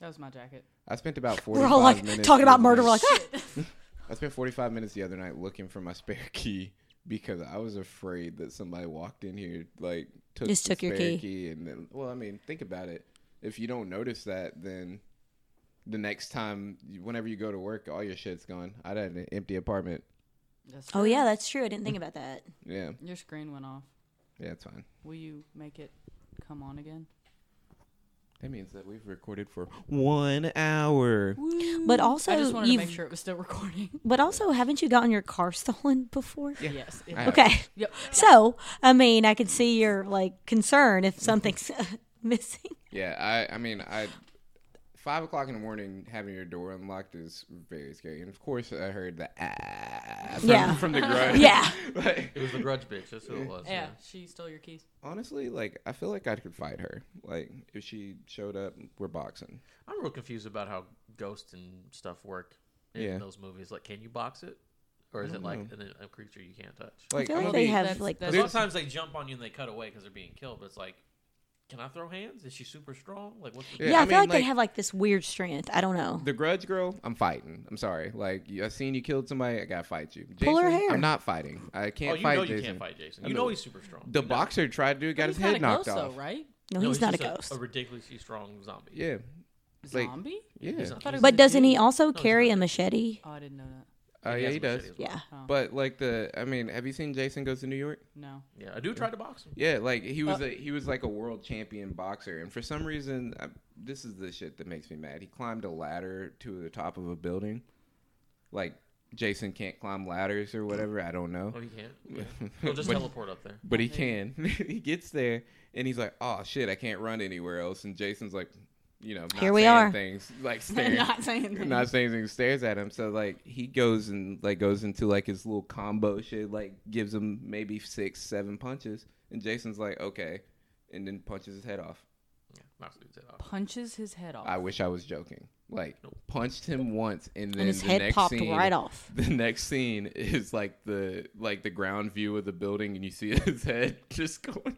[SPEAKER 2] That was my jacket.
[SPEAKER 3] I spent about 45
[SPEAKER 1] We're all like
[SPEAKER 3] minutes
[SPEAKER 1] talking about murder.
[SPEAKER 3] looking-
[SPEAKER 1] We're like, ah!
[SPEAKER 3] I spent 45 minutes the other night looking for my spare key because I was afraid that somebody walked in here, like took
[SPEAKER 1] Just
[SPEAKER 3] the
[SPEAKER 1] took your
[SPEAKER 3] spare
[SPEAKER 1] key.
[SPEAKER 3] and then, well, I mean, think about it. If you don't notice that, then the next time, whenever you go to work, all your shit's gone. I would had an empty apartment.
[SPEAKER 2] That's
[SPEAKER 1] oh
[SPEAKER 2] true.
[SPEAKER 1] yeah, that's true. I didn't think about that.
[SPEAKER 3] Yeah,
[SPEAKER 2] Your screen went off.
[SPEAKER 3] yeah, it's fine.
[SPEAKER 2] Will you make it come on again?
[SPEAKER 3] That means that we've recorded for one hour.
[SPEAKER 1] But also,
[SPEAKER 2] Mm. I just wanted
[SPEAKER 1] you've,
[SPEAKER 2] to make sure it was still recording.
[SPEAKER 1] but also, haven't you gotten your car stolen before?
[SPEAKER 2] Yes. it-
[SPEAKER 3] I have.
[SPEAKER 1] Okay.
[SPEAKER 2] Yep.
[SPEAKER 1] So, I mean, I can see your like concern if something's missing.
[SPEAKER 3] Yeah, I, I mean, I five o'clock in the morning having your door unlocked is very scary. And of course, I heard the ah from,
[SPEAKER 1] Yeah.
[SPEAKER 3] from the grudge.
[SPEAKER 1] Yeah.
[SPEAKER 3] Like,
[SPEAKER 4] It was the grudge bitch. That's who it was.
[SPEAKER 2] Yeah, she stole your keys.
[SPEAKER 3] honestly, like I feel like I could fight her. Like if she showed up, we're boxing.
[SPEAKER 4] I'm real confused about how ghosts and stuff work in
[SPEAKER 3] Yeah.
[SPEAKER 4] those movies. Like, can you box it, or is it like an, a creature you can't touch?
[SPEAKER 3] Like,
[SPEAKER 1] I feel like
[SPEAKER 3] I'm gonna
[SPEAKER 1] they
[SPEAKER 3] be-
[SPEAKER 1] have
[SPEAKER 2] That's-
[SPEAKER 1] like
[SPEAKER 4] a
[SPEAKER 2] that's-
[SPEAKER 4] lot of times they jump on you and they cut away because they're being killed. But it's like, can I throw hands? Is she super strong? Like, what's the Oh,
[SPEAKER 1] yeah,
[SPEAKER 3] I
[SPEAKER 1] I, feel
[SPEAKER 3] mean,
[SPEAKER 1] like, they
[SPEAKER 3] like-
[SPEAKER 1] have like this weird strength. I don't know.
[SPEAKER 3] the Grudge girl. I'm fighting. I'm sorry. Like you- I seen you killed somebody. I gotta fight you. Jason,
[SPEAKER 1] Pull her hair.
[SPEAKER 3] I'm not fighting. I can't
[SPEAKER 4] Oh, you
[SPEAKER 3] fight
[SPEAKER 4] know
[SPEAKER 3] Jason.
[SPEAKER 4] you can't fight Jason.
[SPEAKER 3] I
[SPEAKER 4] You
[SPEAKER 3] know-
[SPEAKER 4] know he's super strong.
[SPEAKER 3] The
[SPEAKER 4] You know.
[SPEAKER 3] boxer tried to do it, got his
[SPEAKER 2] He's not
[SPEAKER 3] head
[SPEAKER 2] a
[SPEAKER 3] knocked
[SPEAKER 2] ghost, though,
[SPEAKER 3] off.
[SPEAKER 2] right?
[SPEAKER 1] No, he's, not a
[SPEAKER 4] just
[SPEAKER 1] ghost.
[SPEAKER 4] A, ridiculously strong zombie.
[SPEAKER 3] Yeah, Like-
[SPEAKER 2] Zombie?
[SPEAKER 3] yeah.
[SPEAKER 4] not-
[SPEAKER 2] I thought it was
[SPEAKER 1] but
[SPEAKER 2] a
[SPEAKER 1] doesn't he
[SPEAKER 2] dude.
[SPEAKER 1] also
[SPEAKER 4] he's
[SPEAKER 1] carry a
[SPEAKER 4] not a-
[SPEAKER 1] machete?
[SPEAKER 2] Oh, I didn't know that.
[SPEAKER 3] Uh, yeah,
[SPEAKER 4] has
[SPEAKER 3] he
[SPEAKER 4] a machete
[SPEAKER 3] does.
[SPEAKER 4] as well.
[SPEAKER 1] Yeah.
[SPEAKER 3] But like the, I mean, have you seen Jason Goes to New York?
[SPEAKER 2] No.
[SPEAKER 4] Yeah, I do try to box him.
[SPEAKER 3] Yeah, like he was a he was like a world champion boxer, and for some reason, I, this is the shit that makes me mad. He climbed a ladder to the top of a building. Like Jason can't climb ladders or whatever. I don't know,
[SPEAKER 4] Oh, he can't. Yeah. He'll just teleport up there.
[SPEAKER 3] but he can. he gets there and he's like, "Oh shit, I can't run anywhere else." And Jason's like, "You know, not
[SPEAKER 1] Here we
[SPEAKER 3] saying
[SPEAKER 1] are.
[SPEAKER 3] Things like staring,
[SPEAKER 2] Not saying things.
[SPEAKER 3] not saying anything, stares at him. So like he goes and like goes into like his little combo shit, like gives him maybe six, seven punches, and Jason's like, okay, and then punches his head off.
[SPEAKER 4] Yeah, knocks dude's head off.
[SPEAKER 2] Punches his head off.
[SPEAKER 3] I wish I was joking. Like punched him once, and then
[SPEAKER 1] And his
[SPEAKER 3] the
[SPEAKER 1] head
[SPEAKER 3] next
[SPEAKER 1] popped
[SPEAKER 3] scene,
[SPEAKER 1] right off.
[SPEAKER 3] The next scene is like the like the ground view of the building, and you see his head just going.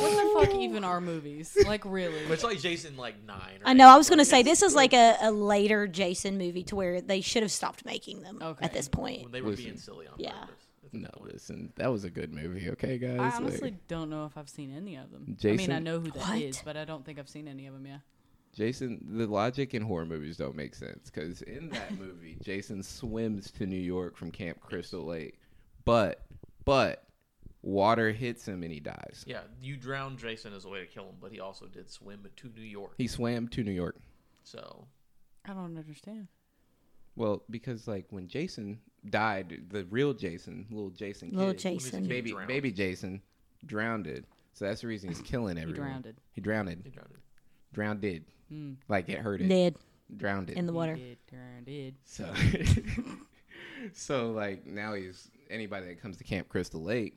[SPEAKER 2] what the fuck even are movies? Like, really?
[SPEAKER 4] But it's like Jason, like nine. Or
[SPEAKER 1] I know. I
[SPEAKER 4] eight,
[SPEAKER 1] was going to
[SPEAKER 4] like,
[SPEAKER 1] say this is like a, a later Jason movie to where they should have stopped making them
[SPEAKER 2] Okay.
[SPEAKER 1] at this point.
[SPEAKER 4] when they were
[SPEAKER 3] Listen.
[SPEAKER 4] being silly on
[SPEAKER 1] Yeah.
[SPEAKER 4] purpose.
[SPEAKER 3] No, listen, that was a good movie. Okay, guys.
[SPEAKER 2] I
[SPEAKER 3] Like,
[SPEAKER 2] honestly don't know if I've seen any of them. I mean, I
[SPEAKER 3] Jason-
[SPEAKER 2] know who that is,
[SPEAKER 1] What?
[SPEAKER 2] but I don't think I've seen any of them. Yeah.
[SPEAKER 3] Jason, the logic in horror movies don't make sense because in that movie, Jason swims to New York from Camp Crystal Lake, but but water hits him and he dies.
[SPEAKER 4] Yeah, you drown Jason as a way to kill him, but he also did swim to New York.
[SPEAKER 3] He swam to New York.
[SPEAKER 4] So
[SPEAKER 2] I don't understand.
[SPEAKER 3] Well, because like when Jason died, the real Jason, little Jason,
[SPEAKER 1] Little
[SPEAKER 3] kid,
[SPEAKER 1] Jason.
[SPEAKER 3] baby
[SPEAKER 4] Drowned.
[SPEAKER 3] baby Jason, drowned. So that's the reason he's killing everyone.
[SPEAKER 2] drowned.
[SPEAKER 3] He drowned.
[SPEAKER 4] he drowned. him.
[SPEAKER 3] Drowned. Like it hurted.
[SPEAKER 1] Hmm. Dead
[SPEAKER 3] Drowned.
[SPEAKER 1] in the water.
[SPEAKER 2] Did, darn, did.
[SPEAKER 3] So, so like now he's anybody that comes to Camp Crystal Lake,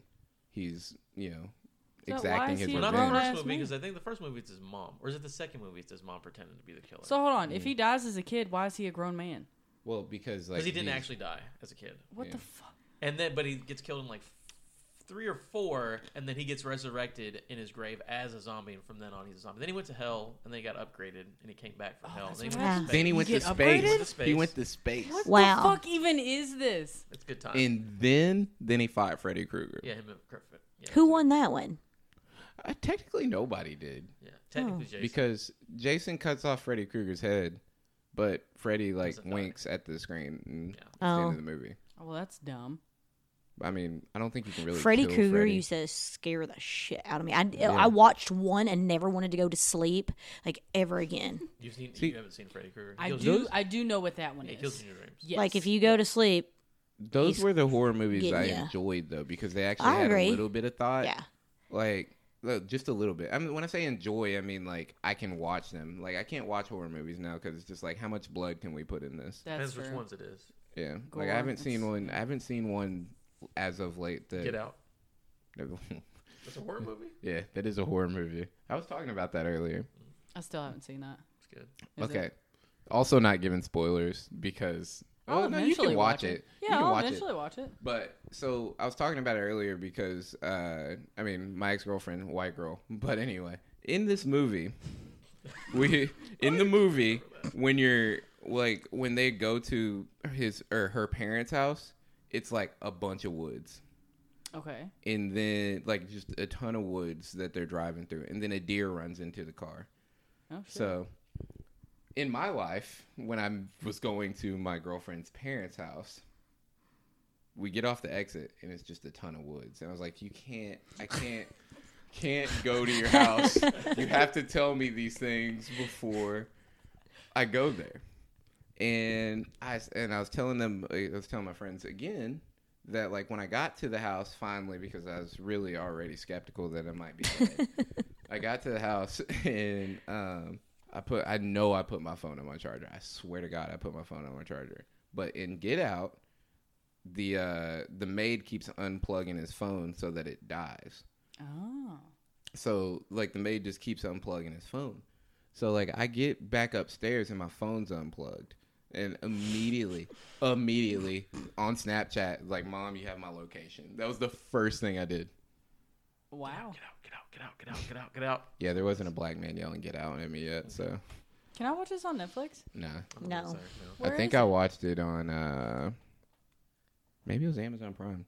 [SPEAKER 3] he's you know
[SPEAKER 2] So why
[SPEAKER 3] exacting
[SPEAKER 2] is
[SPEAKER 3] his
[SPEAKER 2] he
[SPEAKER 4] Well, not the
[SPEAKER 2] Grown
[SPEAKER 3] revenge.
[SPEAKER 2] ass
[SPEAKER 4] first movie
[SPEAKER 2] man.
[SPEAKER 4] because I think the first movie it's his mom, or is it the second movie it's his mom pretending to be the killer?
[SPEAKER 2] So hold on. If he dies as a kid, why is he a grown man?
[SPEAKER 3] Well, because like
[SPEAKER 4] because he didn't
[SPEAKER 3] he's-
[SPEAKER 4] actually die as a kid,
[SPEAKER 2] What the fuck?
[SPEAKER 4] and then but he gets killed in like three or four, and then he gets resurrected in his grave as a zombie, and from then on he's a zombie. Then he went to hell, and then he got upgraded, and he came back from hell.
[SPEAKER 2] that's
[SPEAKER 4] and
[SPEAKER 2] what
[SPEAKER 4] then
[SPEAKER 1] I
[SPEAKER 4] he
[SPEAKER 1] was
[SPEAKER 4] went to
[SPEAKER 3] Oh, Then he
[SPEAKER 2] You
[SPEAKER 3] went to
[SPEAKER 4] space.
[SPEAKER 2] get
[SPEAKER 3] space.
[SPEAKER 4] upgraded?
[SPEAKER 3] He went to space.
[SPEAKER 2] What
[SPEAKER 1] Wow.
[SPEAKER 2] the fuck even is this?
[SPEAKER 4] It's good time.
[SPEAKER 3] And then then he fought Freddy Krueger.
[SPEAKER 4] yeah, him and Griffin. Yeah,
[SPEAKER 1] Who won that one?
[SPEAKER 3] Uh, technically, nobody did
[SPEAKER 4] Yeah, technically Jason.
[SPEAKER 3] because Jason cuts off Freddy Krueger's head, but Freddy like
[SPEAKER 4] Doesn't die.
[SPEAKER 3] winks at the screen. And
[SPEAKER 4] Yeah.
[SPEAKER 3] it's the end
[SPEAKER 1] Oh.
[SPEAKER 3] of the movie.
[SPEAKER 2] Oh, well, that's dumb.
[SPEAKER 3] I mean, I don't think you can really.
[SPEAKER 1] Freddy
[SPEAKER 3] kill
[SPEAKER 1] Krueger
[SPEAKER 3] Freddy.
[SPEAKER 1] used to scare the shit out of me. I, I watched one and never wanted to go to sleep like ever again.
[SPEAKER 4] You've seen,
[SPEAKER 3] See-
[SPEAKER 4] you haven't seen Freddy Krueger. He
[SPEAKER 2] I
[SPEAKER 4] kills
[SPEAKER 2] do.
[SPEAKER 4] you-
[SPEAKER 2] I do know what that one
[SPEAKER 4] yeah,
[SPEAKER 2] is.
[SPEAKER 4] He kills you in your dreams.
[SPEAKER 2] Yes.
[SPEAKER 1] Like if you go to sleep,
[SPEAKER 3] Those
[SPEAKER 1] He's-
[SPEAKER 3] were the horror movies I
[SPEAKER 1] Yeah.
[SPEAKER 3] enjoyed though because they actually
[SPEAKER 1] I
[SPEAKER 3] had
[SPEAKER 1] agree.
[SPEAKER 3] a little bit of thought.
[SPEAKER 1] yeah.
[SPEAKER 3] Like look, just a little bit. I mean, when I say enjoy, I mean like I can watch them. Like I can't watch horror movies now because it's just like how much blood can we put in this?
[SPEAKER 2] that's
[SPEAKER 4] Depends
[SPEAKER 2] true.
[SPEAKER 4] which ones it is.
[SPEAKER 3] Yeah.
[SPEAKER 2] Gore,
[SPEAKER 3] Like I haven't
[SPEAKER 2] it's-
[SPEAKER 3] seen one. I haven't seen one as of late. That,
[SPEAKER 4] Get Out.
[SPEAKER 3] out.
[SPEAKER 4] That's a horror movie.
[SPEAKER 3] yeah, that is a horror movie. I was talking about that earlier.
[SPEAKER 2] I still haven't seen that.
[SPEAKER 4] It's good.
[SPEAKER 2] Is
[SPEAKER 3] okay. Also, not giving spoilers because.
[SPEAKER 2] I'll
[SPEAKER 3] Oh no, you
[SPEAKER 2] eventually
[SPEAKER 3] can watch it.
[SPEAKER 2] Yeah,
[SPEAKER 3] you can
[SPEAKER 2] I'll
[SPEAKER 3] watch it.
[SPEAKER 2] eventually watch it.
[SPEAKER 3] But so I was talking about it earlier because uh, I mean my ex girlfriend, white girl. But anyway, in this movie, we in the movie when you're like when they go to his or her parents' house, it's like a bunch of woods,
[SPEAKER 2] Okay.
[SPEAKER 3] and then like just a ton of woods that they're driving through, and then a deer runs into the car.
[SPEAKER 2] Oh shit.
[SPEAKER 3] So, in my life, when I was going to my girlfriend's parents' house, we get off the exit and it's just a ton of woods. And I was like, you can't, I can't, can't go to your house. you have to tell me these things before I go there. And I and I was telling them, I was telling my friends again that like when I got to the house finally because I was really already skeptical that it might be dead. I got to the house and um, I put I know I put my phone on my charger. I swear to God, I put my phone on my charger. But in Get Out, the uh, the maid keeps unplugging his phone so that it dies.
[SPEAKER 2] Oh.
[SPEAKER 3] So like the maid just keeps unplugging his phone. So like I get back upstairs and my phone's unplugged. And immediately, immediately on Snapchat, like, Mom, you have my location. That was the first thing I did.
[SPEAKER 2] Wow.
[SPEAKER 4] Get out. Get out. Get out. Get out. Get out. Get out.
[SPEAKER 3] Yeah, there wasn't a black man yelling get out at me yet, so
[SPEAKER 2] Can I watch this on Netflix?
[SPEAKER 3] nah.
[SPEAKER 4] I don't
[SPEAKER 1] No.
[SPEAKER 4] think it's there,
[SPEAKER 2] Where
[SPEAKER 3] I think
[SPEAKER 2] is
[SPEAKER 3] I
[SPEAKER 2] it?
[SPEAKER 3] watched it on uh maybe it was Amazon Prime.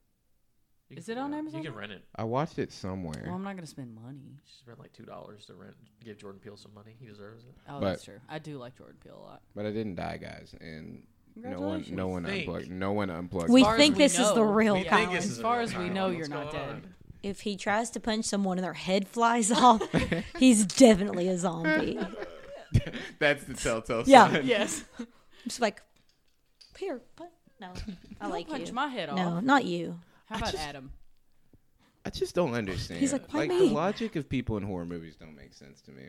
[SPEAKER 4] You
[SPEAKER 2] Is
[SPEAKER 4] can-
[SPEAKER 2] it on Amazon?
[SPEAKER 4] You can rent it.
[SPEAKER 3] I watched it
[SPEAKER 2] Well,
[SPEAKER 3] somewhere.
[SPEAKER 2] I'm not gonna spend money.
[SPEAKER 4] You should spend like two dollars to rent. Give Jordan Peele some money. He deserves it.
[SPEAKER 2] Oh,
[SPEAKER 3] But-
[SPEAKER 2] that's true. I do like Jordan Peele a lot.
[SPEAKER 3] But I didn't die, guys, and no one
[SPEAKER 2] Congratulations.
[SPEAKER 3] no one
[SPEAKER 4] Think.
[SPEAKER 3] unplugged no one unplugged.
[SPEAKER 1] We
[SPEAKER 2] far as
[SPEAKER 1] think
[SPEAKER 2] we
[SPEAKER 1] this is the
[SPEAKER 2] know,
[SPEAKER 1] real
[SPEAKER 4] we think
[SPEAKER 1] Colin.
[SPEAKER 4] this
[SPEAKER 2] As
[SPEAKER 4] is
[SPEAKER 2] far
[SPEAKER 4] another
[SPEAKER 2] as we
[SPEAKER 4] Colin.
[SPEAKER 2] know,
[SPEAKER 4] What's
[SPEAKER 2] you're not
[SPEAKER 4] going
[SPEAKER 2] dead.
[SPEAKER 4] on?
[SPEAKER 1] If he tries to punch someone and their head flies off, he's definitely a zombie.
[SPEAKER 3] That's the telltale
[SPEAKER 1] Yeah.
[SPEAKER 3] sign.
[SPEAKER 2] Yes.
[SPEAKER 1] Just like, here, but no, I like
[SPEAKER 2] punch
[SPEAKER 1] you.
[SPEAKER 2] my head
[SPEAKER 1] No,
[SPEAKER 2] off.
[SPEAKER 1] not you.
[SPEAKER 2] How
[SPEAKER 3] I
[SPEAKER 2] about
[SPEAKER 3] just-
[SPEAKER 2] Adam?
[SPEAKER 3] I just don't understand.
[SPEAKER 1] He's like, "Why
[SPEAKER 3] like
[SPEAKER 1] me?"
[SPEAKER 3] the logic of people in horror movies don't make sense to me.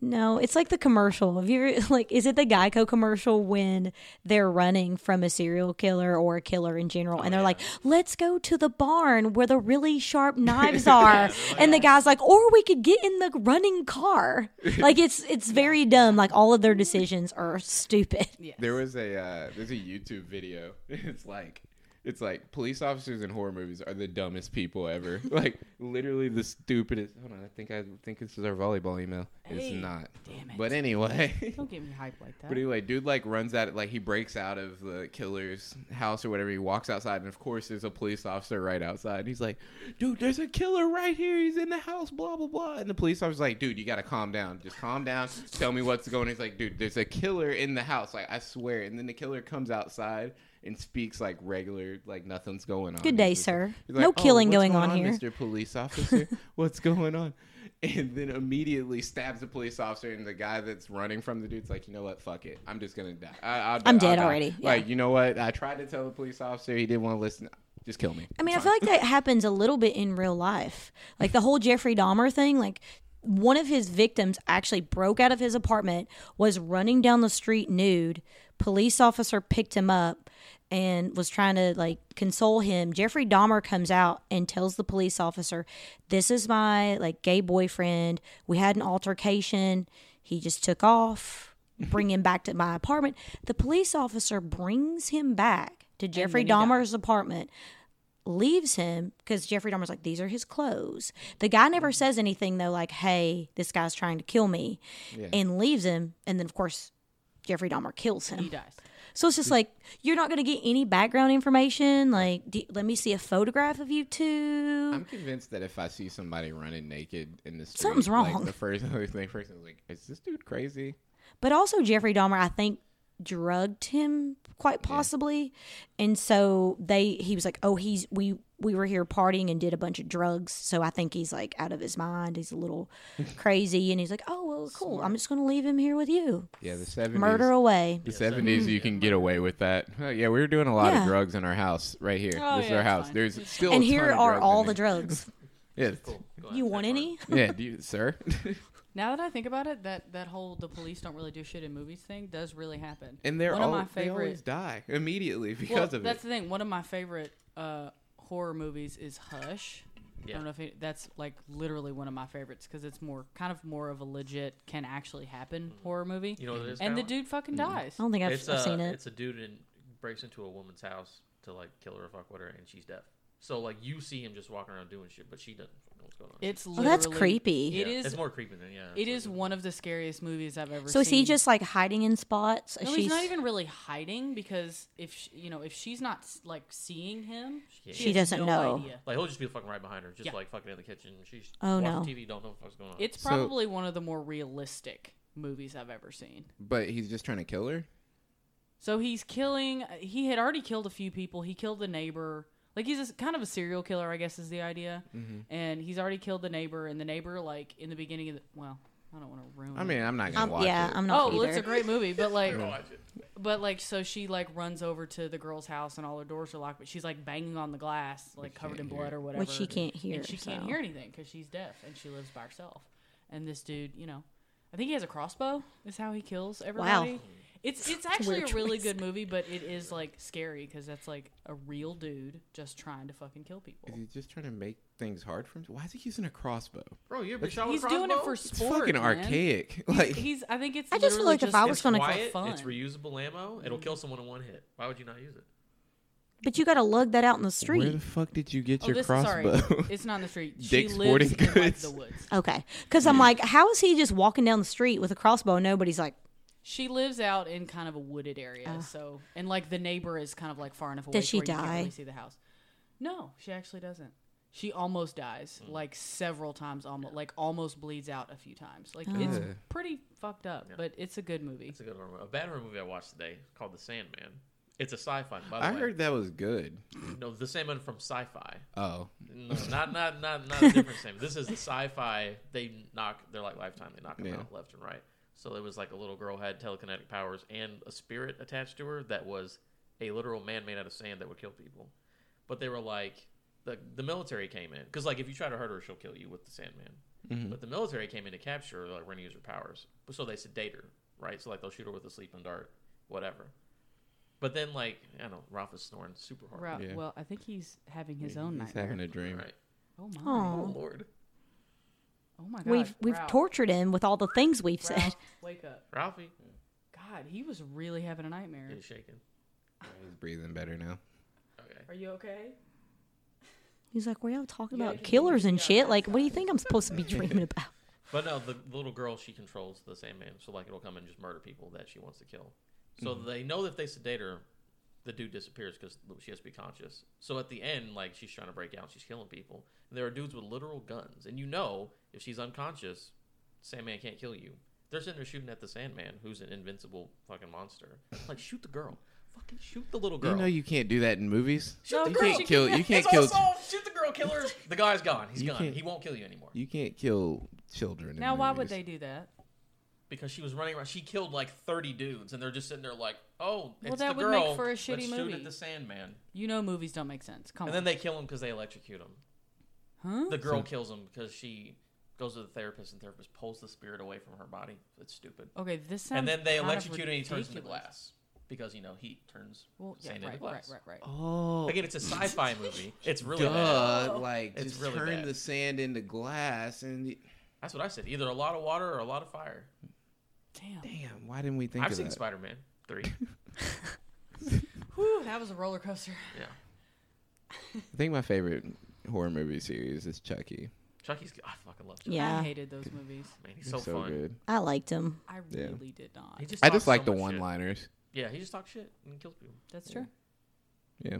[SPEAKER 1] No, it's like the commercial. Have you ever, like? Is it the Geico commercial when they're running from a serial killer or a killer in general, and they're like, "Let's go to the barn where the really sharp knives are," and the guy's like, "Or we could get in the running car." Like it's it's very dumb. Like all of their decisions are stupid.
[SPEAKER 2] Yes.
[SPEAKER 3] There was a uh, there's a YouTube video. It's like it's like police officers in horror movies are the dumbest people ever. like literally the stupidest. Hold on, I think I think this is our volleyball email.
[SPEAKER 2] Hey,
[SPEAKER 3] it's not.
[SPEAKER 2] damn it.
[SPEAKER 3] But anyway.
[SPEAKER 2] Don't get me hype like that.
[SPEAKER 3] But anyway, dude like runs out like he breaks out of the killer's house or whatever. He walks outside and of course there's a police officer right outside. And he's like, "Dude, there's a killer right here. He's in the house. Blah blah blah." And the police officer's like, "Dude, you gotta calm down. Just calm down. Tell me what's going." on. He's like, "Dude, there's a killer in the house. Like I swear." And then the killer comes outside and speaks like regular, like nothing's going on.
[SPEAKER 1] Good day,
[SPEAKER 3] He's just-
[SPEAKER 1] sir.
[SPEAKER 3] He's like,
[SPEAKER 1] No
[SPEAKER 3] "Oh,
[SPEAKER 1] killing
[SPEAKER 3] what's
[SPEAKER 1] going on here."
[SPEAKER 3] Mr. Police Officer. what's going on? And then immediately stabs the police officer, and the guy that's running from the dude's like, you know what? Fuck it. I'm just gonna die. I, I'll,
[SPEAKER 1] I'm
[SPEAKER 3] I'll
[SPEAKER 1] dead
[SPEAKER 3] die.
[SPEAKER 1] already. Yeah.
[SPEAKER 3] Like, you know what? I tried to tell the police officer. He didn't want to listen. Just kill me.
[SPEAKER 1] I mean, I feel like that happens a little bit in real life. Like the whole Jeffrey Dahmer thing, like one of his victims actually broke out of his apartment, was running down the street nude. Police officer picked him up and was trying to like console him. Jeffrey Dahmer comes out and tells the police officer, "This is my like gay boyfriend. We had an altercation. He just took off." Bring him back to my apartment. The police officer brings him back to Jeffrey
[SPEAKER 2] then he died.
[SPEAKER 1] Dahmer's apartment leaves him because Jeffrey Dahmer's like, these are his clothes. The guy never says anything though, like, hey, this guy's trying to kill me, and leaves him. And then of course, Jeffrey Dahmer kills him.
[SPEAKER 2] He dies.
[SPEAKER 1] So it's just like you're not going to get any background information. Like, do, let me see a photograph of you two.
[SPEAKER 3] I'm convinced that if I see somebody running naked in the street,
[SPEAKER 1] Something's
[SPEAKER 3] Like
[SPEAKER 1] wrong.
[SPEAKER 3] the first thing, first thing is like, is this dude crazy?
[SPEAKER 1] But also Jeffrey Dahmer, I think, drugged him quite possibly, and so they he was like, oh, he's we we were here partying and did a bunch of drugs, so I think he's like out of his mind. He's a little crazy, and he's like, oh well, cool. I'm just going to leave him here with you.
[SPEAKER 3] Yeah, the seventies.
[SPEAKER 1] Murder away.
[SPEAKER 3] The seventies, you can get away with that. Oh, yeah, we were doing a lot
[SPEAKER 1] Yeah.
[SPEAKER 3] of drugs in our house right here.
[SPEAKER 2] Oh,
[SPEAKER 3] this is
[SPEAKER 2] yeah,
[SPEAKER 3] our
[SPEAKER 2] it's
[SPEAKER 3] house.
[SPEAKER 2] fine.
[SPEAKER 3] There's still
[SPEAKER 1] and
[SPEAKER 3] a ton
[SPEAKER 1] here
[SPEAKER 3] of
[SPEAKER 1] are
[SPEAKER 3] drugs
[SPEAKER 1] all
[SPEAKER 3] in
[SPEAKER 1] the
[SPEAKER 3] here.
[SPEAKER 1] drugs.
[SPEAKER 3] Yeah,
[SPEAKER 4] Cool. Go ahead,
[SPEAKER 1] You
[SPEAKER 4] take
[SPEAKER 1] want
[SPEAKER 4] part.
[SPEAKER 1] any?
[SPEAKER 3] yeah, do you, sir.
[SPEAKER 2] Now that I think about it, that that whole the police don't really do shit in movies thing does really happen.
[SPEAKER 3] and they're
[SPEAKER 2] one
[SPEAKER 3] all
[SPEAKER 2] of my
[SPEAKER 3] they
[SPEAKER 2] favorite.
[SPEAKER 3] always die immediately
[SPEAKER 2] well,
[SPEAKER 3] because of
[SPEAKER 2] that's
[SPEAKER 3] it.
[SPEAKER 2] the thing. One of my favorite uh, horror movies is Hush. I
[SPEAKER 4] Yeah.
[SPEAKER 2] don't know if it, that's like literally one of my favorites because it's more kind of more of a legit can actually happen
[SPEAKER 3] Mm-hmm.
[SPEAKER 2] horror movie.
[SPEAKER 4] You know what it is
[SPEAKER 2] and the
[SPEAKER 4] now?
[SPEAKER 2] dude fucking dies.
[SPEAKER 1] I don't think I've,
[SPEAKER 4] it's
[SPEAKER 2] uh,
[SPEAKER 1] I've
[SPEAKER 4] a,
[SPEAKER 1] seen it.
[SPEAKER 4] It's a dude and breaks into a woman's house to like kill her or fuck with her, and she's deaf. So like you see him just walking around doing shit, but she doesn't fucking know what's going on.
[SPEAKER 2] It's
[SPEAKER 1] Oh, that's
[SPEAKER 2] literally-
[SPEAKER 1] creepy.
[SPEAKER 2] It
[SPEAKER 4] Yeah,
[SPEAKER 2] is.
[SPEAKER 4] It's more creepy than yeah.
[SPEAKER 2] it
[SPEAKER 4] it's
[SPEAKER 2] is
[SPEAKER 4] like-
[SPEAKER 2] one of the scariest movies I've ever.
[SPEAKER 1] So is he
[SPEAKER 2] seen.
[SPEAKER 1] just like hiding in spots?
[SPEAKER 2] No,
[SPEAKER 1] She's-
[SPEAKER 2] he's not even really hiding because if she, you know if she's not like seeing him, she,
[SPEAKER 1] She
[SPEAKER 2] has
[SPEAKER 1] doesn't
[SPEAKER 2] no
[SPEAKER 1] know.
[SPEAKER 2] Idea.
[SPEAKER 4] Like he'll just be fucking right behind her, just
[SPEAKER 2] Yeah.
[SPEAKER 4] like fucking in the kitchen. She's
[SPEAKER 1] Oh,
[SPEAKER 4] watching
[SPEAKER 1] no.
[SPEAKER 4] TV, don't know what the fuck's going on.
[SPEAKER 2] It's
[SPEAKER 3] So-
[SPEAKER 2] probably one of the more realistic movies I've ever seen.
[SPEAKER 3] But he's just trying to kill her.
[SPEAKER 2] So he's killing. He had already killed a few people. He killed the neighbor. Like he's a s kind of a serial killer, I guess, is the idea.
[SPEAKER 3] Mm-hmm.
[SPEAKER 2] And he's already killed the neighbor. And the neighbor, like in the beginning of the well, I don't want to ruin.
[SPEAKER 3] I
[SPEAKER 2] it.
[SPEAKER 3] mean, I'm not gonna
[SPEAKER 1] I'm-
[SPEAKER 3] watch
[SPEAKER 1] yeah,
[SPEAKER 3] it.
[SPEAKER 1] I'm not
[SPEAKER 2] Oh, well,
[SPEAKER 1] either.
[SPEAKER 2] it's a great movie, but like,
[SPEAKER 4] Watch it.
[SPEAKER 2] but like, so she like runs over to the girl's house and all her doors are locked, but she's like banging on the glass, like covered in
[SPEAKER 3] can't
[SPEAKER 2] blood
[SPEAKER 3] hear.
[SPEAKER 2] or whatever.
[SPEAKER 1] Which she can't hear.
[SPEAKER 2] and she can't
[SPEAKER 1] so.
[SPEAKER 2] hear anything because she's deaf and she lives by herself. And this dude, you know, I think he has a crossbow. Is how he kills everybody. It's it's actually
[SPEAKER 1] weird
[SPEAKER 2] a really
[SPEAKER 1] choice.
[SPEAKER 2] good movie, but it is like scary because that's like a real dude just trying to fucking kill people.
[SPEAKER 3] Is he just trying to make things hard for him? Why is he using a crossbow?
[SPEAKER 4] Bro, you ever been shot with
[SPEAKER 2] He's
[SPEAKER 4] a crossbow?
[SPEAKER 2] doing it for
[SPEAKER 3] It's
[SPEAKER 2] sport.
[SPEAKER 3] fucking
[SPEAKER 2] man.
[SPEAKER 3] archaic.
[SPEAKER 2] He's-
[SPEAKER 3] Like,
[SPEAKER 2] He's, I think it's.
[SPEAKER 1] I just feel
[SPEAKER 2] literally
[SPEAKER 1] like if
[SPEAKER 2] just-
[SPEAKER 1] I was
[SPEAKER 4] It's
[SPEAKER 1] gonna call
[SPEAKER 4] quiet.
[SPEAKER 2] fun. Mm.
[SPEAKER 4] It's reusable ammo. It'll kill someone in one hit. Why would you not use it?
[SPEAKER 1] But you got to lug that out in the
[SPEAKER 3] where
[SPEAKER 1] street.
[SPEAKER 3] the fuck did you get
[SPEAKER 2] Oh,
[SPEAKER 3] your
[SPEAKER 2] this,
[SPEAKER 3] crossbow?
[SPEAKER 2] sorry, it's not in the street. She
[SPEAKER 3] Dick's
[SPEAKER 2] lives
[SPEAKER 3] Sporting
[SPEAKER 2] in like,
[SPEAKER 3] Goods.
[SPEAKER 2] the woods.
[SPEAKER 1] Okay. Because I'm like, how is he just walking down the street with a crossbow and nobody's like,
[SPEAKER 2] She lives out in kind of a wooded area, so and like the neighbor is kind of like far enough away.
[SPEAKER 1] Does she
[SPEAKER 2] to where
[SPEAKER 1] die?
[SPEAKER 2] You can't really see the house. No, she actually doesn't. She almost dies
[SPEAKER 4] Mm.
[SPEAKER 2] like several times, almost like almost bleeds out a few times. Like it's
[SPEAKER 3] Yeah.
[SPEAKER 2] pretty fucked up, but it's a good movie.
[SPEAKER 4] It's a good horror movie. A bad horror movie I watched today called The Sandman. It's a sci-fi. By the
[SPEAKER 3] I
[SPEAKER 4] way,
[SPEAKER 3] heard that was good.
[SPEAKER 4] no, The Sandman from sci-fi.
[SPEAKER 3] Oh,
[SPEAKER 4] No, not not not not a different Sandman. This is the sci-fi. They knock. They're like lifetime. They knock them
[SPEAKER 3] Yeah.
[SPEAKER 4] out left and right. So there was like a little girl had telekinetic powers and a spirit attached to her that was a literal man made out of sand that would kill people. But they were like the the military came in because like if you try to hurt her, she'll kill you with the Sandman. But the military came in to capture her. Like we're gonna use her powers. So they sedate her, right? So like they'll shoot her with a sleeping dart, whatever. But then like I don't know, Ralph is snoring super hard.
[SPEAKER 2] Ra-
[SPEAKER 3] Yeah.
[SPEAKER 2] Well, I think he's having his own
[SPEAKER 3] he's
[SPEAKER 2] nightmare.
[SPEAKER 3] having a dream.
[SPEAKER 4] Right.
[SPEAKER 2] Oh my!
[SPEAKER 1] Aw.
[SPEAKER 4] Oh Lord.
[SPEAKER 2] Oh my God!
[SPEAKER 1] we've we've
[SPEAKER 2] Ralph,
[SPEAKER 1] tortured him with all the things we've
[SPEAKER 2] Ralph,
[SPEAKER 1] said.
[SPEAKER 2] Wake up!
[SPEAKER 4] Ralphie
[SPEAKER 2] God, he was really having a nightmare.
[SPEAKER 4] is shaking.
[SPEAKER 3] He's breathing better now.
[SPEAKER 4] Okay.
[SPEAKER 2] Are you okay?
[SPEAKER 1] He's like, we're all talking
[SPEAKER 2] Yeah,
[SPEAKER 1] about
[SPEAKER 2] he-
[SPEAKER 1] killers and
[SPEAKER 2] yeah,
[SPEAKER 1] shit. Like, what do you think I'm supposed to be dreaming about?
[SPEAKER 4] But no, the little girl she controls the Sandman, so like it'll come and just murder people that she wants to kill. So
[SPEAKER 3] Mm-hmm.
[SPEAKER 4] they know that if they sedate her, the dude disappears because she has to be conscious. So at the end, like she's trying to break out, she's killing people. And there are dudes with literal guns, and you know if she's unconscious, Sandman can't kill you. They're sitting there shooting at the Sandman, who's an invincible fucking monster. Like shoot the girl, fucking shoot the little girl.
[SPEAKER 3] You know you can't do that in movies.
[SPEAKER 2] Shoot the
[SPEAKER 3] you
[SPEAKER 2] girl.
[SPEAKER 3] can't
[SPEAKER 2] She
[SPEAKER 3] kill.
[SPEAKER 2] can't-
[SPEAKER 3] You can't
[SPEAKER 4] it's all
[SPEAKER 3] kill.
[SPEAKER 4] solved. Shoot the girl, killer. The guy's gone. He's
[SPEAKER 3] You
[SPEAKER 4] gone.
[SPEAKER 3] can't-
[SPEAKER 4] He won't kill you anymore.
[SPEAKER 3] You can't kill children. in
[SPEAKER 2] Now, why would
[SPEAKER 3] movies.
[SPEAKER 2] they do that?
[SPEAKER 4] because she was running around. She killed like thirty dudes, and they're just sitting there like, "Oh, it's
[SPEAKER 2] Well, that
[SPEAKER 4] the
[SPEAKER 2] would make
[SPEAKER 4] girl.
[SPEAKER 2] for a
[SPEAKER 4] Let's
[SPEAKER 2] shitty
[SPEAKER 4] shoot
[SPEAKER 2] movie.
[SPEAKER 4] at the Sandman,
[SPEAKER 2] You know, movies don't make sense. Come
[SPEAKER 4] and
[SPEAKER 2] on,
[SPEAKER 4] then they kill him because they electrocute him.
[SPEAKER 2] huh?
[SPEAKER 4] The girl kills him because she goes to the therapist, and therapist pulls the spirit away from her body. It's stupid.
[SPEAKER 2] Okay, this sounds.
[SPEAKER 4] And then they
[SPEAKER 2] kind of
[SPEAKER 4] electrocute him, and he turns into
[SPEAKER 2] ridiculous.
[SPEAKER 4] glass because you know heat turns
[SPEAKER 2] Well, yeah,
[SPEAKER 4] sand into
[SPEAKER 2] right, right,
[SPEAKER 4] glass.
[SPEAKER 2] right, right.
[SPEAKER 3] Oh,
[SPEAKER 4] Again, it's a sci-fi movie. It's really bad.
[SPEAKER 3] duh! Like
[SPEAKER 4] It's
[SPEAKER 3] just
[SPEAKER 4] really
[SPEAKER 3] turn
[SPEAKER 4] bad.
[SPEAKER 3] the sand into glass and the-
[SPEAKER 4] That's what I said. Either a lot of water or a lot of fire.
[SPEAKER 2] Damn.
[SPEAKER 3] damn. Why didn't we think
[SPEAKER 4] I've
[SPEAKER 3] of
[SPEAKER 4] seen
[SPEAKER 3] that?
[SPEAKER 4] Spider-Man three.
[SPEAKER 2] Whew, that was a roller coaster.
[SPEAKER 4] yeah.
[SPEAKER 3] I think my favorite horror movie series is Chucky.
[SPEAKER 4] Chucky's. I fucking love Chucky.
[SPEAKER 1] Yeah,
[SPEAKER 2] I
[SPEAKER 1] I,
[SPEAKER 2] hated those movies.
[SPEAKER 4] Man, he's
[SPEAKER 3] It's
[SPEAKER 4] so, fun.
[SPEAKER 3] good.
[SPEAKER 1] liked him.
[SPEAKER 2] I
[SPEAKER 3] Yeah.
[SPEAKER 2] really did not.
[SPEAKER 4] He just
[SPEAKER 3] I
[SPEAKER 4] talks
[SPEAKER 3] just
[SPEAKER 4] so
[SPEAKER 3] like the
[SPEAKER 4] much shit.
[SPEAKER 3] one-liners.
[SPEAKER 4] Yeah, he just talks shit and kills people.
[SPEAKER 2] That's true.
[SPEAKER 3] Yeah.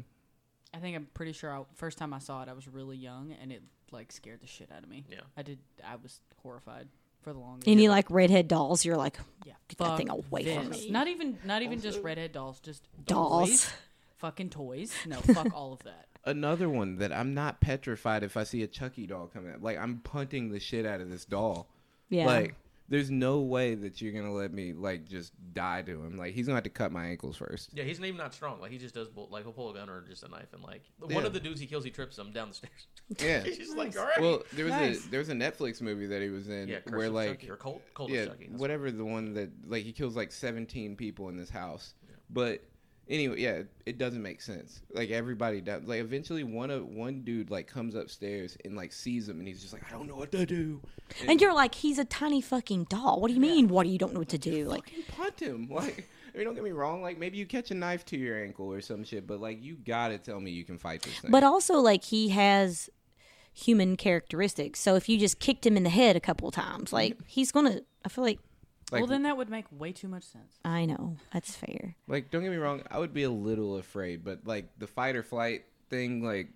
[SPEAKER 2] I think I'm pretty sure. I, first time I saw it, I was really young, and it like scared the shit out of me.
[SPEAKER 4] Yeah.
[SPEAKER 2] I did. I was horrified for the longest.
[SPEAKER 1] Any like redhead dolls, you're like
[SPEAKER 2] yeah,
[SPEAKER 1] Get that
[SPEAKER 2] fuck
[SPEAKER 1] thing away from
[SPEAKER 2] this.
[SPEAKER 1] me.
[SPEAKER 2] Not even, not even just redhead dolls, just
[SPEAKER 1] dolls.
[SPEAKER 2] toys. fucking toys. No, fuck all of that.
[SPEAKER 3] Another one that I'm not petrified if I see a Chucky doll coming out. Like I'm punting the shit out of this doll.
[SPEAKER 1] Yeah,
[SPEAKER 3] Like there's no way that you're gonna let me like just die to him. Like he's gonna have to cut my ankles first.
[SPEAKER 4] Yeah, he's not even not strong. Like he just does bull. Like he'll pull a gun or just a knife and like
[SPEAKER 3] Yeah.
[SPEAKER 4] one of the dudes he kills, he trips him down the stairs.
[SPEAKER 3] Yeah.
[SPEAKER 4] he's just like, all right.
[SPEAKER 3] Well, there was
[SPEAKER 2] Nice.
[SPEAKER 3] a there was a Netflix movie that he was in
[SPEAKER 4] yeah, Curse
[SPEAKER 3] where
[SPEAKER 4] of
[SPEAKER 3] like
[SPEAKER 4] Chucky, or Cold, Cold
[SPEAKER 3] yeah,
[SPEAKER 4] of Chucky. That's
[SPEAKER 3] whatever the one that like he kills like 17 people in this house. But anyway, yeah, it doesn't make sense. Like everybody does. Like eventually one of one dude like comes upstairs and like sees him and he's just like I don't know what to do.
[SPEAKER 1] and you're like, he's a tiny fucking doll. What do you mean? What do you don't know what to do? Like,
[SPEAKER 3] Fucking punt him. Like I mean, don't get me wrong. Like maybe you catch a knife to your ankle or some shit, but like you gotta tell me you can fight this thing.
[SPEAKER 1] but also like he has human characteristics. So if you just kicked him in the head a couple times, like he's gonna. I feel like
[SPEAKER 3] like,
[SPEAKER 2] well, then that would make way too much sense.
[SPEAKER 1] I know that's fair.
[SPEAKER 3] like don't get me wrong. I would be a little afraid, but like the fight or flight thing, like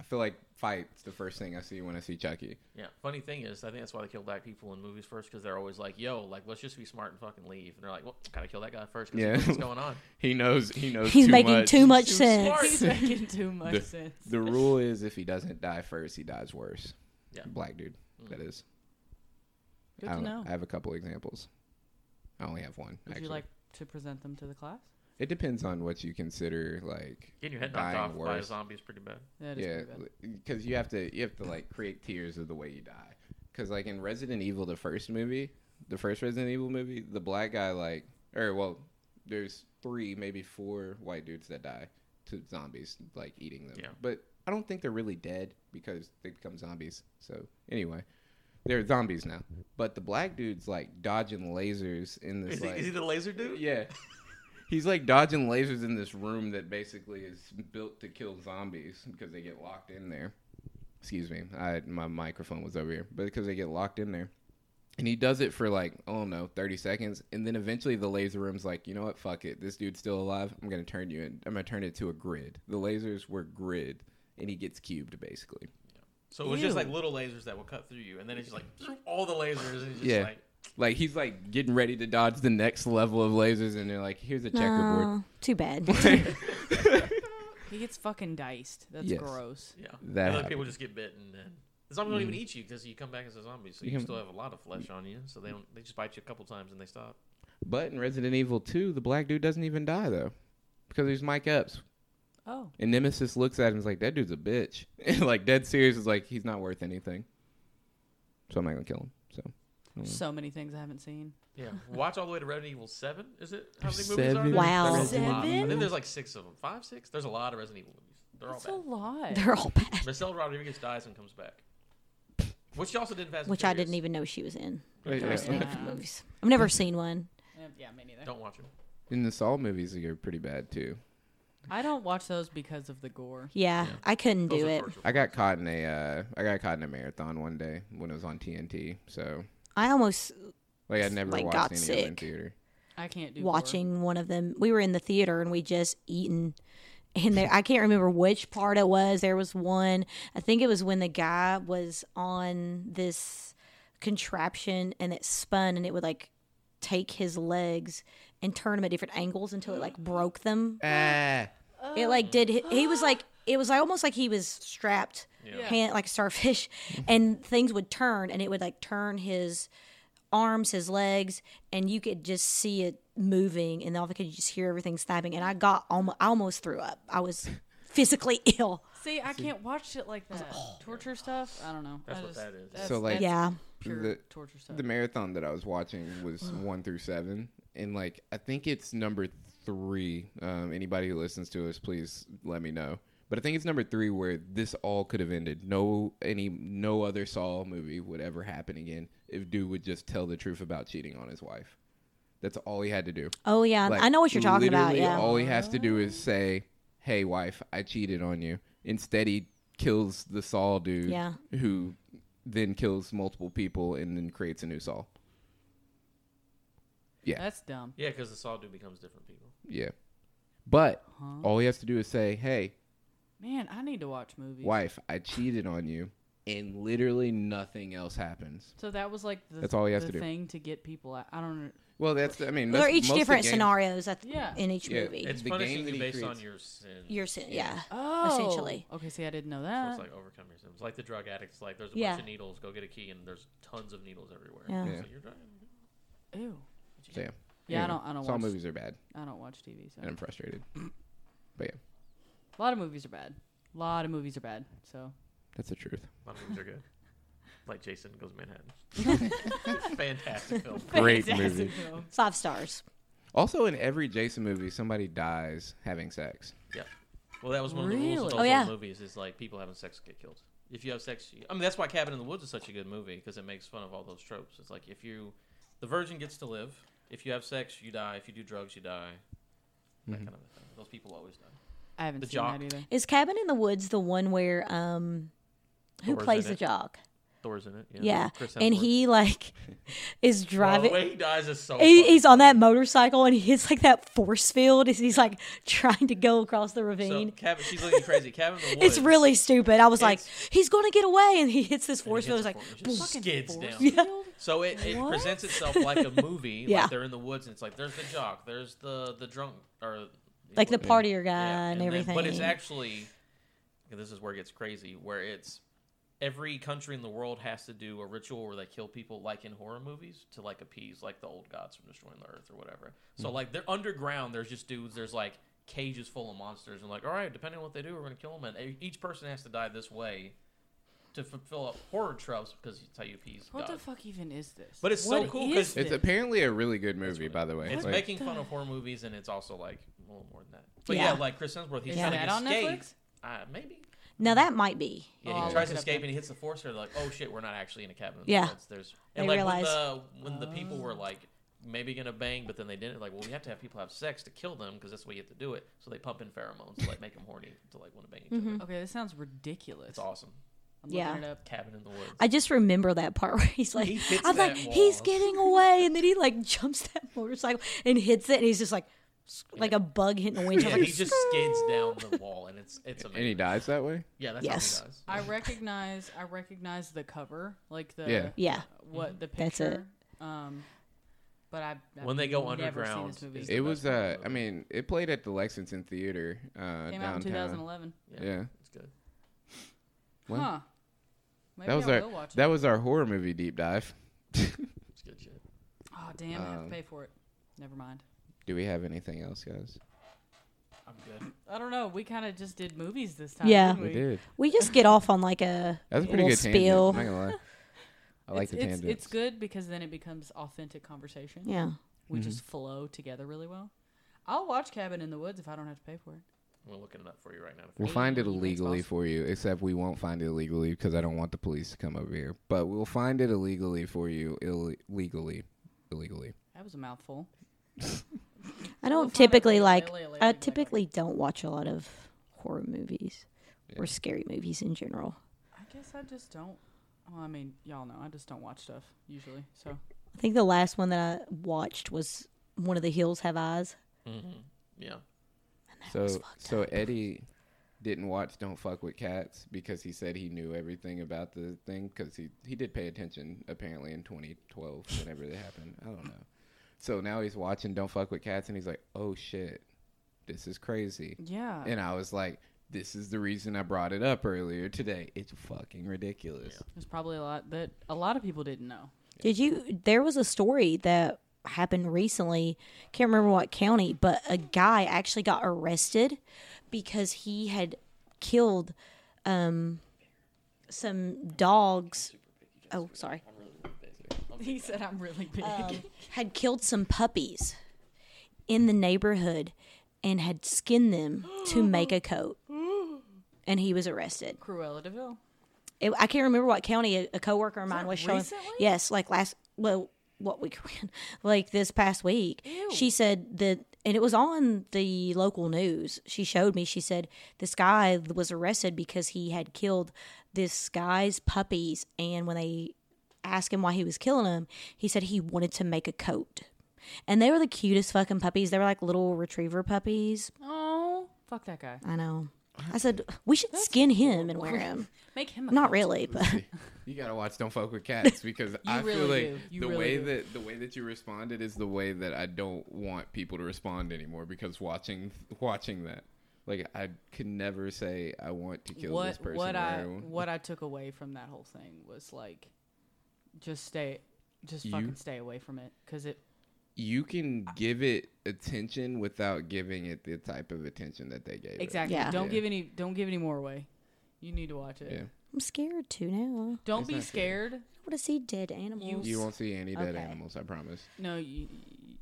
[SPEAKER 3] I feel like fight's the first thing I see when I see Chucky.
[SPEAKER 4] Yeah. Funny thing is, I think that's why they kill black people in movies first because they're always like, "Yo, like let's just be smart and fucking leave." And they're like, "Well, gotta kill that guy first because
[SPEAKER 3] Yeah.
[SPEAKER 4] what's going on?" Hmm.
[SPEAKER 3] He knows. He knows.
[SPEAKER 1] He's
[SPEAKER 3] too
[SPEAKER 1] making
[SPEAKER 3] much.
[SPEAKER 1] too much
[SPEAKER 4] Too
[SPEAKER 1] sense.
[SPEAKER 4] smart.
[SPEAKER 2] He's making too much
[SPEAKER 3] The-
[SPEAKER 2] sense.
[SPEAKER 3] The rule is if he doesn't die first, he dies worse.
[SPEAKER 4] Yeah.
[SPEAKER 3] Black dude.
[SPEAKER 2] Mm.
[SPEAKER 3] That is.
[SPEAKER 2] Good to
[SPEAKER 3] I, don't-
[SPEAKER 2] know.
[SPEAKER 3] I have a couple examples. I only have one.
[SPEAKER 2] Would
[SPEAKER 3] actually.
[SPEAKER 2] you like to present them to the class?
[SPEAKER 3] it depends on what you consider like
[SPEAKER 4] Getting your head knocked
[SPEAKER 3] dying
[SPEAKER 4] off by a
[SPEAKER 3] worse.
[SPEAKER 4] zombie is pretty bad.
[SPEAKER 2] That is
[SPEAKER 3] yeah,
[SPEAKER 2] pretty bad.
[SPEAKER 3] because you have to you have to like create tiers of the way you die. Because like in Resident Evil, the first movie, the first Resident Evil movie, the black guy like, or well, there's three maybe four white dudes that die to zombies like eating them.
[SPEAKER 4] Yeah.
[SPEAKER 3] But I don't think they're really dead because they become zombies. So anyway. They're zombies now, but the black dude's like dodging lasers in this.
[SPEAKER 4] Is he,
[SPEAKER 3] like,
[SPEAKER 4] is he the laser dude?
[SPEAKER 3] yeah. He's like dodging lasers in this room that basically is built to kill zombies because they get locked in there. Excuse me. I my microphone was over here. But because they get locked in there. And he does it for like, I don't know, 30 seconds. And then eventually the laser room's like, you know what? Fuck it. This dude's still alive. I'm going to turn you in. I'm going to turn it to a grid. The lasers were grid. And he gets cubed, basically.
[SPEAKER 4] So it was just
[SPEAKER 2] Ew.
[SPEAKER 4] like little lasers that would cut through you, and then it's just like all the lasers. And it's just
[SPEAKER 3] Yeah.
[SPEAKER 4] like
[SPEAKER 3] Like, he's like getting ready to dodge the next level of lasers. And they're like, here's a checkerboard.
[SPEAKER 1] No, Oh, too bad.
[SPEAKER 2] He gets fucking diced. That's
[SPEAKER 3] Yes.
[SPEAKER 2] gross.
[SPEAKER 4] yeah,
[SPEAKER 3] That
[SPEAKER 4] and
[SPEAKER 3] happened.
[SPEAKER 4] other people just get bitten. And the zombies don't even eat you because you come back as a zombie, so
[SPEAKER 3] You
[SPEAKER 4] you,
[SPEAKER 3] can-
[SPEAKER 4] still have a lot of flesh on you. So they don't. They just bite you a couple times and they stop.
[SPEAKER 3] But in Resident Evil 2, the black dude doesn't even die though. Because there's Mike Epps.
[SPEAKER 2] Oh,
[SPEAKER 3] And Nemesis looks at him and is like, that dude's a bitch. And like dead serious is like, he's not worth anything. So I'm not gonna kill him. So Mm.
[SPEAKER 2] so many things I haven't seen.
[SPEAKER 4] Yeah, watch all the way to Resident Evil Seven. Is it how many
[SPEAKER 3] There's
[SPEAKER 4] movies are
[SPEAKER 3] seven
[SPEAKER 4] there?
[SPEAKER 1] Wow.
[SPEAKER 4] There's a lot. I
[SPEAKER 2] Seven?
[SPEAKER 4] think there's like six of them, five, six. There's a lot of Resident Evil movies. They're
[SPEAKER 2] That's a
[SPEAKER 4] all
[SPEAKER 2] lot.
[SPEAKER 1] They're all bad,
[SPEAKER 4] bad. Michelle Rodriguez dies and comes back, which she also did in Fast. and
[SPEAKER 1] which I
[SPEAKER 4] Furious.
[SPEAKER 1] didn't even know she was in.
[SPEAKER 3] Right,
[SPEAKER 1] The
[SPEAKER 3] yeah.
[SPEAKER 1] Resident Evil
[SPEAKER 2] Yeah.
[SPEAKER 1] movies. I've never seen one.
[SPEAKER 2] Um, yeah, me neither.
[SPEAKER 4] Don't watch them.
[SPEAKER 3] And the Saw movies are pretty bad too.
[SPEAKER 2] I don't watch those because of the gore.
[SPEAKER 1] Yeah,
[SPEAKER 4] Yeah.
[SPEAKER 1] I couldn't
[SPEAKER 4] Those
[SPEAKER 1] do
[SPEAKER 4] are
[SPEAKER 1] it.
[SPEAKER 4] torture.
[SPEAKER 3] I got caught in a uh, I got caught in a marathon one day when it was on TNT. So
[SPEAKER 1] I almost
[SPEAKER 3] like I never
[SPEAKER 1] Like,
[SPEAKER 3] watched
[SPEAKER 1] got
[SPEAKER 3] any of it in
[SPEAKER 1] sick.
[SPEAKER 3] theater.
[SPEAKER 2] I can't do gore.
[SPEAKER 1] watching one of them. We were in the theater and we just eaten. And there, I can't remember which part it was. There was one. I think it was when the guy was on this contraption and it spun and it would like take his legs and turn them at different angles until it like broke them.
[SPEAKER 3] Ah,
[SPEAKER 1] It like did. hi- He was like. It was like, almost like he was strapped, hand, like a starfish,
[SPEAKER 3] Mm-hmm.
[SPEAKER 1] and things would turn, and it would like turn his arms, his legs, and you could just see it moving, and all of a sudden you just hear everything snapping. And I got almost, I almost threw up. I was physically ill.
[SPEAKER 2] See, I can't watch shit like that. Torture stuff. I don't know.
[SPEAKER 4] That's
[SPEAKER 2] I
[SPEAKER 4] what
[SPEAKER 2] just,
[SPEAKER 4] that is.
[SPEAKER 2] that's-
[SPEAKER 3] So, like-
[SPEAKER 2] that's
[SPEAKER 1] Yeah,
[SPEAKER 2] pure
[SPEAKER 3] the-
[SPEAKER 2] torture stuff.
[SPEAKER 3] the marathon that I was watching was one through seven, and like I think it's number three. Um, anybody who listens to us, please let me know. But I think it's number three where this all could have ended. No, any no other Saw movie would ever happen again if dude would just tell the truth about cheating on his wife. That's all he had to do.
[SPEAKER 1] Oh yeah,
[SPEAKER 3] Like,
[SPEAKER 1] I know what you're talking about.
[SPEAKER 3] literally
[SPEAKER 1] Yeah,
[SPEAKER 3] all he has to do is say, "Hey, wife, I cheated on you," Instead, he kills the Saul dude,
[SPEAKER 1] Yeah.
[SPEAKER 3] who then kills multiple people and then creates a new Saul. Yeah.
[SPEAKER 2] That's dumb.
[SPEAKER 4] Yeah, because the Saw dude becomes different people.
[SPEAKER 3] Yeah, but all he has to do is say, "Hey,
[SPEAKER 2] Man, I need to watch movies.
[SPEAKER 3] wife, I cheated on you," and literally nothing else happens.
[SPEAKER 2] So that was like the,
[SPEAKER 3] That's all he has
[SPEAKER 2] the
[SPEAKER 3] to do.
[SPEAKER 2] thing to get people. Out. I don't. know.
[SPEAKER 3] Well, that's I mean,
[SPEAKER 1] They're
[SPEAKER 3] most-
[SPEAKER 1] each
[SPEAKER 3] most of the
[SPEAKER 1] different
[SPEAKER 3] games-
[SPEAKER 1] scenarios at
[SPEAKER 2] Yeah.
[SPEAKER 1] in each
[SPEAKER 3] Yeah.
[SPEAKER 1] movie.
[SPEAKER 4] It's
[SPEAKER 3] The game
[SPEAKER 4] punishing
[SPEAKER 3] that
[SPEAKER 4] you
[SPEAKER 3] he
[SPEAKER 4] based
[SPEAKER 3] creates.
[SPEAKER 4] on your sin.
[SPEAKER 1] Your sin, yeah.
[SPEAKER 2] Oh,
[SPEAKER 1] Essentially.
[SPEAKER 2] Okay, see, I didn't know
[SPEAKER 4] So
[SPEAKER 2] that.
[SPEAKER 4] it's like overcome your sins. Like the drug addicts, like there's a
[SPEAKER 1] Uh. Yeah.
[SPEAKER 4] bunch of needles. Go get a key, and there's tons of needles everywhere.
[SPEAKER 1] Yeah.
[SPEAKER 3] Yeah.
[SPEAKER 4] So you're driving.
[SPEAKER 2] Ew.
[SPEAKER 3] So, yeah,
[SPEAKER 2] Yeah, I
[SPEAKER 3] Anyway,
[SPEAKER 2] don't- I don't
[SPEAKER 3] Saw
[SPEAKER 2] watch-
[SPEAKER 3] movies are bad,
[SPEAKER 2] I don't watch TV. So
[SPEAKER 3] and I'm frustrated. But yeah,
[SPEAKER 2] a lot of movies are bad. A lot of movies are bad. So
[SPEAKER 3] that's the truth.
[SPEAKER 4] My movies are good. Like Jason Goes to Manhattan. Fantastic film.
[SPEAKER 3] Great
[SPEAKER 2] Fantastic
[SPEAKER 3] movie.
[SPEAKER 2] film.
[SPEAKER 1] Five stars.
[SPEAKER 3] Also, in every Jason movie, somebody dies having sex.
[SPEAKER 4] Yeah. Well, that was one of the rules
[SPEAKER 2] Really?
[SPEAKER 4] of
[SPEAKER 2] Oh,
[SPEAKER 4] all
[SPEAKER 1] yeah.
[SPEAKER 4] movies is like people having sex get killed. If you have sex, you- I mean that's why Cabin in the Woods is such a good movie because it makes fun of all those tropes. It's like if you, the virgin gets to live. If you have sex, you die. If you do drugs, you die. That kind of a thing. Those people always die.
[SPEAKER 2] I haven't
[SPEAKER 4] The
[SPEAKER 2] seen
[SPEAKER 4] Jock.
[SPEAKER 2] that either.
[SPEAKER 1] Is Cabin in the Woods the one where um who
[SPEAKER 4] Thor's
[SPEAKER 1] plays
[SPEAKER 4] in
[SPEAKER 1] the
[SPEAKER 4] it.
[SPEAKER 1] jock?
[SPEAKER 4] Thor's in it. Yeah.
[SPEAKER 1] Yeah.
[SPEAKER 4] Chris
[SPEAKER 1] And
[SPEAKER 4] Hemsworth.
[SPEAKER 1] he like is
[SPEAKER 4] Well, the
[SPEAKER 1] driving
[SPEAKER 4] way he dies is so.
[SPEAKER 1] he,
[SPEAKER 4] fucking
[SPEAKER 1] he's on that
[SPEAKER 4] funny.
[SPEAKER 1] motorcycle and he hits like that force field as he's like trying to go across the
[SPEAKER 4] So
[SPEAKER 1] ravine.
[SPEAKER 4] Cabin, she's looking crazy. Cabin in the Woods.
[SPEAKER 1] it's really stupid. I was like,
[SPEAKER 4] It's-
[SPEAKER 1] he's gonna get away and he hits this
[SPEAKER 4] and
[SPEAKER 1] force
[SPEAKER 4] he
[SPEAKER 1] field.
[SPEAKER 4] hits
[SPEAKER 1] It's like
[SPEAKER 4] a force- just skids
[SPEAKER 2] Force
[SPEAKER 4] down.
[SPEAKER 2] field?
[SPEAKER 4] So it, it
[SPEAKER 2] What?
[SPEAKER 4] presents itself like a movie.
[SPEAKER 1] Yeah.
[SPEAKER 4] Like they're in the woods and it's like there's the jock, there's the the drunk or
[SPEAKER 1] like the
[SPEAKER 4] Yeah,
[SPEAKER 1] partier guy and,
[SPEAKER 4] then-
[SPEAKER 1] everything.
[SPEAKER 4] but it's actually and this is where it gets crazy, where it's every country in the world has to do a ritual where they kill people like in horror movies to like appease like the old gods from destroying the earth or whatever. So like they're underground, there's just dudes, there's like cages full of monsters and like all right, depending on what they do, we're going to kill them and e- each person has to die this way. To fulfill up horror tropes because it's how you appease
[SPEAKER 2] What
[SPEAKER 4] God.
[SPEAKER 2] the fuck even is this?
[SPEAKER 4] But it's so
[SPEAKER 2] What
[SPEAKER 4] cool
[SPEAKER 2] is
[SPEAKER 4] 'cause
[SPEAKER 3] It's
[SPEAKER 2] this?
[SPEAKER 3] apparently a really good movie, by the way.
[SPEAKER 4] It's
[SPEAKER 3] Like,
[SPEAKER 4] making fun of horror movies, and it's also like a little more than that. But yeah,
[SPEAKER 1] Yeah.
[SPEAKER 4] like Chris Hemsworth, he's
[SPEAKER 2] Is
[SPEAKER 4] trying
[SPEAKER 2] that
[SPEAKER 4] to
[SPEAKER 2] on
[SPEAKER 4] escape.
[SPEAKER 2] Netflix?
[SPEAKER 4] Uh, maybe.
[SPEAKER 1] now that might be.
[SPEAKER 4] Yeah,
[SPEAKER 2] Oh, I'll
[SPEAKER 4] he
[SPEAKER 2] look
[SPEAKER 4] tries to
[SPEAKER 2] it up
[SPEAKER 4] escape
[SPEAKER 2] then.
[SPEAKER 4] and he hits the force. They're like, "Oh shit, we're not actually in a cabin." in the
[SPEAKER 1] Yeah.
[SPEAKER 4] woods. there's and
[SPEAKER 1] They
[SPEAKER 4] like
[SPEAKER 1] realize-
[SPEAKER 4] when the when the people were like maybe gonna bang, but then they didn't. Like, well, we have to have people have sex to kill them because that's the way you have to do it. So they pump in pheromones to like make them horny to like want to bang each other.
[SPEAKER 2] Okay, this sounds ridiculous.
[SPEAKER 4] It's awesome.
[SPEAKER 2] I'm
[SPEAKER 1] Yeah.
[SPEAKER 2] looking it up.
[SPEAKER 4] Cabin in the woods.
[SPEAKER 1] I just remember that part where he's like,
[SPEAKER 4] He hits
[SPEAKER 1] I'm like,
[SPEAKER 4] that
[SPEAKER 1] he's
[SPEAKER 4] wall.
[SPEAKER 1] getting away, and then he like jumps that motorcycle and hits it, and he's just like, s- like a bug hitting a windshield.
[SPEAKER 4] yeah,
[SPEAKER 1] like,
[SPEAKER 4] he just skids down the wall, and it's it's amazing.
[SPEAKER 3] and he dies that way.
[SPEAKER 4] Yeah, that's
[SPEAKER 1] Yes.
[SPEAKER 4] how he dies.
[SPEAKER 2] I recognize. I recognize the cover, like the
[SPEAKER 3] Yeah.
[SPEAKER 1] Yeah.
[SPEAKER 2] what the
[SPEAKER 1] That's
[SPEAKER 2] picture. Um, but I I've
[SPEAKER 4] When they go
[SPEAKER 2] never seen
[SPEAKER 4] underground,
[SPEAKER 2] this movie.
[SPEAKER 4] it's-
[SPEAKER 3] It
[SPEAKER 4] the
[SPEAKER 3] was,
[SPEAKER 4] best part
[SPEAKER 3] uh,
[SPEAKER 4] of the
[SPEAKER 3] I mean, it played at the Lexington Theater uh,
[SPEAKER 2] came out in
[SPEAKER 3] downtown.
[SPEAKER 2] 2011.
[SPEAKER 3] Yeah.
[SPEAKER 4] it's good.
[SPEAKER 3] Well,
[SPEAKER 2] Huh. Maybe
[SPEAKER 3] That was
[SPEAKER 2] I
[SPEAKER 3] our
[SPEAKER 2] will watch
[SPEAKER 3] that
[SPEAKER 2] it.
[SPEAKER 3] was our horror movie deep dive.
[SPEAKER 4] It's good shit.
[SPEAKER 2] Oh damn! I have
[SPEAKER 3] um,
[SPEAKER 2] to pay for it. Never mind.
[SPEAKER 3] Do we have anything else, guys?
[SPEAKER 4] I'm good.
[SPEAKER 2] I don't know. We kind of just did movies this time.
[SPEAKER 1] Yeah.
[SPEAKER 2] didn't
[SPEAKER 3] We
[SPEAKER 2] we?
[SPEAKER 3] did.
[SPEAKER 1] we just get off on like a
[SPEAKER 3] That was a pretty
[SPEAKER 1] little
[SPEAKER 3] good
[SPEAKER 1] spill.
[SPEAKER 3] tangent. I'm not gonna lie. I like
[SPEAKER 2] it's,
[SPEAKER 3] the
[SPEAKER 2] it's,
[SPEAKER 3] tangent.
[SPEAKER 2] It's good because then it becomes authentic conversation.
[SPEAKER 1] Yeah,
[SPEAKER 2] We just flow together really well. I'll watch Cabin in the Woods if I don't have to pay for it.
[SPEAKER 4] We're looking it up for you right now.
[SPEAKER 3] We'll find it
[SPEAKER 2] That's
[SPEAKER 3] illegally
[SPEAKER 2] awesome.
[SPEAKER 3] for you, except we won't find it illegally because I don't want the police to come over here. But we'll find it illegally for you, Ill- legally, illegally.
[SPEAKER 2] That was a mouthful.
[SPEAKER 1] I don't
[SPEAKER 2] We'll find out
[SPEAKER 1] typically
[SPEAKER 2] later,
[SPEAKER 1] like.
[SPEAKER 2] later, later,
[SPEAKER 1] I
[SPEAKER 2] later.
[SPEAKER 1] typically don't watch a lot of horror movies or scary movies in general.
[SPEAKER 2] I guess I just don't. Well, I mean, y'all know I just don't watch stuff usually. So
[SPEAKER 1] I think the last one that I watched was one of the Hills Have Eyes.
[SPEAKER 4] Mm-hmm. Yeah.
[SPEAKER 3] So, so Eddie didn't watch Don't Fuck with Cats because he said he knew everything about the thing because he he did pay attention apparently in 2012 whenever that happened. I don't know. So now he's watching Don't Fuck with Cats and he's like, oh shit, this is crazy.
[SPEAKER 2] yeah,
[SPEAKER 3] And I was like, this is the reason I brought it up earlier today. It's fucking ridiculous.
[SPEAKER 2] there's probably a lot that a lot of people didn't know.
[SPEAKER 1] Did you? There was a story that happened recently. Can't remember what county, but a guy actually got arrested because he had killed um, some dogs. Oh, sorry.
[SPEAKER 2] He said, "I'm really big."
[SPEAKER 1] Um, Had killed some puppies in the neighborhood and had skinned them to make a coat. And he was arrested.
[SPEAKER 2] Cruella Deville.
[SPEAKER 1] It, I can't remember what county a, a coworker of mine was showing.
[SPEAKER 2] recently?
[SPEAKER 1] Yes, like last well, what week? like this past week, she said that and it was on the local news. She showed me. She said this guy was arrested because he had killed this guy's puppies, and when they asked him why he was killing them, he said he wanted to make a coat. And they were the cutest fucking puppies. They were like little retriever puppies.
[SPEAKER 2] Oh, fuck that guy.
[SPEAKER 1] I know. I said we should skin him and wear him.
[SPEAKER 2] Make him a
[SPEAKER 1] Not
[SPEAKER 2] coat.
[SPEAKER 1] really, but
[SPEAKER 3] You gotta watch Don't Fuck with Cats because I feel
[SPEAKER 2] really
[SPEAKER 3] like
[SPEAKER 2] do. You
[SPEAKER 3] the
[SPEAKER 2] really
[SPEAKER 3] way
[SPEAKER 2] do.
[SPEAKER 3] that the way that you responded is the way that I don't want people to respond anymore because watching watching that. Like I could never say I want to kill this
[SPEAKER 2] what
[SPEAKER 3] person.
[SPEAKER 2] what
[SPEAKER 3] or
[SPEAKER 2] I
[SPEAKER 3] want-
[SPEAKER 2] what I took away from that whole thing was like, just stay, just
[SPEAKER 3] You?
[SPEAKER 2] fucking stay away from it because it
[SPEAKER 3] you can give it attention without giving it the type of attention that they gave.
[SPEAKER 2] exactly.
[SPEAKER 1] Yeah.
[SPEAKER 2] Don't
[SPEAKER 3] Yeah.
[SPEAKER 2] give any don't give any more away. You need to watch it.
[SPEAKER 3] It. Yeah.
[SPEAKER 1] I'm scared too now.
[SPEAKER 2] Don't
[SPEAKER 3] It's
[SPEAKER 2] be
[SPEAKER 3] not good.
[SPEAKER 2] scared.
[SPEAKER 1] I want to see dead animals.
[SPEAKER 3] You won't see any dead
[SPEAKER 1] Okay.
[SPEAKER 3] animals, I promise.
[SPEAKER 2] No, you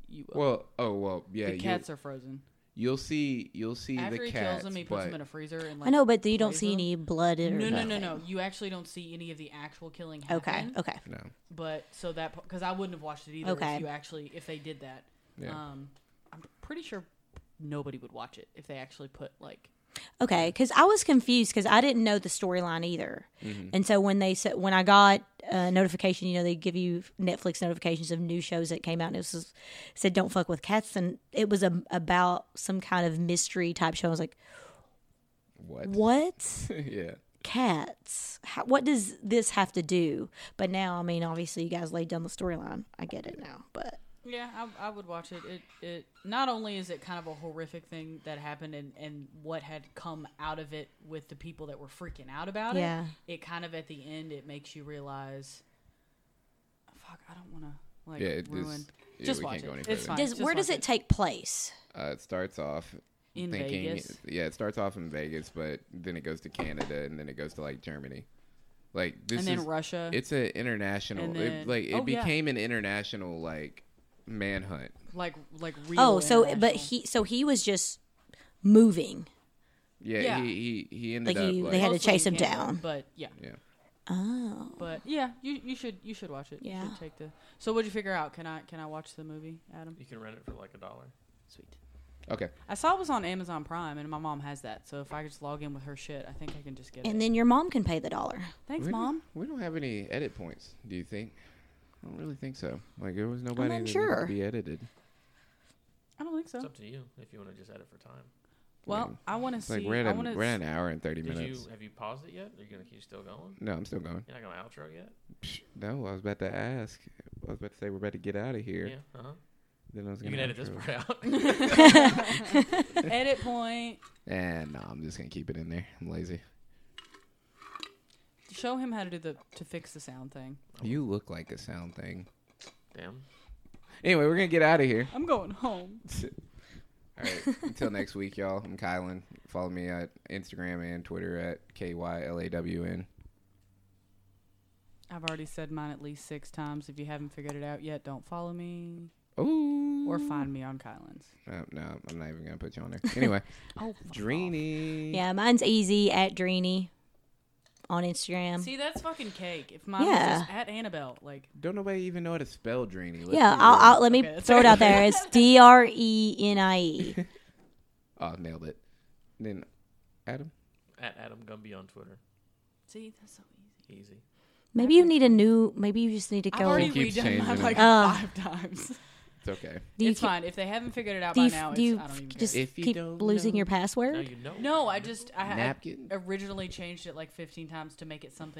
[SPEAKER 2] you. will.
[SPEAKER 3] Well, oh well, yeah.
[SPEAKER 2] the cats are frozen.
[SPEAKER 3] You'll, you'll see. You'll see
[SPEAKER 2] After
[SPEAKER 3] the
[SPEAKER 2] he
[SPEAKER 3] cats.
[SPEAKER 2] kills them, he puts
[SPEAKER 3] but
[SPEAKER 2] them in a freezer. And like,
[SPEAKER 1] I know, but you don't
[SPEAKER 2] plays
[SPEAKER 1] see
[SPEAKER 2] them.
[SPEAKER 1] any blood or
[SPEAKER 2] No, no, no,
[SPEAKER 1] nothing.
[SPEAKER 2] no. Mm-hmm. You actually don't see any of the actual killing.
[SPEAKER 1] Okay,
[SPEAKER 2] Happen,
[SPEAKER 1] okay.
[SPEAKER 3] no.
[SPEAKER 2] But so that because I wouldn't have watched it either
[SPEAKER 1] Okay.
[SPEAKER 2] if you actually if they did that.
[SPEAKER 3] Yeah.
[SPEAKER 2] Um, I'm pretty sure nobody would watch it if they actually put like
[SPEAKER 1] Okay, because I was confused because I didn't know the storyline either,
[SPEAKER 2] Mm-hmm.
[SPEAKER 1] and so when they said when I got a notification, you know, they give you Netflix notifications of new shows that came out, and it was said "Don't fuck with cats," and it was a, about some kind of mystery type show. I was like,
[SPEAKER 3] What?
[SPEAKER 1] "What
[SPEAKER 3] yeah.
[SPEAKER 1] cats? How, what does this have to do?" But now, I mean, obviously, you guys laid down the storyline. I get it now, but
[SPEAKER 2] Yeah, I, I would watch it. It it not only is it kind of a horrific thing that happened and and what had come out of it with the people that were freaking out about
[SPEAKER 1] Yeah.
[SPEAKER 2] it. It kind of at the end it makes you realize, fuck, I don't want to like
[SPEAKER 3] Yeah, it is-
[SPEAKER 2] ruin.
[SPEAKER 3] yeah,
[SPEAKER 2] just
[SPEAKER 3] we
[SPEAKER 2] watch
[SPEAKER 3] can't go any
[SPEAKER 2] it. It's
[SPEAKER 3] further.
[SPEAKER 2] fine.
[SPEAKER 1] does
[SPEAKER 2] Just
[SPEAKER 1] where
[SPEAKER 2] watch
[SPEAKER 1] does it take place?
[SPEAKER 3] Uh, it starts off
[SPEAKER 2] In
[SPEAKER 3] thinking.
[SPEAKER 2] Vegas?
[SPEAKER 3] Yeah, it starts off in Vegas, but then it goes to Canada, and then it goes to like Germany. Like this
[SPEAKER 2] and then
[SPEAKER 3] is
[SPEAKER 2] Russia.
[SPEAKER 3] it's an international.
[SPEAKER 2] And
[SPEAKER 3] it,
[SPEAKER 2] then-
[SPEAKER 3] like it
[SPEAKER 2] oh, yeah.
[SPEAKER 3] became an international like manhunt.
[SPEAKER 2] like like real.
[SPEAKER 1] Oh, so but
[SPEAKER 2] international.
[SPEAKER 1] he so he was just moving.
[SPEAKER 3] Yeah,
[SPEAKER 2] Yeah.
[SPEAKER 3] He, he he ended
[SPEAKER 1] Like,
[SPEAKER 3] up
[SPEAKER 1] he-
[SPEAKER 3] like
[SPEAKER 1] they had to
[SPEAKER 2] Mostly
[SPEAKER 1] chase
[SPEAKER 2] in
[SPEAKER 1] him
[SPEAKER 2] Canada,
[SPEAKER 1] down.
[SPEAKER 2] But yeah,
[SPEAKER 3] yeah.
[SPEAKER 1] Oh,
[SPEAKER 2] but yeah, you you should you should watch it. You
[SPEAKER 1] Yeah.
[SPEAKER 2] should take the. So what'd you figure out? Can I can I watch the movie, Adam?
[SPEAKER 4] You can rent it for like a dollar.
[SPEAKER 2] Sweet.
[SPEAKER 3] Okay.
[SPEAKER 2] I saw it was on Amazon Prime, and my mom has that. So if I could just log in with her shit, I think I can just get it.
[SPEAKER 1] and then your mom can pay the dollar.
[SPEAKER 2] Thanks,
[SPEAKER 3] We don't-
[SPEAKER 2] mom.
[SPEAKER 3] We don't have any edit points. Do you think? I don't really think so. Like there was nobody
[SPEAKER 1] not
[SPEAKER 3] that needed
[SPEAKER 1] sure.
[SPEAKER 3] to be edited.
[SPEAKER 2] I don't think
[SPEAKER 4] It's
[SPEAKER 2] so.
[SPEAKER 4] up to you if you want to just edit for time.
[SPEAKER 2] Well, I want to
[SPEAKER 3] It's like
[SPEAKER 2] see.
[SPEAKER 3] we're at,
[SPEAKER 2] I
[SPEAKER 3] an,
[SPEAKER 2] want
[SPEAKER 3] we're at an
[SPEAKER 2] to.
[SPEAKER 3] hour and thirty
[SPEAKER 4] Did
[SPEAKER 3] minutes.
[SPEAKER 4] you have you paused it yet? Are you gonna keep still going?
[SPEAKER 3] No, I'm still going.
[SPEAKER 4] You're not gonna outro yet?
[SPEAKER 3] Psh, No, I was about to ask. I was about to say we're about to get out of here.
[SPEAKER 4] Yeah. Uh huh.
[SPEAKER 3] Then I was
[SPEAKER 4] You
[SPEAKER 3] gonna
[SPEAKER 4] can edit this
[SPEAKER 3] outro.
[SPEAKER 4] part out.
[SPEAKER 2] Edit point.
[SPEAKER 3] And no, Eh, I'm just gonna keep it in there. I'm lazy.
[SPEAKER 2] Show him how to do the to fix the sound thing.
[SPEAKER 3] You look like a sound thing.
[SPEAKER 4] Damn.
[SPEAKER 3] Anyway, we're gonna get out of here.
[SPEAKER 2] I'm going home.
[SPEAKER 3] All right. Until next week, y'all. I'm Kylan. Follow me at Instagram and Twitter at K Y L A W N.
[SPEAKER 2] I've already said mine at least six times. If you haven't figured it out yet, don't follow me
[SPEAKER 3] Ooh.
[SPEAKER 2] or find me on Kylan's.
[SPEAKER 3] Uh, no, I'm not even gonna put you on there. Anyway,
[SPEAKER 2] Oh, Mm.
[SPEAKER 3] Dreeny.
[SPEAKER 1] Yeah, mine's easy at Dreeny on Instagram.
[SPEAKER 2] See, that's fucking cake. If mine
[SPEAKER 1] Yeah.
[SPEAKER 2] was just at Annabelle, like
[SPEAKER 3] Don't nobody even know how to spell Dreeny. Let's
[SPEAKER 1] yeah,
[SPEAKER 3] be real.
[SPEAKER 1] I'll, I'll, let me
[SPEAKER 2] Okay, that's
[SPEAKER 1] throw it out there. It's D R E N I E.
[SPEAKER 3] Oh, nailed it. Then, Adam.
[SPEAKER 4] At Adam Gumby on Twitter.
[SPEAKER 2] see, that's so easy.
[SPEAKER 4] Easy.
[SPEAKER 1] Maybe you need a new. Maybe you just need to
[SPEAKER 2] I've
[SPEAKER 1] go.
[SPEAKER 2] already
[SPEAKER 3] He keeps
[SPEAKER 2] redone
[SPEAKER 3] changing
[SPEAKER 2] mine
[SPEAKER 3] it.
[SPEAKER 2] like
[SPEAKER 1] Oh.
[SPEAKER 2] five times.
[SPEAKER 3] It's okay.
[SPEAKER 1] do you
[SPEAKER 2] it's
[SPEAKER 1] keep,
[SPEAKER 2] fine. If they haven't figured it out
[SPEAKER 1] Do
[SPEAKER 2] by
[SPEAKER 1] you,
[SPEAKER 2] now,
[SPEAKER 1] do
[SPEAKER 2] it's,
[SPEAKER 1] you
[SPEAKER 2] I don't even care.
[SPEAKER 1] just
[SPEAKER 3] If you
[SPEAKER 1] keep
[SPEAKER 3] don't
[SPEAKER 1] losing
[SPEAKER 3] know-
[SPEAKER 1] your password?
[SPEAKER 4] Now you know.
[SPEAKER 2] No, I just I had
[SPEAKER 3] Napkin.
[SPEAKER 2] originally changed it like 15 times to make it something.